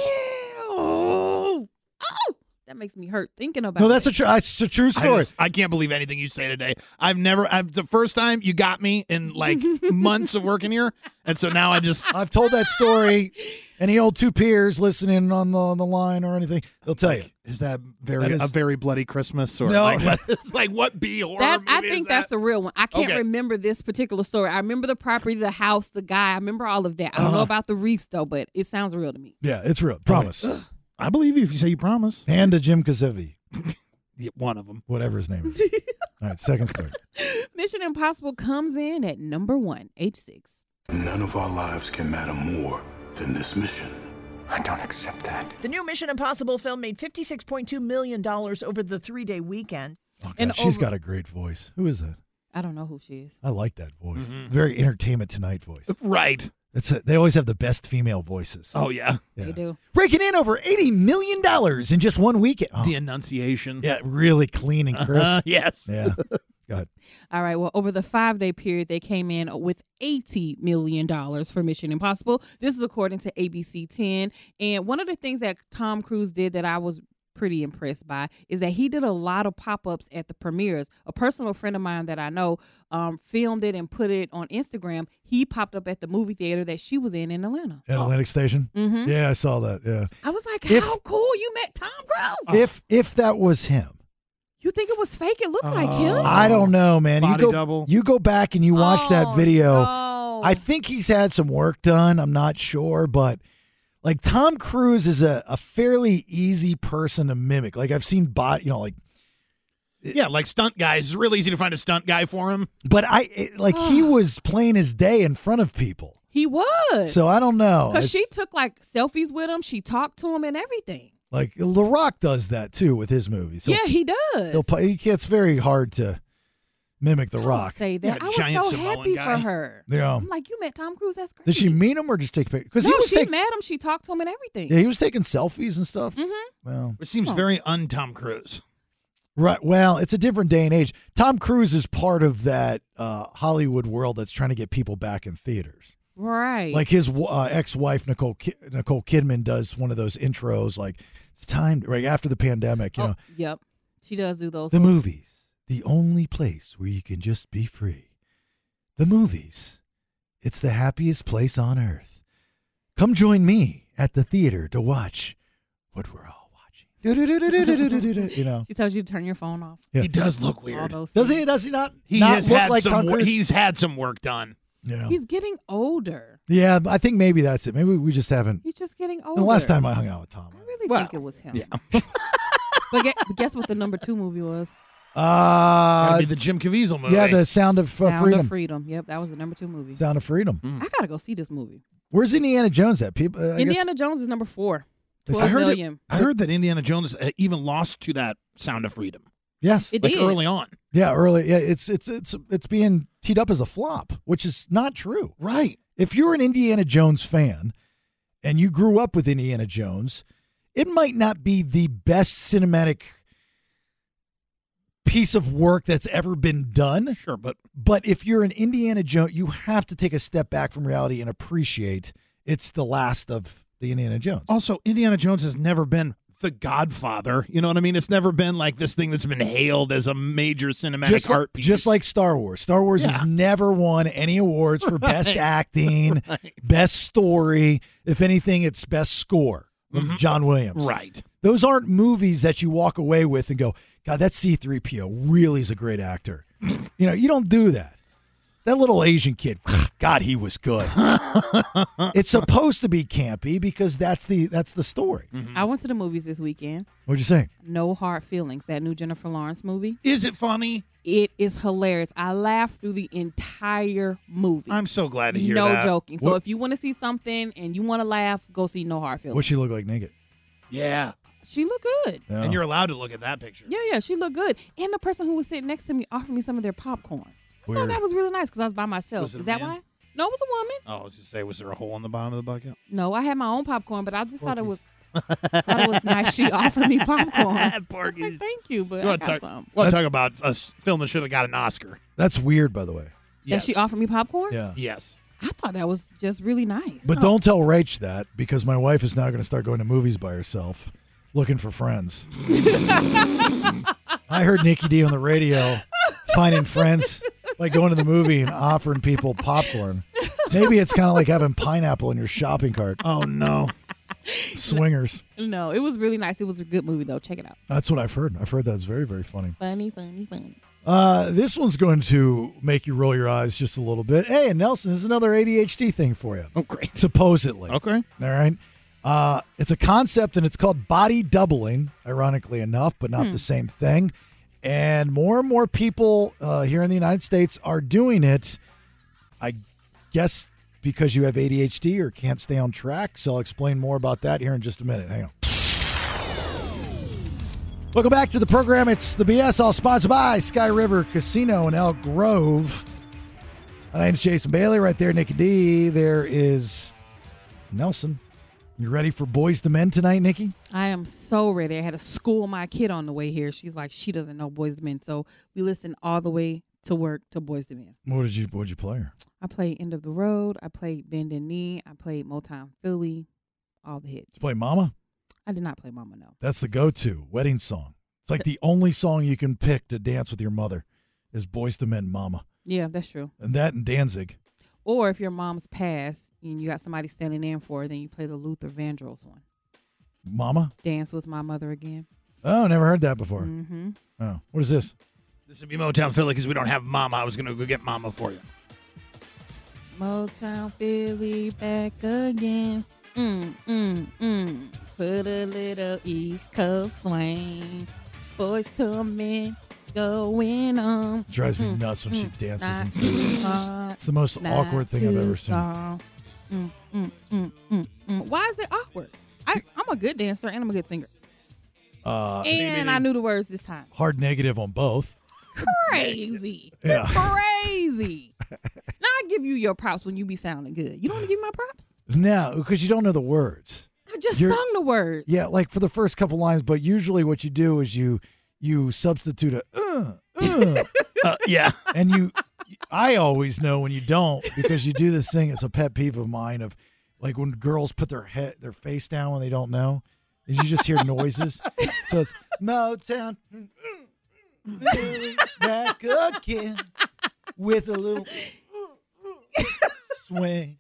Oh. Oh. That makes me hurt thinking
[laughs]
about.
No, that's
it.
a, tr- that's a true
I,
story.
just- I can't believe anything you say today. I've never. I've the first time you got me in
[laughs]
like months of working here, and so now I just.
I've told that story. Any old two peers listening on the on the line or anything, they'll tell you.
Is that very
That is-
a very bloody Christmas or
No.
like
[laughs]
what, like what B horror
That I
movie is
think
that?
that's a real one. I can't
Okay.
remember this particular story. I remember the property, the house, the guy. I remember all of that. I
Uh-huh.
don't know about the reefs though, but it sounds real
[laughs]
to me.
Yeah, it's real. Promise.
I believe you if you say you promise.
Hand to Jim Kazivi,
[laughs] Yeah, one of them.
whatever his name is. All right, second story.
Mission Impossible comes in at number one, H6.
None of our lives can matter more than this mission. I don't accept that.
The new Mission Impossible film made $56.2 million over the three day weekend.
Oh, God, she's got a great voice. Who is that?
I don't know who she is.
I like that voice.
Mhm.
Very Entertainment Tonight voice.
[laughs] Right.
It's a, they always have the best female voices.
Oh yeah.
They do.
breaking in over eighty million dollars in just one weekend. Oh,
The Annunciation.
yeah, really clean and crisp.
Uh-huh, [laughs] yes.
Yeah. Go
[laughs]
ahead.
All right. Well, over the five day period, they came in with $80 million for Mission Impossible. This is according to ABC 10. And one of the things that Tom Cruise did that I was pretty impressed by is that he did a lot of pop ups at the premieres. A personal friend of mine that I know um, filmed it and put it on Instagram. He popped up at the movie theater that she was in in Atlanta.
Oh.
At Atlantic Station.
Mhm.
Yeah, I saw that. Yeah.
I was like, how
If-
cool you met Tom
Oh.
Cruise.
If if that was him,
you think it was fake, it looked like him.
Uh, I don't know, man. You
Oh. Body
go
double.
you go back and you watch that video.
no.
I think he's had some work done. I'm not sure, but like Tom Cruise is a, a fairly easy person to mimic. Like I've seen bot, you know, like
Yeah, like stunt guys. It's real easy to find a stunt guy for him.
but I it, like he was playing his day in front of people.
He was.
So I don't know.
Because
It's-
she took like selfies with him. She talked to him and everything.
like The Rock does that too with his movies. He'll-
yeah, he does.
He'll play. It's very hard to mimic The
Don't
Rock.
Say
Yeah,
that. I was
giant
so
Samoan
happy
guy.
for her.
Yeah.
I'm like, you met Tom Cruise. That's great.
Did she meet him or just take pictures? Because
no,
he was
she
taking.
met him. She talked to him and everything.
Yeah, he was taking selfies and stuff.
Mhm.
Well,
Which seems very un Tom Cruise.
right. Well, it's a different day and age. Tom Cruise is part of that uh, Hollywood world that's trying to get people back in theaters.
Right.
Like his uh, ex-wife Nicole Ki- Nicole Kidman does one of those intros, like it's time right after the pandemic.
Oh.
You know,
Yep. She does do those.
the
things.
movies, the only place where you can just be free. The movies, it's the happiest place on earth. Come join me at the theater to watch what we're all watching. Do-do-do-do-do-do-do-do-do, [laughs] You know,
[laughs] She tells you to turn your phone off.
Yeah.
He does look
All
weird.
those
doesn't
things.
he? Does he not?
He
not
has
look
had
like
some.
Tom
wor-
Cruise?
he's had some work done.
yeah,
He's getting older.
yeah. I think maybe that's it. Maybe we just haven't.
He's just getting older.
The last time I hung out with Tom,
I really think it was him.
Yeah.
but gue- but guess what the number two movie was?
Gotta
uh,
be the Jim Caviezel movie.
yeah, the Sound of uh,
Sound
Freedom.
of Freedom. Yep, that was the number two movie.
Sound of Freedom.
I gotta go see this movie.
Where's Indiana Jones at? People, uh, I guess-
Indiana Jones is number four.
They said-
I
Twelve
heard,
million.
that, I heard that Indiana Jones uh, even lost to that Sound of Freedom,
yes,
It
like
did.
early on.
Yeah, early. Yeah, it's it's it's it's being teed up as a flop, which is not true.
Right.
If you're an Indiana Jones fan and you grew up with Indiana Jones, it might not be the best cinematic piece of work that's ever been done.
Sure, but
But if you're an Indiana Jones, you have to take a step back from reality and appreciate it's the last of the Indiana Jones.
also Indiana Jones has never been the Godfather. You know what I mean? It's never been like this thing that's been hailed as a major cinematic
just,
art
like,
piece.
just like Star Wars. Star Wars
Yeah.
has never won any awards for best
[laughs] Right.
acting, best story. If anything, it's best score. with John Williams.
Mm-hmm. right.
Those aren't movies that you walk away with and go, God, that C3PO really is a great actor. you know, you don't do that. That little Asian kid, [sniffs] God, he was
[laughs]
good. it's supposed to be campy because that's the that's the story.
Mm-hmm.
I went to the movies this weekend.
What'd you say?
No hard feelings. That new Jennifer Lawrence movie.
Is it funny?
It is hilarious. I laughed through the entire movie.
I'm so glad to hear
no
that.
joking. So
What-
if you want to see something and you want to laugh, go see No Hard Feelings.
What'd she look like naked?
Yeah.
She looked good.
And you're allowed to look at that picture.
Yeah, yeah, she looked good. And the person who was sitting next to me offered me some of their popcorn. I thought
Weird.
that was really nice because I was by myself.
Was it a
is that
man?
why? No, it was a woman.
Oh, I was just say, was there a hole on the bottom of the bucket?
No, I had my own popcorn, but I just thought it was thought it was nice. She offered me popcorn. I was like, Thank you, but
You
I
want to
got
talk,
some.
wanna talk about a s- film that should have got an Oscar?
That's weird, by the way.
That she offered me popcorn.
Yeah.
Yes.
I thought that was just really nice.
But don't tell Rach that because my wife is now going to start going to movies by herself, looking for friends. I heard Nikki D on the radio finding friends by going to the movie and offering people popcorn. Maybe it's kind of like having pineapple in your shopping cart.
Oh no,
swingers.
No, it was really nice. It was a good movie though. Check it out.
That's what I've heard. I've heard that's very very funny.
Funny, funny, funny.
Uh, this one's going to make you roll your eyes just a little bit. Hey, and Nelson, this is another ADHD thing for you.
Oh, great.
Supposedly.
Okay.
All right. Uh, it's a concept and it's called body doubling, ironically enough, but not
Hmm.
the same thing. And more and more people uh, here in the United States are doing it. I guess because you have ADHD or can't stay on track. So I'll explain more about that here in just a minute. Hang on. Welcome back to the program. It's the BS, all sponsored by Sky River Casino in Elk Grove. My name's Jason Bailey. Right there, Nikki D. There is Nelson. You ready for Boys to Men tonight, Nikki?
I am so ready. I had to school my kid on the way here. She's like, she doesn't know Boys to Men. So we listened all the way to work to Boys to Men.
What did you What did you play her?
I played End of the Road. I played Bend and Knee. I played Motown Philly. All the hits.
You play Mama.
I did not play Mama No.
That's the go-to wedding song. It's like the only song you can pick to dance with your mother is Boys to Men, Mama,
Yeah, that's true.
and that and Danzig.
Or if your mom's passed and you got somebody standing in for her, then you play the Luther Vandross one.
Mama.
Dance with my mother again.
Oh, never heard that before.
Mhm.
Oh, what is this?
This would be Motown Philly because we don't have Mama. I was gonna go get Mama for you.
Motown Philly back again. Mm, mm, mm. Put a little East Coast swing. Boys to men going um, mm-hmm. on.
Drives me nuts when she dances and sings.
hard,
It's the most
not
awkward thing I've
too
ever seen.
soft. Mm, mm, mm, mm, mm. Why is it awkward? I, I'm a good dancer and I'm a good singer.
Uh,
and I knew the words this time.
hard negative on both.
Crazy.
Yeah. [laughs]
Crazy. now I give you your props when you be sounding good. You don't want to give me my props?
No, because you don't know the words.
I just
You're-
sung the words.
Yeah, like for the first couple lines, but usually what you do is you you substitute a uh, uh,
yeah,
and you. I always know when you don't because you do this thing. It's a pet peeve of mine of like when girls put their head their face down when they don't know. and You just hear noises. So it's Motown back again with a little swing.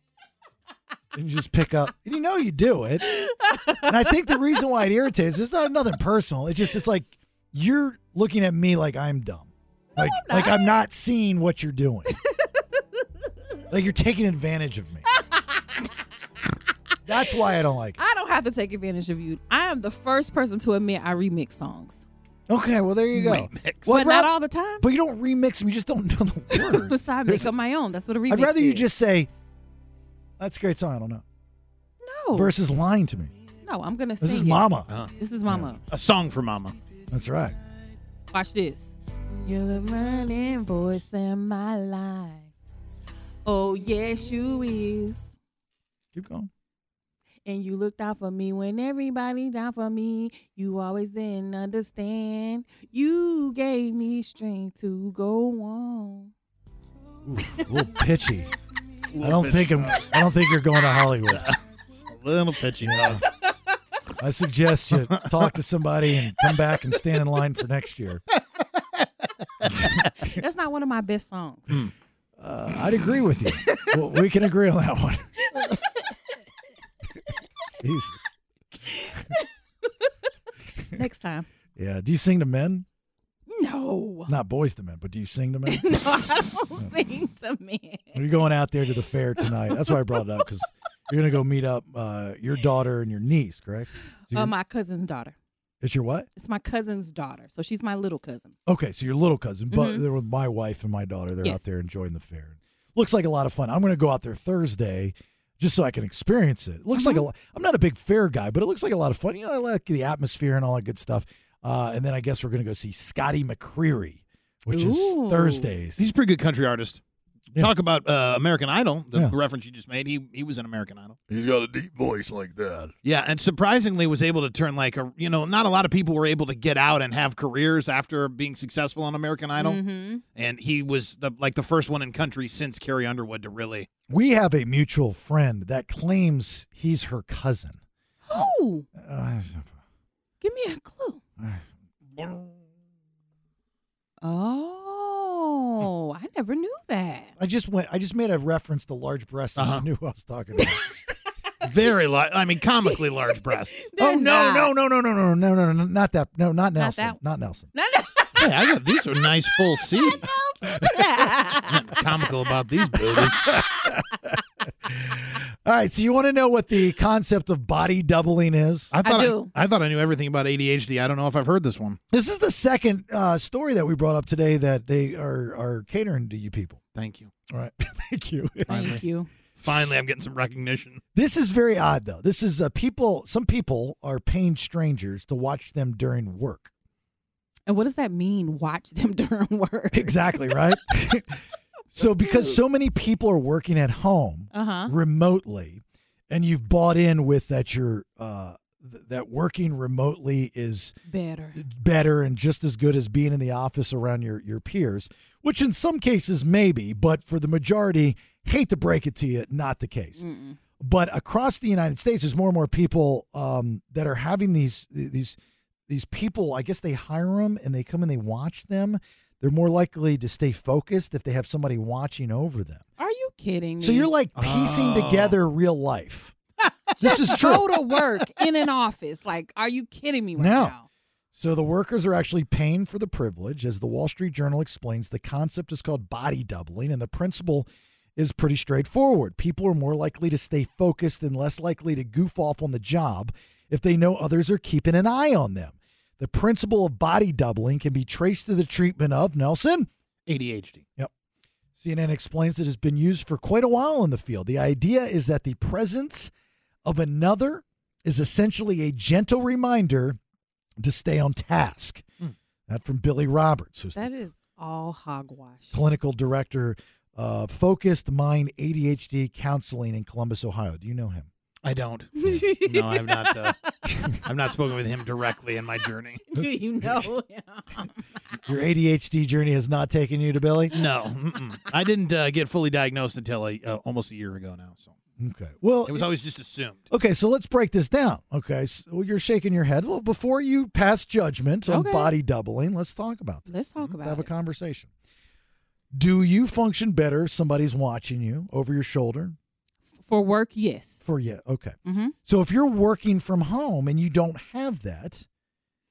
and you just pick up. And you know you do it. And I think the reason why it irritates it's not nothing personal. It just it's like you're looking at me like I'm dumb. Like like I'm not seeing what you're doing. like you're taking advantage of me. That's why I don't like it.
I don't have to take advantage of you. I am the first person to admit I remix songs.
Okay, well there you go.
But not
Rob-
all the time.
But you don't remix them. You just don't know the words.
[laughs] so I make up my own. That's what a remix
I'd rather you
is.
just say, "That's a great song." I don't know.
No.
Versus lying to me.
No, I'm going to sing
This is
it.
Mama.
This is Mama.
Uh-huh. A song for Mama.
That's right.
Watch this. You're the running voice in my life. Oh, yes, you is.
Keep going.
And you looked out for me when everybody down for me. You always didn't understand. You gave me strength to go
[laughs]
on.
Ooh, a little pitchy. I
Little
don't
pitchy.
think I'm. I don't think you're going to Hollywood.
[laughs] A little pitchy. huh?
I suggest you talk to somebody and come back and stand in line for next year.
That's not one of my best
[laughs]
songs.
Hmm.
Uh, I'd agree with you. Well, we can agree on that one. [laughs] Jesus.
Next time.
Yeah. Do you sing to men? [laughs]
No.
Not boys to men, but do you sing to men?
No, I don't think to me.
You're going out there to the fair tonight. That's why I brought it up because you're gonna go meet up uh, your daughter and your niece, correct? So
Uh,
you're-
my cousin's daughter.
it's your what?
It's my cousin's daughter. So she's my little cousin.
Okay, so your little cousin, but
Mhm.
they're with my wife and my daughter. They're
Yes.
out there enjoying the fair. Looks like a lot of fun. I'm gonna go out there Thursday. Just so I can experience it. Looks like a lot. I'm not a big fair guy, but it looks like a lot of fun. You know, I like the atmosphere and all that good stuff. Uh, and then I guess we're going to go see Scotty McCreery, which
Ooh.
is Thursdays.
He's a pretty good country artist. Talk about uh, American Idol, the
Yeah.
reference you just made. He he was an American Idol.
He's got a deep voice like that.
Yeah, and surprisingly was able to turn like a you know not a lot of people were able to get out and have careers after being successful on American Idol,
Mm-hmm.
and he was the like the first one in country since Carrie Underwood to really.
We have a mutual friend that claims he's her cousin.
Oh,
Uh,
give me a clue. Oh, I never knew that.
I just went. I just made a reference to large breasts.
Uh-huh.
and I knew who I was
[laughs]
talking about.
Very large. I mean, comically large breasts.
oh no, no, no, no, no, no, no, no, no, not that. No, not Nelson. Not,
that-
Nelson.
Hey, I got these are nice full C. Nothing comical about these boobies.
All right. So you want to know what the concept of body doubling is?
I thought I, I thought I knew everything about ADHD. I don't know if I've heard this one.
This is the second uh, story that we brought up today that they are are catering to you people.
Thank you.
All right. [laughs] Thank you.
Finally.
you.
Finally, I'm getting some recognition.
This is very odd though. This is uh, people. Some people are paying strangers to watch them during work.
And what does that mean? Watch them [laughs] during work.
[laughs]
[laughs]
Exactly right. so because so many people are working at home
Uh-huh.
remotely, and you've bought in with that you're uh, th- that working remotely is
Better.
better and just as good as being in the office around your your peers, which in some cases maybe, but for the majority, hate to break it to you, not the case.
[laughs]
But across the United States, there's more and more people um, that are having these these these people. I guess they hire them and they come and they watch them. They're more likely to stay focused if they have somebody watching over them.
Are you kidding me?
So you're like piecing
Ah.
Oh.
together real life.
[laughs]
This is true.
Go to work in an office. Like, are you kidding me right
No.
now?
So the workers are actually paying for the privilege. As the Wall Street Journal explains, the concept is called body doubling, and the principle is pretty straightforward. People are more likely to stay focused and less likely to goof off on the job if they know others are keeping an eye on them. The principle of body doubling can be traced to the treatment of Nelson.
ADHD.
Yep. CNN explains it has been used for quite a while in the field. The idea is that the presence of another is essentially a gentle reminder to stay on task.
Hmm.
That from Billy Roberts, who's
That is all hogwash.
clinical director of Focused Mind ADHD Counseling in Columbus, Ohio. Do you know him?
I don't. [laughs] No, I've not. Uh, I've not spoken with him directly in my journey.
[laughs] Do you know him?
Your ADHD journey has not taken you to Billy?
No, mm-mm. I didn't uh, get fully diagnosed until a, uh, almost a year ago now. So
Okay. Well,
it was always just assumed.
Okay, so let's break this down. Okay, so you're shaking your head. Well, before you pass judgment on
Okay.
body doubling, let's talk about this. Mm-hmm.
Let's talk
Let's have
about
a
it.
conversation. Do you function better if somebody's watching you over your shoulder?
For work, yes.
For yeah, okay.
Mhm.
So if you're working from home and you don't have that,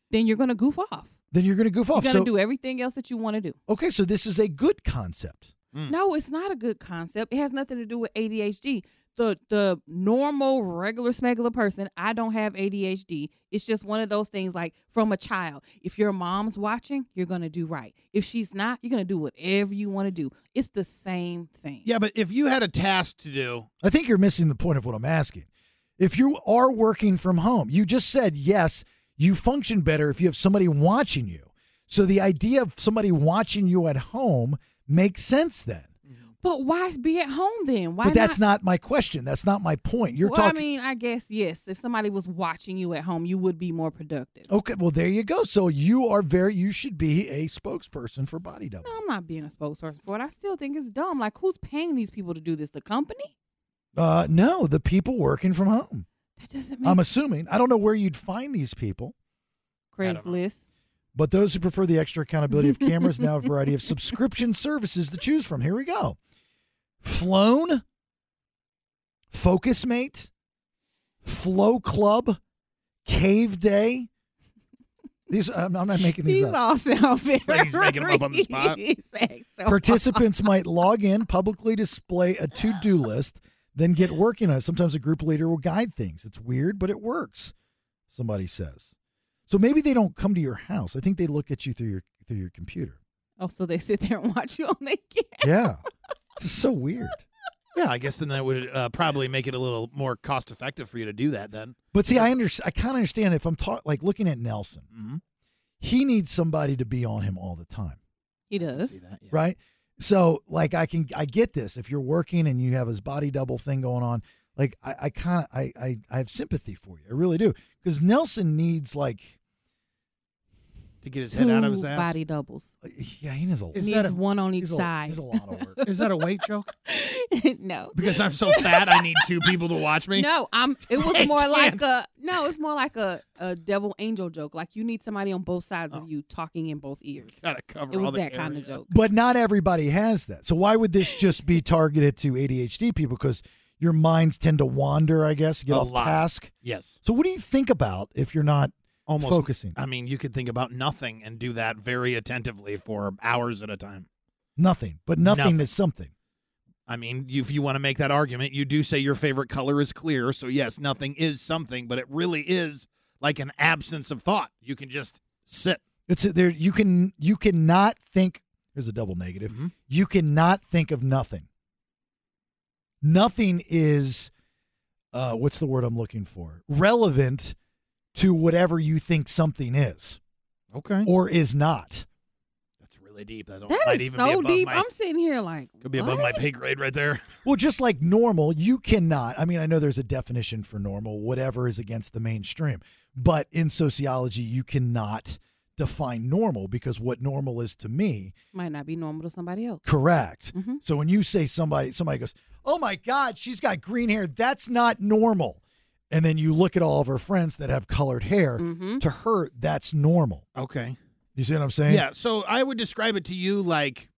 Then you're gonna goof off.
then you're going to goof
You're
off.
gonna
so,
do everything else that you want to do.
okay, so this is a good concept.
No, it's not a good concept. It has nothing to do with ADHD. The the normal, regular smegular person, I don't have ADHD. It's just one of those things like from a child. If your mom's watching, you're gonna do right. If she's not, you're gonna do whatever you want to do. It's the same thing.
Yeah, but if you had a task to do,
I think you're missing the point of what I'm asking. If you are working from home, you just said yes, you function better if you have somebody watching you. So the idea of somebody watching you at home makes sense then.
But why be at home then? Why
but that's
not?
not my question. That's not my point. You're
well,
talking
I mean, I guess yes. If somebody was watching you at home, you would be more productive.
Okay, well there you go. So you are very you should be a spokesperson for body double.
I'm not being a spokesperson for it. I still think it's dumb. Like, who's paying these people to do this? The company?
Uh no, the people working from home.
That doesn't make
I'm assuming. I don't know where you'd find these people.
Craigslist.
But those who prefer the extra accountability of cameras now have a variety of subscription services to choose from. Here we go. Flown, Focusmate, Flow Club, Cave Day, These I'm, I'm not making these,
These
up.
all sound very.
like he's making 'em up on the spot.
[laughs]
sexual.
Participants might log in, publicly display a to do list, then get working on it. Sometimes a group leader will guide things. It's weird, but it works, somebody says. So maybe they don't come to your house. I think they look at you through your through your computer.
Oh, so they sit there and watch you all [laughs] naked.
Yeah. It's so weird.
Yeah, I guess then that would uh, probably make it a little more cost effective for you to do that then.
But see, I under, I kind of understand if I'm taught like looking at Nelson,
Mm-hmm.
he needs somebody to be on him all the time,
He does.
right? So like I can I get this if you're working and you have his body double thing going on, like I, I kind of I, I I have sympathy for you, I really do, because Nelson needs like
to get his
head out of his Two ass? body doubles.
Uh, Yeah, he needs a.
Is Needs that a- one on each he's a- side. he's a lot
of work.
Is that a weight joke?
[laughs] no.
Because I'm so fat, I need two people to watch me.
[laughs] No, I'm. It was
I
more like
can't.
a no. It's more like a, a devil angel joke. Like you need somebody on both sides of you talking in both ears.
Oh. Gotta cover.
It was
all the
that kind of
area.
joke.
But not everybody has that. So why would this just be targeted to ADHD people? Because your minds tend to wander, I guess, get
A
off
lot.
task.
Yes.
So what do you think about if you're not
Almost
focusing?
I mean, you could think about nothing and do that very attentively for hours at a time.
Nothing, but nothing,
Nothing.
is something.
I mean, you, if you want to make that argument, you do say your favorite color is clear. So, yes, nothing is something, but it really is like an absence of thought. You can just sit.
It's there. You can you cannot think. There's a double negative.
Mm-hmm.
You cannot think of nothing. Nothing is, uh, what's the word I'm looking for? Relevant to whatever you think something is.
Okay.
Or is not.
It's really deep. I don't,
That
might
is
even
so
be above
deep.
My,
I'm sitting here like
could be above my pay grade right there.
Well, just like normal, you cannot. I mean, I know there's a definition for normal, whatever is against the mainstream, but in sociology, you cannot define normal because what normal is to me,
might not be normal to somebody else.
correct. So when you say somebody, somebody goes, "Oh my God, she's got green hair. That's not normal," and then you look at all of her friends that have colored hair. To her, that's normal.
Okay.
You see what I'm saying?
Yeah, so I would describe it to you like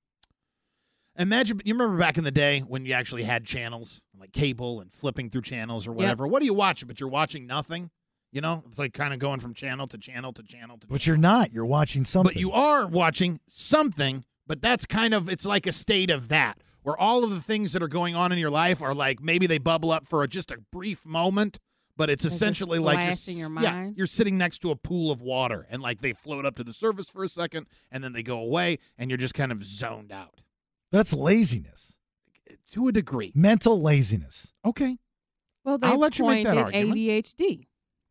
imagine you remember back in the day when you actually had channels, like cable and flipping through channels or whatever. What are you watching? But you're watching nothing. You know? It's like kind of going from channel to channel to channel to
But you're not. You're watching something.
But you are watching something, but that's kind of it's like a state of that where all of the things that are going on in your life are like maybe they bubble up for a, just a brief moment, but it's
They just
essentially like you're,
flash in your
s- yeah,
mind.
you're sitting next to a pool of water and like they float up to the surface for a second and then they go away and you're just kind of zoned out
That's laziness
to a degree.
Mental laziness.
Okay.
Well, they
I'll let you make
coined
that
it
argument.
ADHD,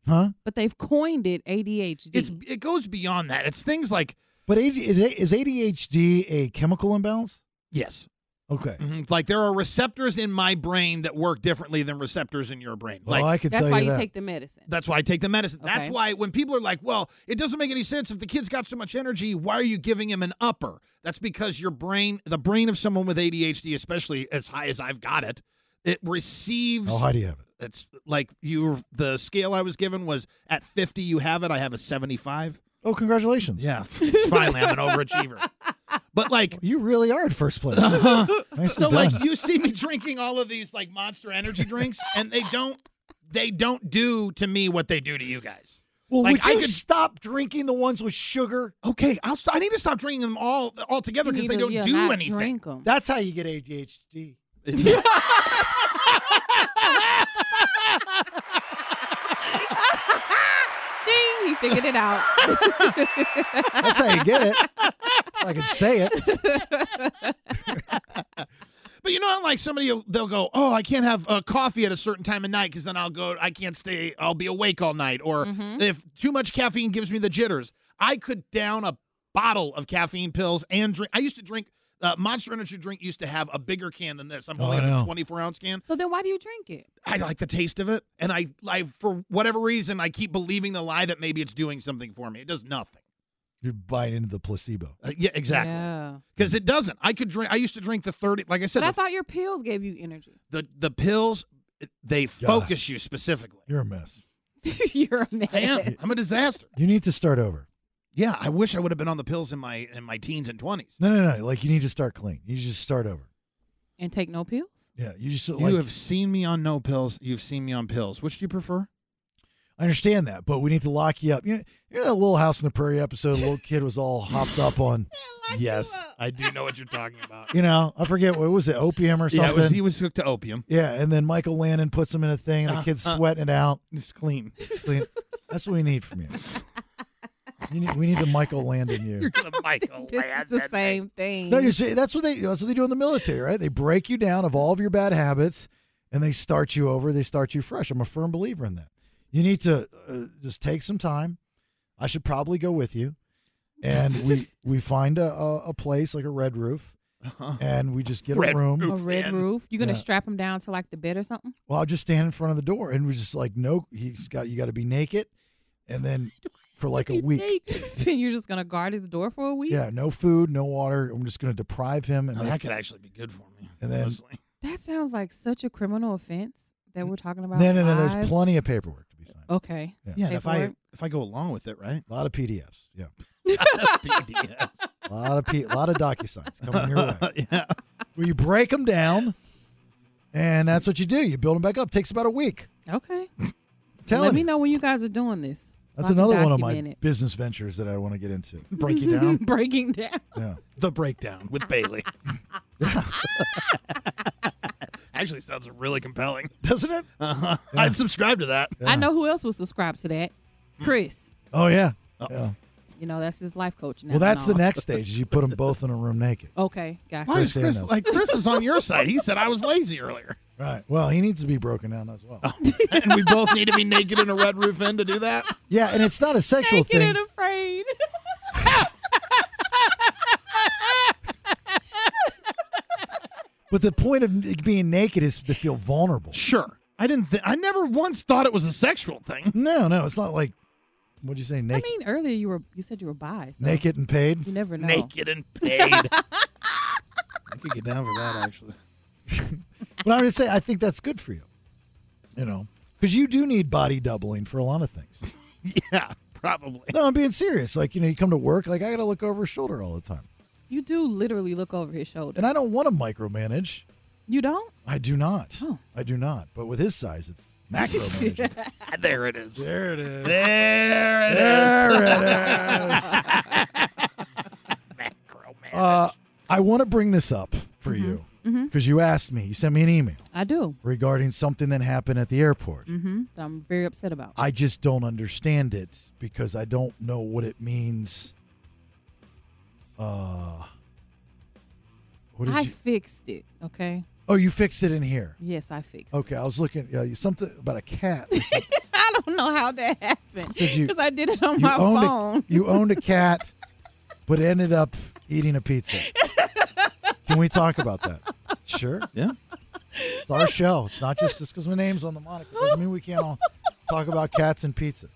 Huh?
but they've coined it ADHD.
It's it goes beyond that. It's things like
But AD- is A- is ADHD a chemical imbalance?
yes.
Okay.
Mhm. Like there are receptors in my brain that work differently than receptors in your brain.
Well,
like
I can
That's
tell
why
you
you
that.
take the medicine. [laughs]
That's why I take the medicine. That's
Okay.
why when people are like, well, it doesn't make any sense if the kid's got so much energy, why are you giving him an upper? That's because your brain, the brain of someone with ADHD, especially as high as I've got it, it receives.
How high do you have it?
It's like you, the scale I was given was at 50, you have it. I have a 75.
Oh, congratulations. [laughs]
Yeah. Finally, I'm an overachiever. But like,
You really are in first place. Nicely
so
done.
like you see me drinking all of these like monster energy drinks and they don't they don't do to me what they do to you guys.
well,
like
would you stop drinking the ones with sugar?
Okay, I'll st- I need to stop drinking them all all together
You
because
need
they
to,
don't
yeah,
do
not
anything.
drink 'em. That's how you get ADHD.
Ding! He figured it out.
That's how you get it. If I can say
[laughs]
it.
But you know, how, like somebody will- they'll go, "Oh, I can't have uh, coffee at a certain time of night because then I'll go, I can't stay, I'll be awake all night." Or
Mm-hmm.
Mhm.
if too much caffeine gives me the jitters, I could down a bottle of caffeine pills and drink. I used to drink uh, Monster Energy drink used to have a bigger can than this. I'm
Oh,
only
I
on a
know.
24 ounce can.
so then why do you drink it?
I like the taste of it, and I, I for whatever reason, I keep believing the lie that maybe it's doing something for me. It does nothing.
You're buying into the placebo.
Uh, yeah, exactly.
Yeah.
Because it doesn't. I could drink. I used to drink the thirty. Like I said,
But I
the,
thought your pills gave you energy.
the the pills they focus you specifically.
You're a mess.
[laughs]
You're a mess.
[laughs]
I am. I'm a disaster.
You need to start over.
Yeah, I wish I would have been on the pills in my in my teens and twenties.
No, no, no. Like you need to start clean. You just start over.
And take no pills.
Yeah, you just
You
like
have seen me on no pills. You've seen me on pills. Which do you prefer?
I understand that, but we need to lock you up. You know, you know that Little House in the Prairie episode? The little kid was all hopped up on.
Yes, I do know what you're talking about.
You know, I forget what was it, opium or
Yeah,
something?
it was, he was hooked to opium.
Yeah, and then Michael Landon puts him in a thing, and the
Uh,
kid's
uh,
sweating it out.
It's clean.
Clean. That's what we need from you. You need- we need to Michael Landon you.
[laughs]
You're gonna Michael
This is the same thing.
No, you're saying, that's
[laughs]
what they that's what they do in the military, right? They break you down of all of your bad habits, and they start you over. They start you fresh. I'm a firm believer in that. You need to uh, just take some time. I should probably go with you,
[laughs]
and we we find a, a, a place like a red roof,
Uh-huh.
and we just get a room.
A red roof. You're gonna
Yeah.
strap him down to like the bed or something?
Well, I'll just stand in front of the door, and we're just like, no, he's got you got to be naked, and
[laughs]
then for like a week.
[laughs] and you're just gonna guard his door for a week?
Yeah, no food, no water. I'm just going to deprive him. And
Oh, that
make-
could actually be good for me.
And then,
That sounds like such a criminal offense that we're talking about.
no, no, no. There's
live.
plenty of paperwork.
Okay.
Yeah.
Yeah, and if I
Paperwork.
if I go along with it, right?
A lot of PDFs. Yeah.
PDF.
A lot of P- a lot of DocuSigns coming your way. yeah. Well, you break them down, and that's what you do. You build them back up. Takes about a week.
Okay.
[laughs] Telling
Let me
you.
know when you guys are doing this. so
That's
I can
another one of my
document it. [laughs]
business ventures that I want to get into. [laughs] Break you down.
breaking down.
yeah.
The breakdown with Bailey. [laughs] actually, sounds really compelling,
doesn't it?
Uh-huh. I'd subscribe to that.
I know who else will subscribe to that.
Hmm.
Chris.
Oh yeah. Yeah.
You know that's his life coach. Now
Well, that's the
and all.
next stage. Is you put them both in a room naked.
Okay, gotcha.
Why is Chris
Sanders.
like
[laughs]
Chris is on your side? He said I was lazy earlier,
Right. Well, he needs to be broken down as well.
and we both need to be naked in a red roof inn to do that.
Yeah, and it's not a sexual
Naked
thing.
and
afraid.
But the point of n- being naked is to feel vulnerable.
Sure. I didn't. Th- I never once thought it was a sexual thing.
No, no, it's not like. What'd you say?
I
Naked,
mean, earlier you were you said you were bi. so
naked and paid.
You never know.
Naked
[laughs]
and paid. I could get down for that actually.
[laughs] But I'm just saying, I think that's good for you. You know, because you do need body doubling for a lot of things.
[laughs] Yeah, probably.
No, I'm being serious. Like you know, you come to work, like I got to look over his shoulder all the time,
You do literally look over his shoulder.
and I don't want to micromanage.
You don't? Oh.
I do not. I do not. But with his size, it's macro.
[laughs]
[laughs]
there it is.
There it is.
There it is.
There
[laughs]
it is. uh, I want to bring this up for you
Mhm.
because you asked me. You sent me an email
I do.
regarding something that happened at the airport.
Mm-hmm. I'm very upset about.
I just don't understand it because I don't know what it means. Uh, what did
I
you?
fixed it. Okay.
Oh, you fixed it in here.
Yes, I fixed.
Okay, I was looking. Uh, you something about a cat. or something.
I don't know how that happened
Did you-
because I did it [laughs] on
you
my
owned
phone.
A, you owned
[laughs]
a cat, but ended up eating a pizza. Can we talk about that? Sure.
Yeah.
It's our show. It's not just just because my name's on the moniker doesn't mean we can't all talk about cats and pizza.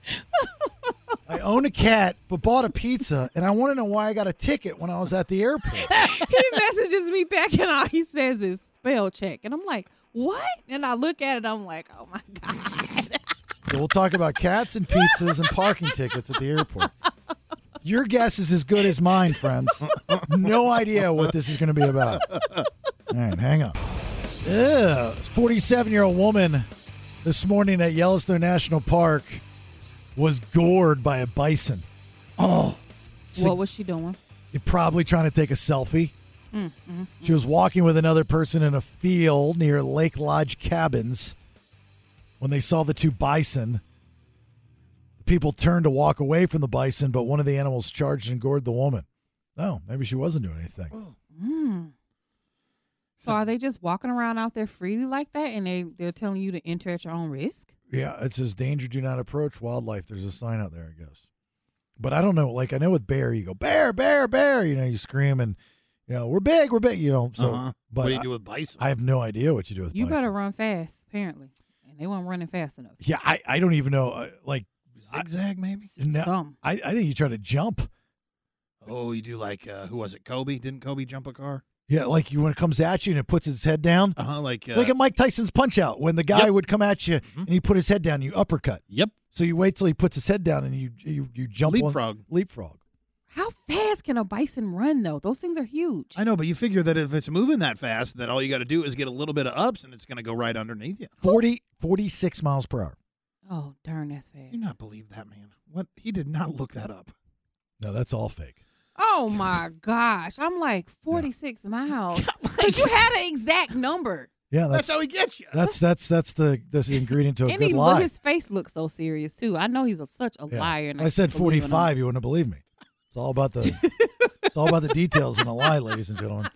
I own a cat, but bought a pizza, and I want to know why I got a ticket when I was at the
[laughs]
airport.
he messages me back and all he says is spell check, and I'm like, what? And I look at it, I'm like, oh my gosh.
So we'll talk about cats and pizzas and parking tickets at the airport. Your guess is as good as mine, friends. No idea what this is going to be about. All right, hang on. Ugh, 47 year old woman this morning at Yellowstone National Park was gored by a bison. Oh.
what was she doing?
Probably trying to take a selfie.
Mm, mm,
She was walking with another person in a field near Lake Lodge Cabins when they saw the two bison. The people turned to walk away from the bison, but one of the animals charged and gored the woman. Oh, maybe she wasn't doing anything.
Oh.
mm. So are they just walking around out there freely like that, and they they're telling you to enter at your own risk?
Yeah, it says danger, do not approach wildlife. There's a sign out there, I guess. But I don't know. Like I know with bear, you go bear, bear, bear. You know, you scream and you know we're big, we're big. You know, so
Uh-huh.
but
What do you
I-
do with bison?
I have no idea what you do with
You
bison.
better run fast, apparently, and they weren't running fast enough.
Yeah, I, I don't even know. uh, Like
zigzag, maybe.
No, I, I think you try to jump.
Oh, you do like uh, who was it? Kobe? Didn't Kobe jump a car?
Yeah, like you when it comes at you and it puts its head down.
Uh huh. Like uh,
Like at Mike Tyson's punch out when the guy
Yep. Mm-hmm.
would come at you and he put his head down, you uppercut.
Yep.
So you wait till he puts his head down and you you you jump
Leapfrog.
on leapfrog.
How fast can a bison run though? Those things are huge.
I know, but you figure that if it's moving that fast, that all you got to do is get a little bit of ups, and it's going to go right underneath you.
40, 46 miles per hour.
Oh, darn, that's fast.
Do you not believe that man? What he did not look that up.
No, that's all fake.
Oh
[laughs]
my gosh. I'm like 46 miles. Because you had an exact
[laughs]
number.
Yeah, that's,
how he gets you.
That's that's that's the that's the ingredient to a
and
good
he
lie.
look, his face looks so serious too. I know he's a, such a
Yeah.
liar. and
I said
can't believe it. [laughs]
45. You wouldn't believe me. It's all about the it's all about the details in a lie, ladies and
[laughs]
gentlemen.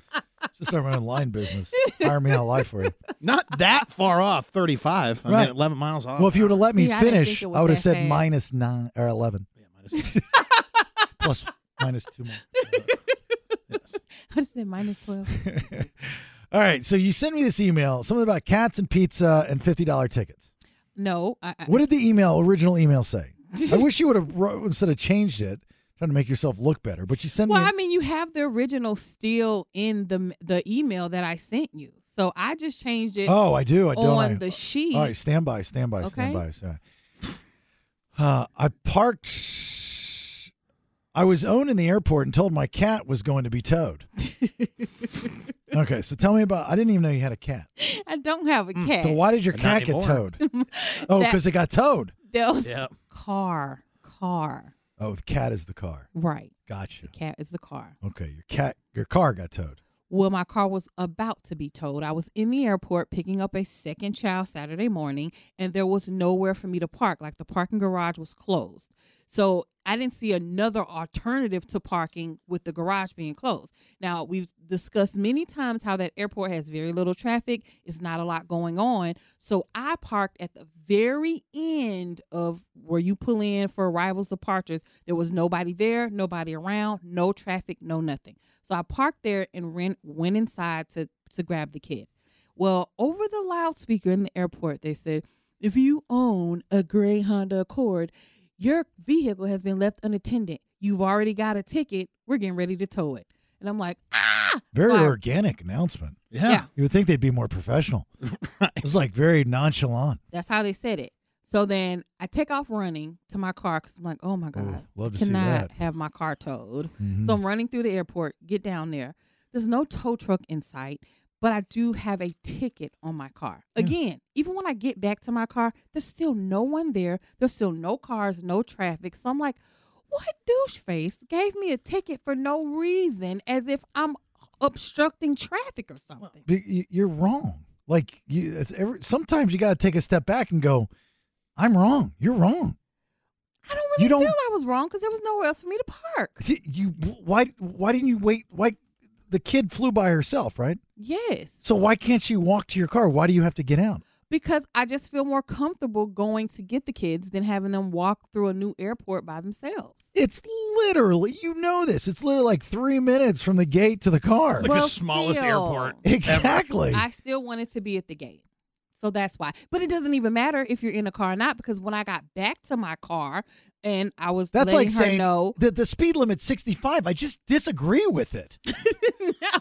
Just start my own line business. Hire me, I'll lie for you.
Not that far off, 35. I
Right.
mean, 11 miles off.
Well, if you would have let me
See, I didn't
finish,
think it
I,
was
would have
that
said
fast.
minus nine or 11. Yeah, minus [laughs] plus minus two more.
I just said minus
[laughs]
12.
All right, so you sent me this email, something about cats and pizza and fifty dollar tickets.
no. I, I,
What did the email original email say?
[laughs]
I wish you would have wrote instead of changed it, trying to make yourself look better. But you sent
well,
me.
I mean, you have the original still in the the email that I sent you. So I just changed it.
oh, I do. I don't.
On
I-
the sheet.
All right, stand by, stand by, stand
Okay.
by. Sorry. Uh, I parked. I was owned in the airport and told my cat was going to
[laughs]
be towed. okay, so tell me about. I didn't even know you had a cat.
[laughs] I don't have a cat.
Mm, So why did your cat get towed?
[laughs]
Oh,
That-
because it got towed.
That was car, car.
Oh, the cat is the car.
Right.
Gotcha.
Cat is the car.
Okay, your cat, your car got towed.
Well, my car was about to be towed. I was in the airport picking up a second child Saturday morning, and there was nowhere for me to park. Like the parking garage was closed. So I didn't see another alternative to parking with the garage being closed. Now, we've discussed many times how that airport has very little traffic, it's not a lot going on. So I parked at the very end of where you pull in for arrivals, departures. There was nobody there, nobody around, no traffic, no nothing. So I parked there and ran, went inside to, to grab the kid. Well, over the loudspeaker in the airport, they said, if you own a gray Honda Accord, your vehicle has been left unattended. You've already got a ticket. We're getting ready to tow it. And I'm like, ah!
Very
Wow.
organic announcement.
Yeah.
You would think they'd be more professional. It was like very nonchalant.
That's how they said it. So then I take off running to my car because I'm like, oh my God,
love to see
cannot
that.
have my car towed.
Mhm.
So I'm running through the airport, get down there. There's no tow truck in sight, but I do have a ticket on my car. Again, even when I get back to my car, there's still no one there. There's still no cars, no traffic. So I'm like, what douche face gave me a ticket for no reason as if I'm obstructing traffic or something?
But y- You're wrong. Like you, it's every, sometimes you got to take a step back and go, "I'm wrong. You're wrong."
I don't
You
really
don't-
feel I was wrong because there was nowhere else for me to park.
See, you why why didn't you wait? Why the kid flew by herself, right?
Yes.
So why can't you walk to your car? Why do you have to get out?
because I just feel more comfortable going to get the kids than having them walk through a new airport by themselves.
It's literally you know this. It's literally like three minutes from the gate to the car.
Like the smallest
still.
airport. ever.
Exactly.
I still wanted to be at the gate. So that's why. But it doesn't even matter if you're in a car or not because when I got back to my car and I was
That's
letting
like
her
saying
know
that the speed limit's 65. I just disagree with
[laughs]
it.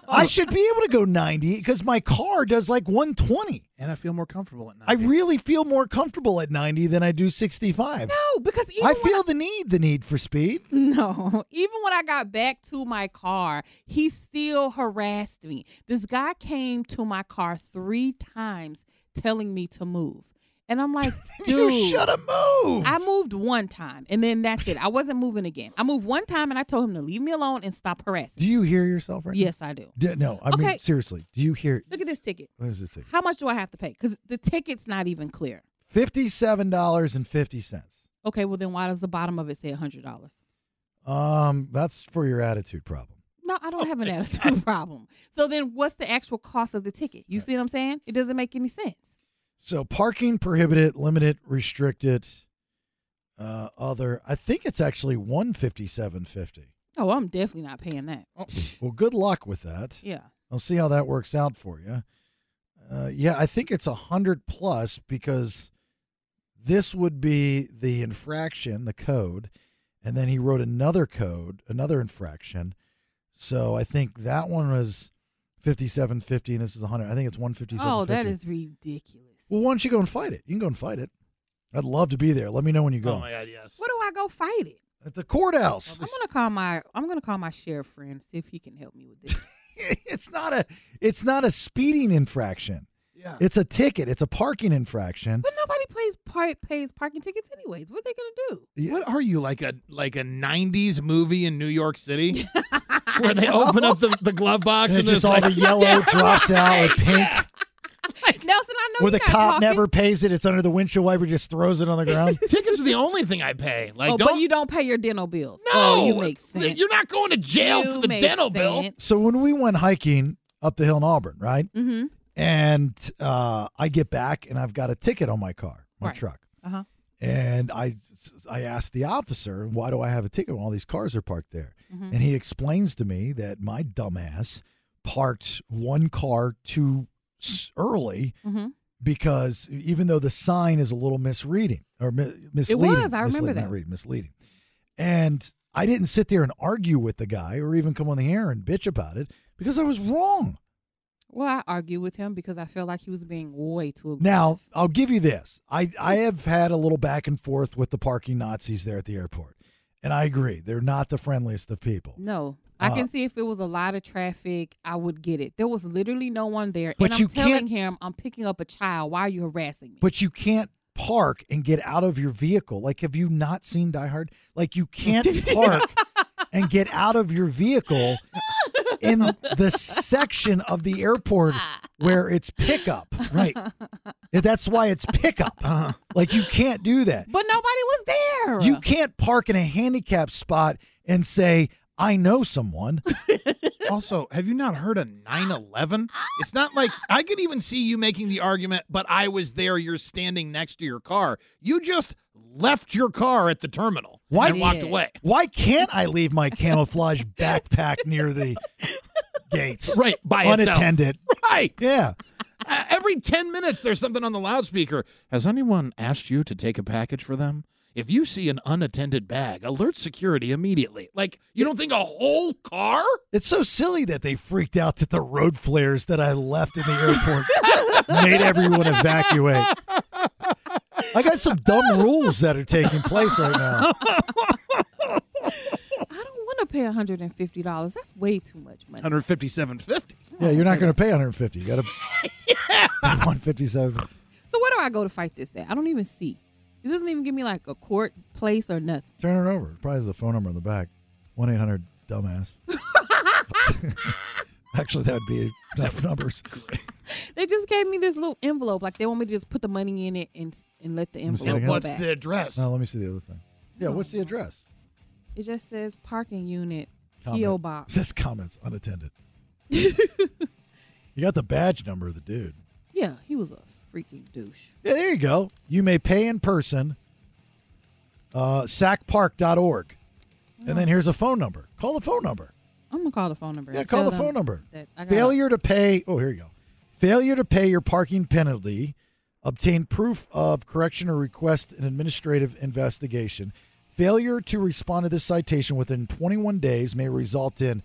I should be able to go 90 because my car does like 120.
And I feel more comfortable at night.
I really feel more comfortable at 90 than I do 65.
No, because even
I
when
feel the need, the need for speed.
No, [laughs] even when I got back to my car, he still harassed me. This guy came to my car three times telling me to move. And I'm
[laughs]
like,
You
dude,
shoulda moved.
I moved one time and then that's it. I wasn't moving again. I moved one time and I told him to leave me alone and stop harassing.
Do you hear yourself right now?
Yes, I do.
D- no, I mean,
Okay.
seriously, do you hear?
Look at this ticket.
What is it take?
How much do I have to pay? Because the ticket's not even clear.
$57.50.
Okay, well then why does the bottom of it say hundred dollars?
Um, That's for your attitude problem.
No, I don't have an attitude [laughs] problem. So then what's the actual cost of the ticket? You see what I'm saying? It doesn't make any sense.
So parking prohibited, limited, restricted, uh, other. I think it's actually 157.50.
Oh, I'm definitely not paying that.
Oh.
Well, good luck with that.
[laughs] Yeah.
I'll see how that works out for you. Uh, yeah, I think it's a hundred plus because this would be the infraction, the code, and then he wrote another code, another infraction. So I think that one was fifty-seven fifty, and this is hundred. I think it's one fifty-seven.
Oh, that is ridiculous.
Well, why don't you go and fight it? You can go and fight it. I'd love to be there. Let me know when you go.
Oh my god, yes.
Where do I go fight it?
At the courthouse. [laughs]
I'm gonna call my I'm gonna call my sheriff
[laughs]
friend see if he can help me with this.
it's not a it's not a speeding infraction. It's a ticket. It's a parking infraction.
[laughs] But nobody plays par- pays parking tickets anyways. What are they gonna do?
What are you like a like a '90s movie in New York [laughs] City where they open up the, the glove box
And
and,
it's just
it's
all the
like- [laughs]
yellow drops out with pink.
Nelson, I know
Where the
you're not
cop
talking.
never pays it. It's under the windshield wiper. Just throws it on the
[laughs]
ground.
Tickets are the only thing I pay. Like
oh,
don't
but you don't pay your dental bills.
No,
oh, you make sense.
You're not going to jail
You
for the
make
dental bill.
sense.
So when we went hiking up the hill in Auburn, right?
Mhm.
And uh, I get back and I've got a ticket on my car, my truck.
Uh huh.
And I, I asked the officer, why do I have a ticket when all these cars are parked there?
Mm-hmm.
Mhm.
And he explains to me that my dumbass parked one car too s- early
Mm-hmm.
because even though the sign is a little misreading or mi- misleading,
was, I remember
misleading,
that.
not reading, misleading, and I didn't sit there and argue with the guy or even come on the air and bitch about it because I was wrong.
Well, I argue with him because I feel like he was being way too. aggressive.
Now I'll give you this: I I have had a little back and forth with the parking Nazis there at the airport, and I agree they're not the friendliest of people.
No, I
Uh,
can see if it was a lot of traffic, I would get it. There was literally no one there,
But
and I'm
you
telling
can't-
him I'm picking up a child. Why are you harassing me?
But you can't park and get out of your vehicle. Like, have you not seen Die Hard? Like, you can't park and get out of your vehicle in the section of the airport where it's pickup. Right. That's why it's
[laughs]
pickup. Like, you can't do that.
Uh-huh. But nobody was there.
You can't park in a handicapped spot and say, I know someone.
[laughs] also, have you not heard of 9 11? It's not like I could even see you making the argument, but I was there. You're standing next to your car. You just left your car at the terminal
Why
and walked away.
Why can't I leave my camouflage backpack near the gates?
Right, by itself.
unattended.
Right.
Yeah.
Uh, every 10 minutes, there's something on the loudspeaker. Has anyone asked you to take a package for them? If you see an unattended bag, alert security immediately. Like, you don't think a whole car?
It's so silly that they freaked out that the road flares that I left in the airport [laughs] made everyone evacuate. I got some dumb rules that are taking place
[laughs]
right now.
I want to pay 150 dollars. That's way too much money.
157.50.
Yeah, you're not going to pay 150. You got to 157.
[laughs] So where do I go to fight this at? I don't even see. It doesn't even give me like a court place or nothing.
Turn it over. It probably has a phone number on the back. 1-800-DUMBASS. [laughs] Actually, that would be enough numbers.
They just gave me this little envelope. Like they want me to just put the money in it and and let the
Let me see that
envelope
again.
go back.
No, let me see the other thing. Yeah, what's the address?
It just says parking unit,
Comment.
PO box.
It [laughs] says comments
[laughs]
unattended. you got the badge number of the dude.
Yeah, he was a freaking douche.
Yeah, there you go. You may pay in person. Uh, sackpark.org. And
Oh.
then here's a phone number. Call the phone number.
I'm gonna call the phone number.
Yeah,
and
call
tell
the
them
phone number.
that I got-
Failure to pay. Oh, here you go. Failure to pay your parking penalty. Obtain proof of correction or request an administrative investigation. Failure to respond to this citation within 21 days may result in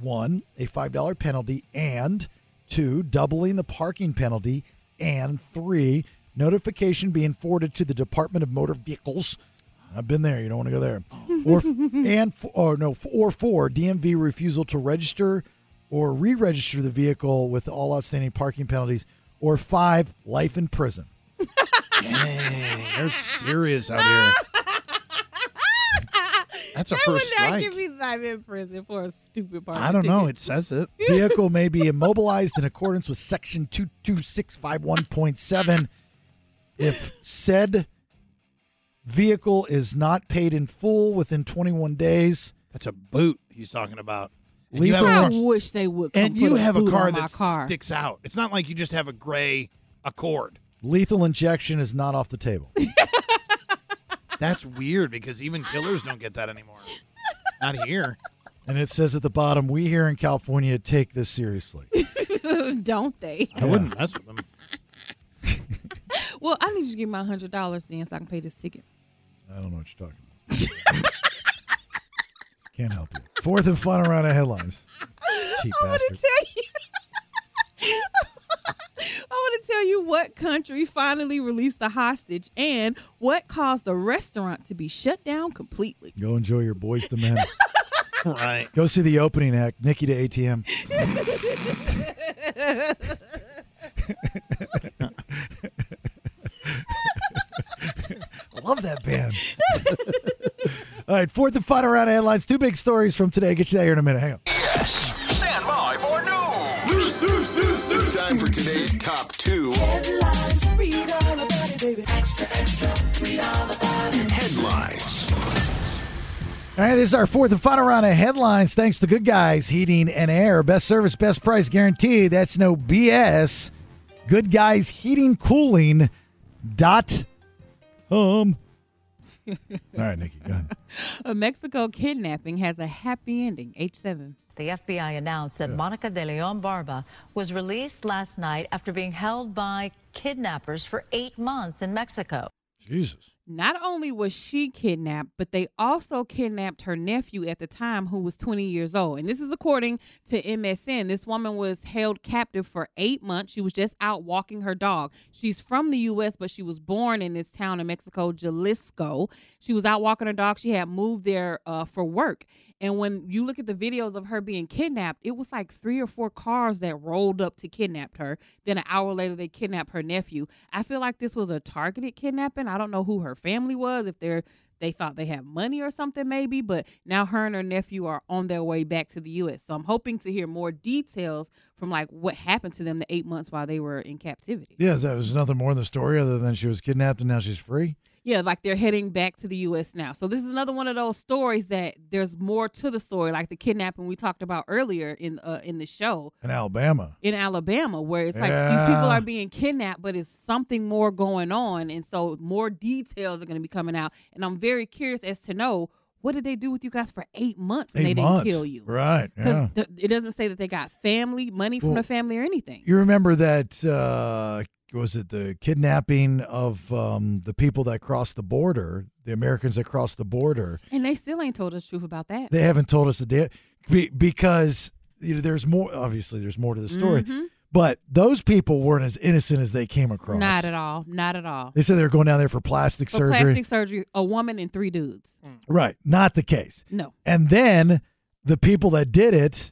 one, a $5 penalty, and two, doubling the parking penalty, and three, notification being forwarded to the Department of Motor Vehicles. I've been there. You don't want to go there. Or and f- or no f- or four DMV refusal to register or re-register the vehicle with all outstanding parking penalties. Or five, life in prison.
Dang, they're serious out here. That's a
They
first
would not
strike.
give me life in prison for a stupid parking.
I don't know.
ticket.
It
[laughs]
says it.
Vehicle may be immobilized in accordance with section 22651.7 if said vehicle is not paid in full within 21 days.
That's a boot he's talking about. And you
Lethal
have
I
a car,
wish they would. Come
and you
put
have a
boot
car
on my
that
car.
sticks out. It's not like you just have a gray Accord.
Lethal injection is not off the table.
That's weird because even killers don't get that anymore. Not here.
And it says at the bottom, we here in California take this seriously.
[laughs] don't they?
I wouldn't mess with them.
[laughs] Well, I need you to give me my hundred dollars then, so I can pay this ticket.
I don't know what you're talking about. Can't help you. Fourth and final round of
[laughs]
headlines. Cheap
I want to
bastard.
tell you. [laughs] I want to tell you what country finally released the hostage and what caused the restaurant to be shut down
[laughs]
completely.
Go enjoy your boys to men.
right.
Go see the opening act, Nikki to ATM. I love that band. All right, fourth and final round of headlines. Two big stories from today. Get you that here in a minute. Hang on.
Stand by for news. News, news, news,
It's time for today's top two headlines.
All right, this is our fourth and final round of headlines. Thanks to Good Guys Heating and Air. Best service, best price guaranteed. That's no BS. Good Guys Heating Cooling dot um. All right, Nikki, go ahead.
A Mexico kidnapping has a happy ending. H7.
The FBI announced that Monica de Leon Barba was released last night after being held by kidnappers for eight months in Mexico.
Jesus.
Not only was she kidnapped, but they also kidnapped her nephew at the time, who was 20 years old. And this is according to MSN. This woman was held captive for eight months. She was just out walking her dog. She's from the U.S., but she was born in this town in Mexico, Jalisco. She was out walking her dog. She had moved there uh, for work. And when you look at the videos of her being kidnapped, it was like three or four cars that rolled up to kidnap her. Then an hour later, they kidnapped her nephew. I feel like this was a targeted kidnapping. I don't know who her family was, if they're they thought they had money or something maybe, but now her and her nephew are on their way back to the U.S. So I'm hoping to hear more details from like what happened to them the eight months while they were in captivity.
Yeah, that was nothing more in the story other than she was kidnapped and now she's free.
Yeah, like they're heading back to the U.S. now. So this is another one of those stories that there's more to the story, like the kidnapping we talked about earlier in uh, in the show
In Alabama.
in Alabama, where it's like these people
Yeah.
are being kidnapped, but it's something more going on, and so more details are going to be coming out. And I'm very curious as to know what did they do with you guys for eight months and
Eight
they
months.
didn't kill you,
Right, yeah.
Because it doesn't say that they got family money from
Well,
the family or anything.
You remember that, uh, was it the kidnapping of um, the people that crossed the border, the Americans that crossed the border?
And they still ain't told us the truth about that.
They haven't told us a day be- because you know, there's more. Obviously, there's more to the story,
Mhm.
but those people weren't as innocent as they came across.
Not at all. Not at all.
They said they were going down there for plastic
For
surgery.
plastic surgery, a woman and three dudes.
Right, not the case.
No.
And then the people that did it,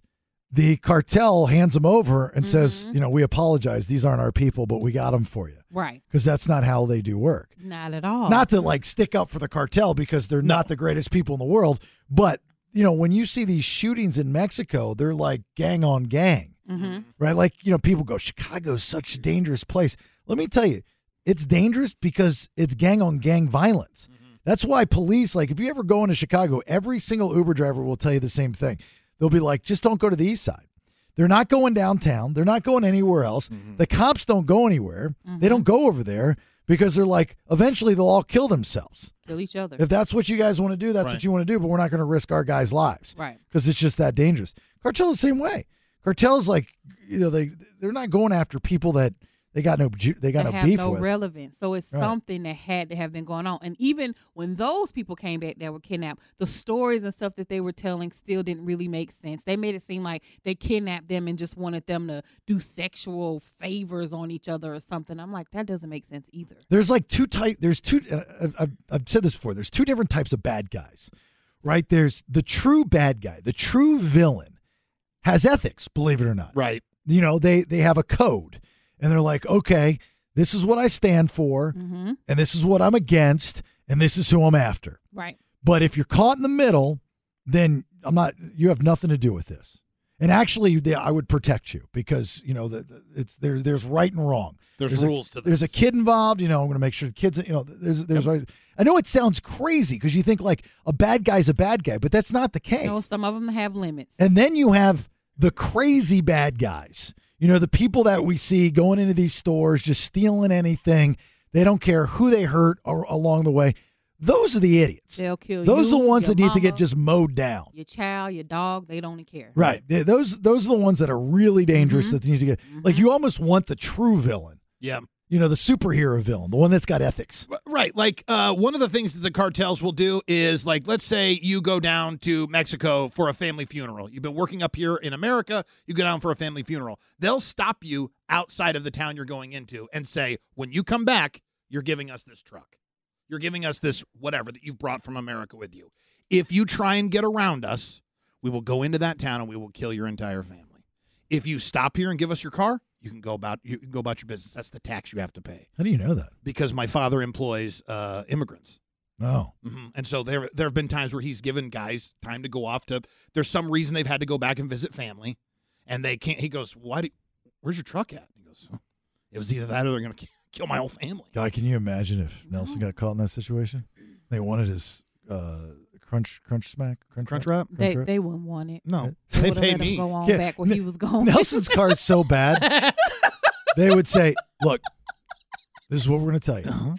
the cartel hands them over and says, you know, we apologize. These aren't our people, but we got them for you
Right.
because that's not how they do work.
Not at all.
Not to like stick up for the cartel because they're not the greatest people in the world, but you know, when you see these shootings in Mexico, they're like gang on gang,
Mhm.
right? Like, you know, people go, Chicago's such a dangerous place. Let me tell you, it's dangerous because it's gang on gang violence. That's why police, like, if you ever go into Chicago, every single Uber driver will tell you the same thing. They'll be like, just don't go to the east side. They're not going downtown. They're not going anywhere else. The cops don't go anywhere. They don't go over there because they're like, eventually they'll all kill themselves.
Kill each other.
If that's what you guys want to do, that's what
Right.
you want to do, but we're not going to risk our guys' lives.
Right.
Because it's just that dangerous. Cartel's the same way. Cartel's like, you know, they they're not going after people that they got no ju- they got
that
no
have
beef
no
with.
relevance. So it's
Right.
something that had to have been going on. And even when those people came back that were kidnapped, the stories and stuff that they were telling still didn't really make sense. They made it seem like they kidnapped them and just wanted them to do sexual favors on each other or something. I'm like, that doesn't make sense either.
There's like two type. There's two. and I've, I've, I've said this before. There's two different types of bad guys, right? There's the true bad guy, the true villain, has ethics, believe it or not. Right. You know they they have a code, and they're like, okay, this is what I stand for, and this is what I'm against, and this is who I'm after.
Right.
But if you're caught in the middle, then I'm not. You have nothing to do with this. And actually, they, I would protect you because you know the, the- it's there. There's right and wrong.
There's rules
a,
to
There's a kid involved. You know, I'm going to make sure the kids. You know, there's there's. I know it sounds crazy because you think like a bad guy's a bad guy, but that's not the case.
No, some of them have limits.
And then you have the crazy bad guys. You know, the people that we see going into these stores, just stealing anything. They don't care who they hurt or along the way. Those are the idiots.
They'll kill you.
Those are the ones
your
that need to get
mama,
just mowed down.
your child, your dog. They don't care.
Right. Th- Those those are the ones that are really dangerous
Mm-hmm.
that they need to get. Like you almost want the true villain.
Yeah.
You know, the superhero villain, the one that's got ethics.
Right. Like uh, one of the things that the cartels will do is like, let's say you go down to Mexico for a family funeral. You've been working up here in America. You go down for a family funeral. They'll stop you outside of the town you're going into and say, when you come back, you're giving us this truck. You're giving us this whatever that you've brought from America with you. If you try and get around us, we will go into that town and we will kill your entire family. If you stop here and give us your car, you can go about you can go about your business. That's the tax you have to pay
How do you know that?
because my father employs uh, immigrants.
Oh,
hmm And so there there have been times where he's given guys time to go off to. There's some reason they've had to go back and visit family, and they can't. He goes, "Why? Do, where's your truck at?" He goes, "Well, "It was either that or they're gonna ki- kill my whole family." [laughs]
God, can you imagine if Nelson got caught in that situation? They wanted his uh, crunch, crunch smack, crunch,
Crunch wrap?
They, they wouldn't want it.
No.
they,
They
would've
paid
let
me.
Him go on
Yeah.
back where he was going. [laughs]
[laughs] Nelson's car is so
[laughs]
bad. They would say, "Look, this is what we're going to tell you.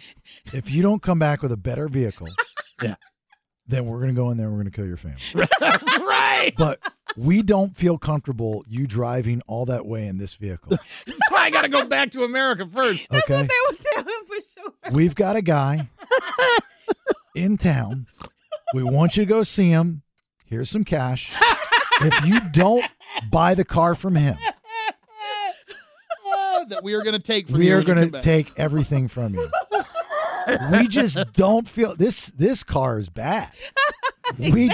If you don't come back with a better vehicle,
Uh-huh. [laughs] yeah,
then we're going to go in there and we're going to kill your family."
[laughs] right.
But we don't feel comfortable you driving all that way in this vehicle.
So I gotta go back to America first.
[laughs] That's what Okay. they
would tell him for sure.
We've got a guy in town. We want you to go see him. Here's some cash. If you don't buy the car from him,
Uh, that we are gonna take. From
we
you
are
when you
going
come
to
back. [laughs]
take everything from you. We just don't feel this this car
[laughs]
is bad. We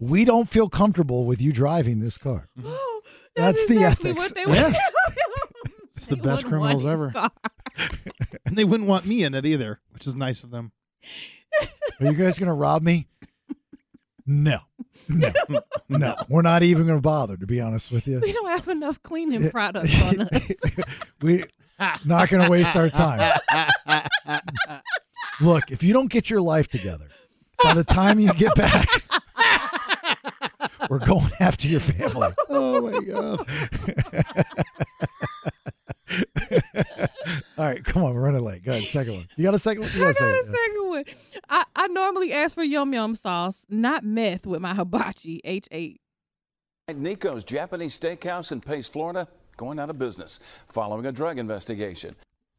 we don't feel comfortable with you driving this car. That's, the
Oh, exactly
ethics.
what they would
Yeah.
tell
It's the
They
best
wouldn't want
criminals
his
ever.
car.
[laughs] and they wouldn't want me in it either, which is nice of them.
Are you guys going to rob me? No. No. No. We're not even going to bother to be honest with you.
We don't have enough cleaning products
[laughs]
on us.
We not going to waste our time.
[laughs]
Look, if you don't get your life together, by the time you get back, we're going after your family.
Oh my god.
[laughs] All right, come on, we're running late. Go ahead, second one. You got a second one? You
I got a second one. I, I normally ask for yum yum sauce, not meth with my hibachi H8.
At Nico's Japanese Steakhouse in Pace, Florida, going out of business following a drug investigation.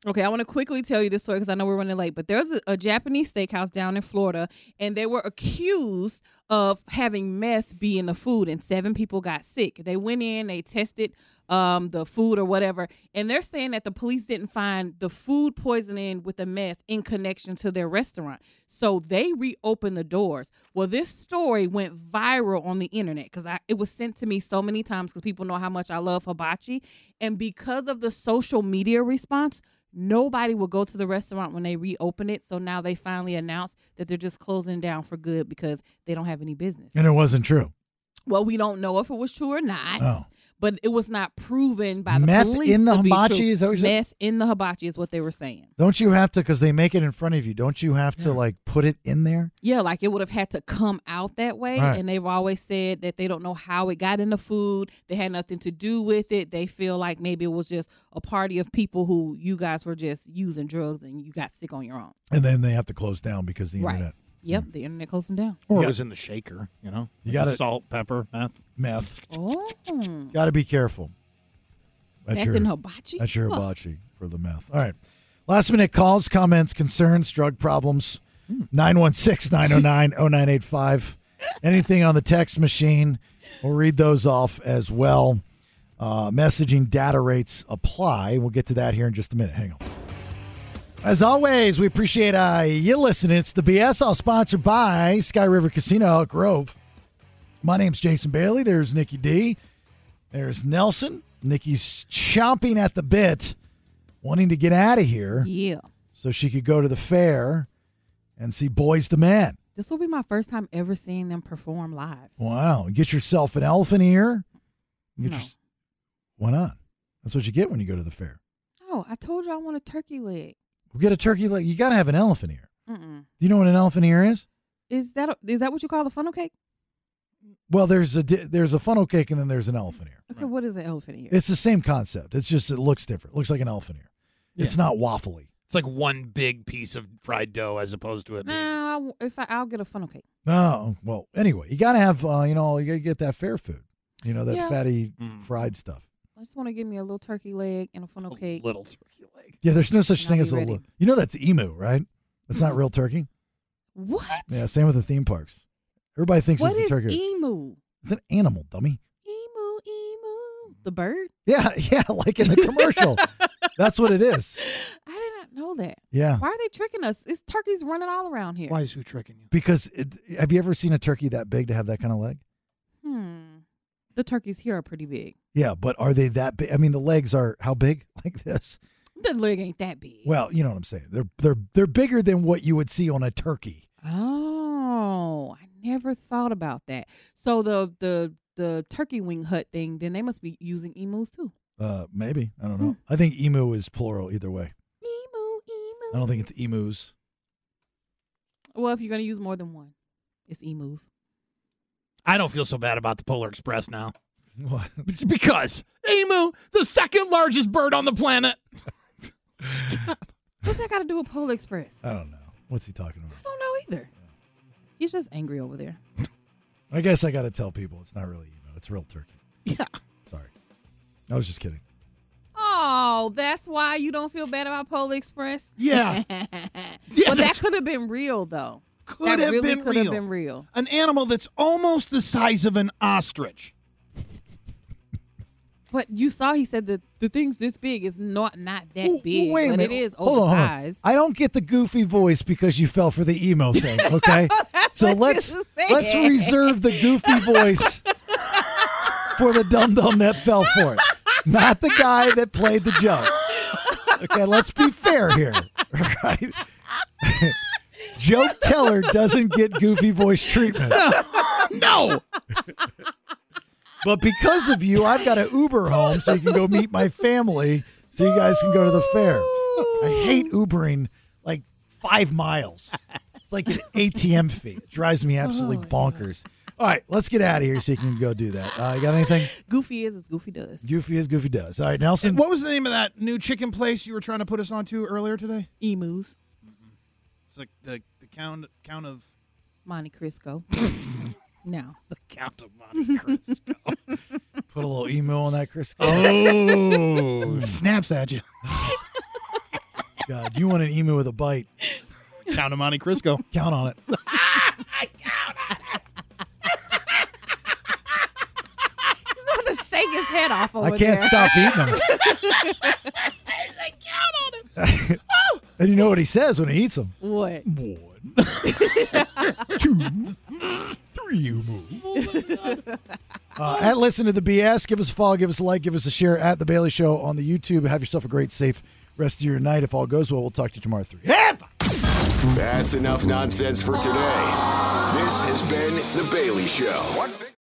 Okay, I want to quickly tell you this story because I know we're running late, but there's a, a Japanese steakhouse down in Florida, and they were accused of having meth be in the food, and seven people got sick. They went in, they tested um, the food or whatever, and they're saying that the police didn't find the food poisoning with the meth in connection to their restaurant. So they reopened the doors. Well, this story went viral on the internet because it was sent to me so many times because people know how much I love hibachi. And because of the social media response, nobody will go to the restaurant when they reopen it. So now they finally announced that they're just closing down for good because they don't have any business.
And it wasn't true.
Well, we don't know if it was true or not.
Oh.
But it was not proven by the
Meth
police
in the
to be true.
hibachi? Is that what you're saying?
Meth in the hibachi is what they were saying.
Don't you have to, because they make it in front of you, don't you have to like put it in there?
Yeah, like it would have had to come out that way.
Right.
And they've always said that they don't know how it got in the food. They had nothing to do with it. They feel like maybe it was just a party of people who you guys were just using drugs and you got sick on your own.
And then they have to close down because the
Right.
internet. Mm.
Yep, the internet closed them down.
Or
Yeah.
it was in the shaker, you know?
You gotta-
salt, pepper, meth.
Meth.
Oh.
Got to be careful.
Meth and hibachi?
That's your
Fuck.
hibachi for the meth. All right. Last minute calls, comments, concerns, drug problems. 916 909 0985. Anything on the text machine. We'll read those off as well. Uh, messaging data rates apply. We'll get to that here in just a minute. Hang on. As always, we appreciate uh, you listening. It's the BS, all sponsored by Sky River Casino Elk Grove. My name's Jason Bailey. There's Nikki D. There's Nelson. Nikki's chomping at the bit, wanting to get out of here
Yeah.
so she could go to the fair and see Boys the Man.
This will be my first time ever seeing them perform live.
Wow. Get yourself an elephant ear. Get
No.
your- why not? That's what you get when you go to the fair.
Oh, I told you I want a turkey leg.
Well, get a turkey leg. You got to have an elephant ear.
Mm-mm.
Do you know what an elephant ear is?
Is that a, is that what you call a funnel cake?
Well, there's a di- there's a funnel cake and then there's an elephant ear.
Okay, what is an elephant ear?
It's the same concept. It's just it looks different. It looks like an elephant ear. It's not waffly.
It's like one big piece of fried dough as opposed to it being.
Nah, I w- if I, I'll get a funnel cake.
No, well, anyway, you gotta have uh, you know you gotta get that fair food, you know that
Yeah.
fatty
Mm.
fried stuff.
I just want to give me a little turkey leg and a funnel cake.
Little turkey leg.
Yeah, there's no such
And I'll
thing
be
as a
ready.
little. You know that's emu, right? It's not real turkey.
What?
Yeah, same with the theme parks. Everybody thinks
What
it's a
is e-?
turkey.
emu?
it's an animal, dummy.
The bird?
Yeah, [laughs] yeah, like in
[laughs]
the commercial. that's what it is.
I did not know that.
Yeah.
Why are they tricking us? It's turkeys running all around here.
Why is who tricking you?
Because it, have you ever seen a turkey that big to have that kind of leg?
Hmm. the turkeys here are pretty big.
Yeah, but are they that big? I mean, the legs are how big? [laughs] Like this?
The leg ain't that big.
Well, you know what I'm saying. They're they're they're bigger than what you would see on a turkey.
Oh, I never thought about that. So the the the turkey wing hut thing, then they must be using emus too.
Uh, maybe I don't know. I think emu is plural either way. Hmm. Emu, emu. I don't think it's emus.
Well, if you're gonna use more than one, it's emus.
I don't feel so bad about the Polar Express [laughs] now.
What?
Because emu, the second largest bird on the planet.
What's that got to do with Polar Express?
I don't know. What's he talking about?
I don't know either. He's just angry over there.
I guess I got to tell people it's not really emu. It's real turkey. [laughs] Yeah. Sorry. I was just kidding.
Oh, that's why you don't feel bad about Polar Express. [laughs]
Yeah.
well,
[laughs]
that could have been real though.
Could
that
have
really
been
could
real.
have been real.
An animal that's almost the size of an ostrich.
But you saw he said that the thing's this big is not not that
Well,
big,
wait a
but
minute.
it is
Hold on, hold on.
oversized.
I don't get the goofy voice because you fell for the
[laughs]
emo thing. Okay, so let's let's
said.
reserve the goofy voice for the dum dum that fell for it, not the guy that played the joke. Okay, let's be fair here, [laughs] right? joke teller doesn't get goofy voice treatment.
[laughs] no.
But because of you, I've got an Uber home so you can go meet my family so you guys can go to the fair. I hate Ubering like five miles. It's like an ATM fee. It drives me
Oh,
absolutely bonkers. All right, let's get out of here so you can go do that. Uh, you got anything?
Goofy is as Goofy does.
Goofy is Goofy does. All right, Nelson.
What was the name of that new chicken place you were trying to put us onto earlier today?
Emus.
It's like the, the count count of
Monte
[laughs]
Crisco. no.
The Count of
[laughs]
Monte Cristo.
Put a little emo on that, Chris.
Oh,
[laughs]
snaps at you.
God, you want an emu with a bite.
Count of Monte Cristo.
Count on it.
He's about to shake his
[laughs]
head off over
I
there.
can't stop eating [laughs] And you know what he says when he eats them?
[laughs] What?
One, two, three emu. Uh, at Listen to the BS. Give us a follow, give us a like, give us a share at The Bailey Show on the YouTube. Have yourself a great, safe rest of your night. If all goes well, we'll talk to you tomorrow at 3.
That's enough nonsense for today. This has been The Bailey Show.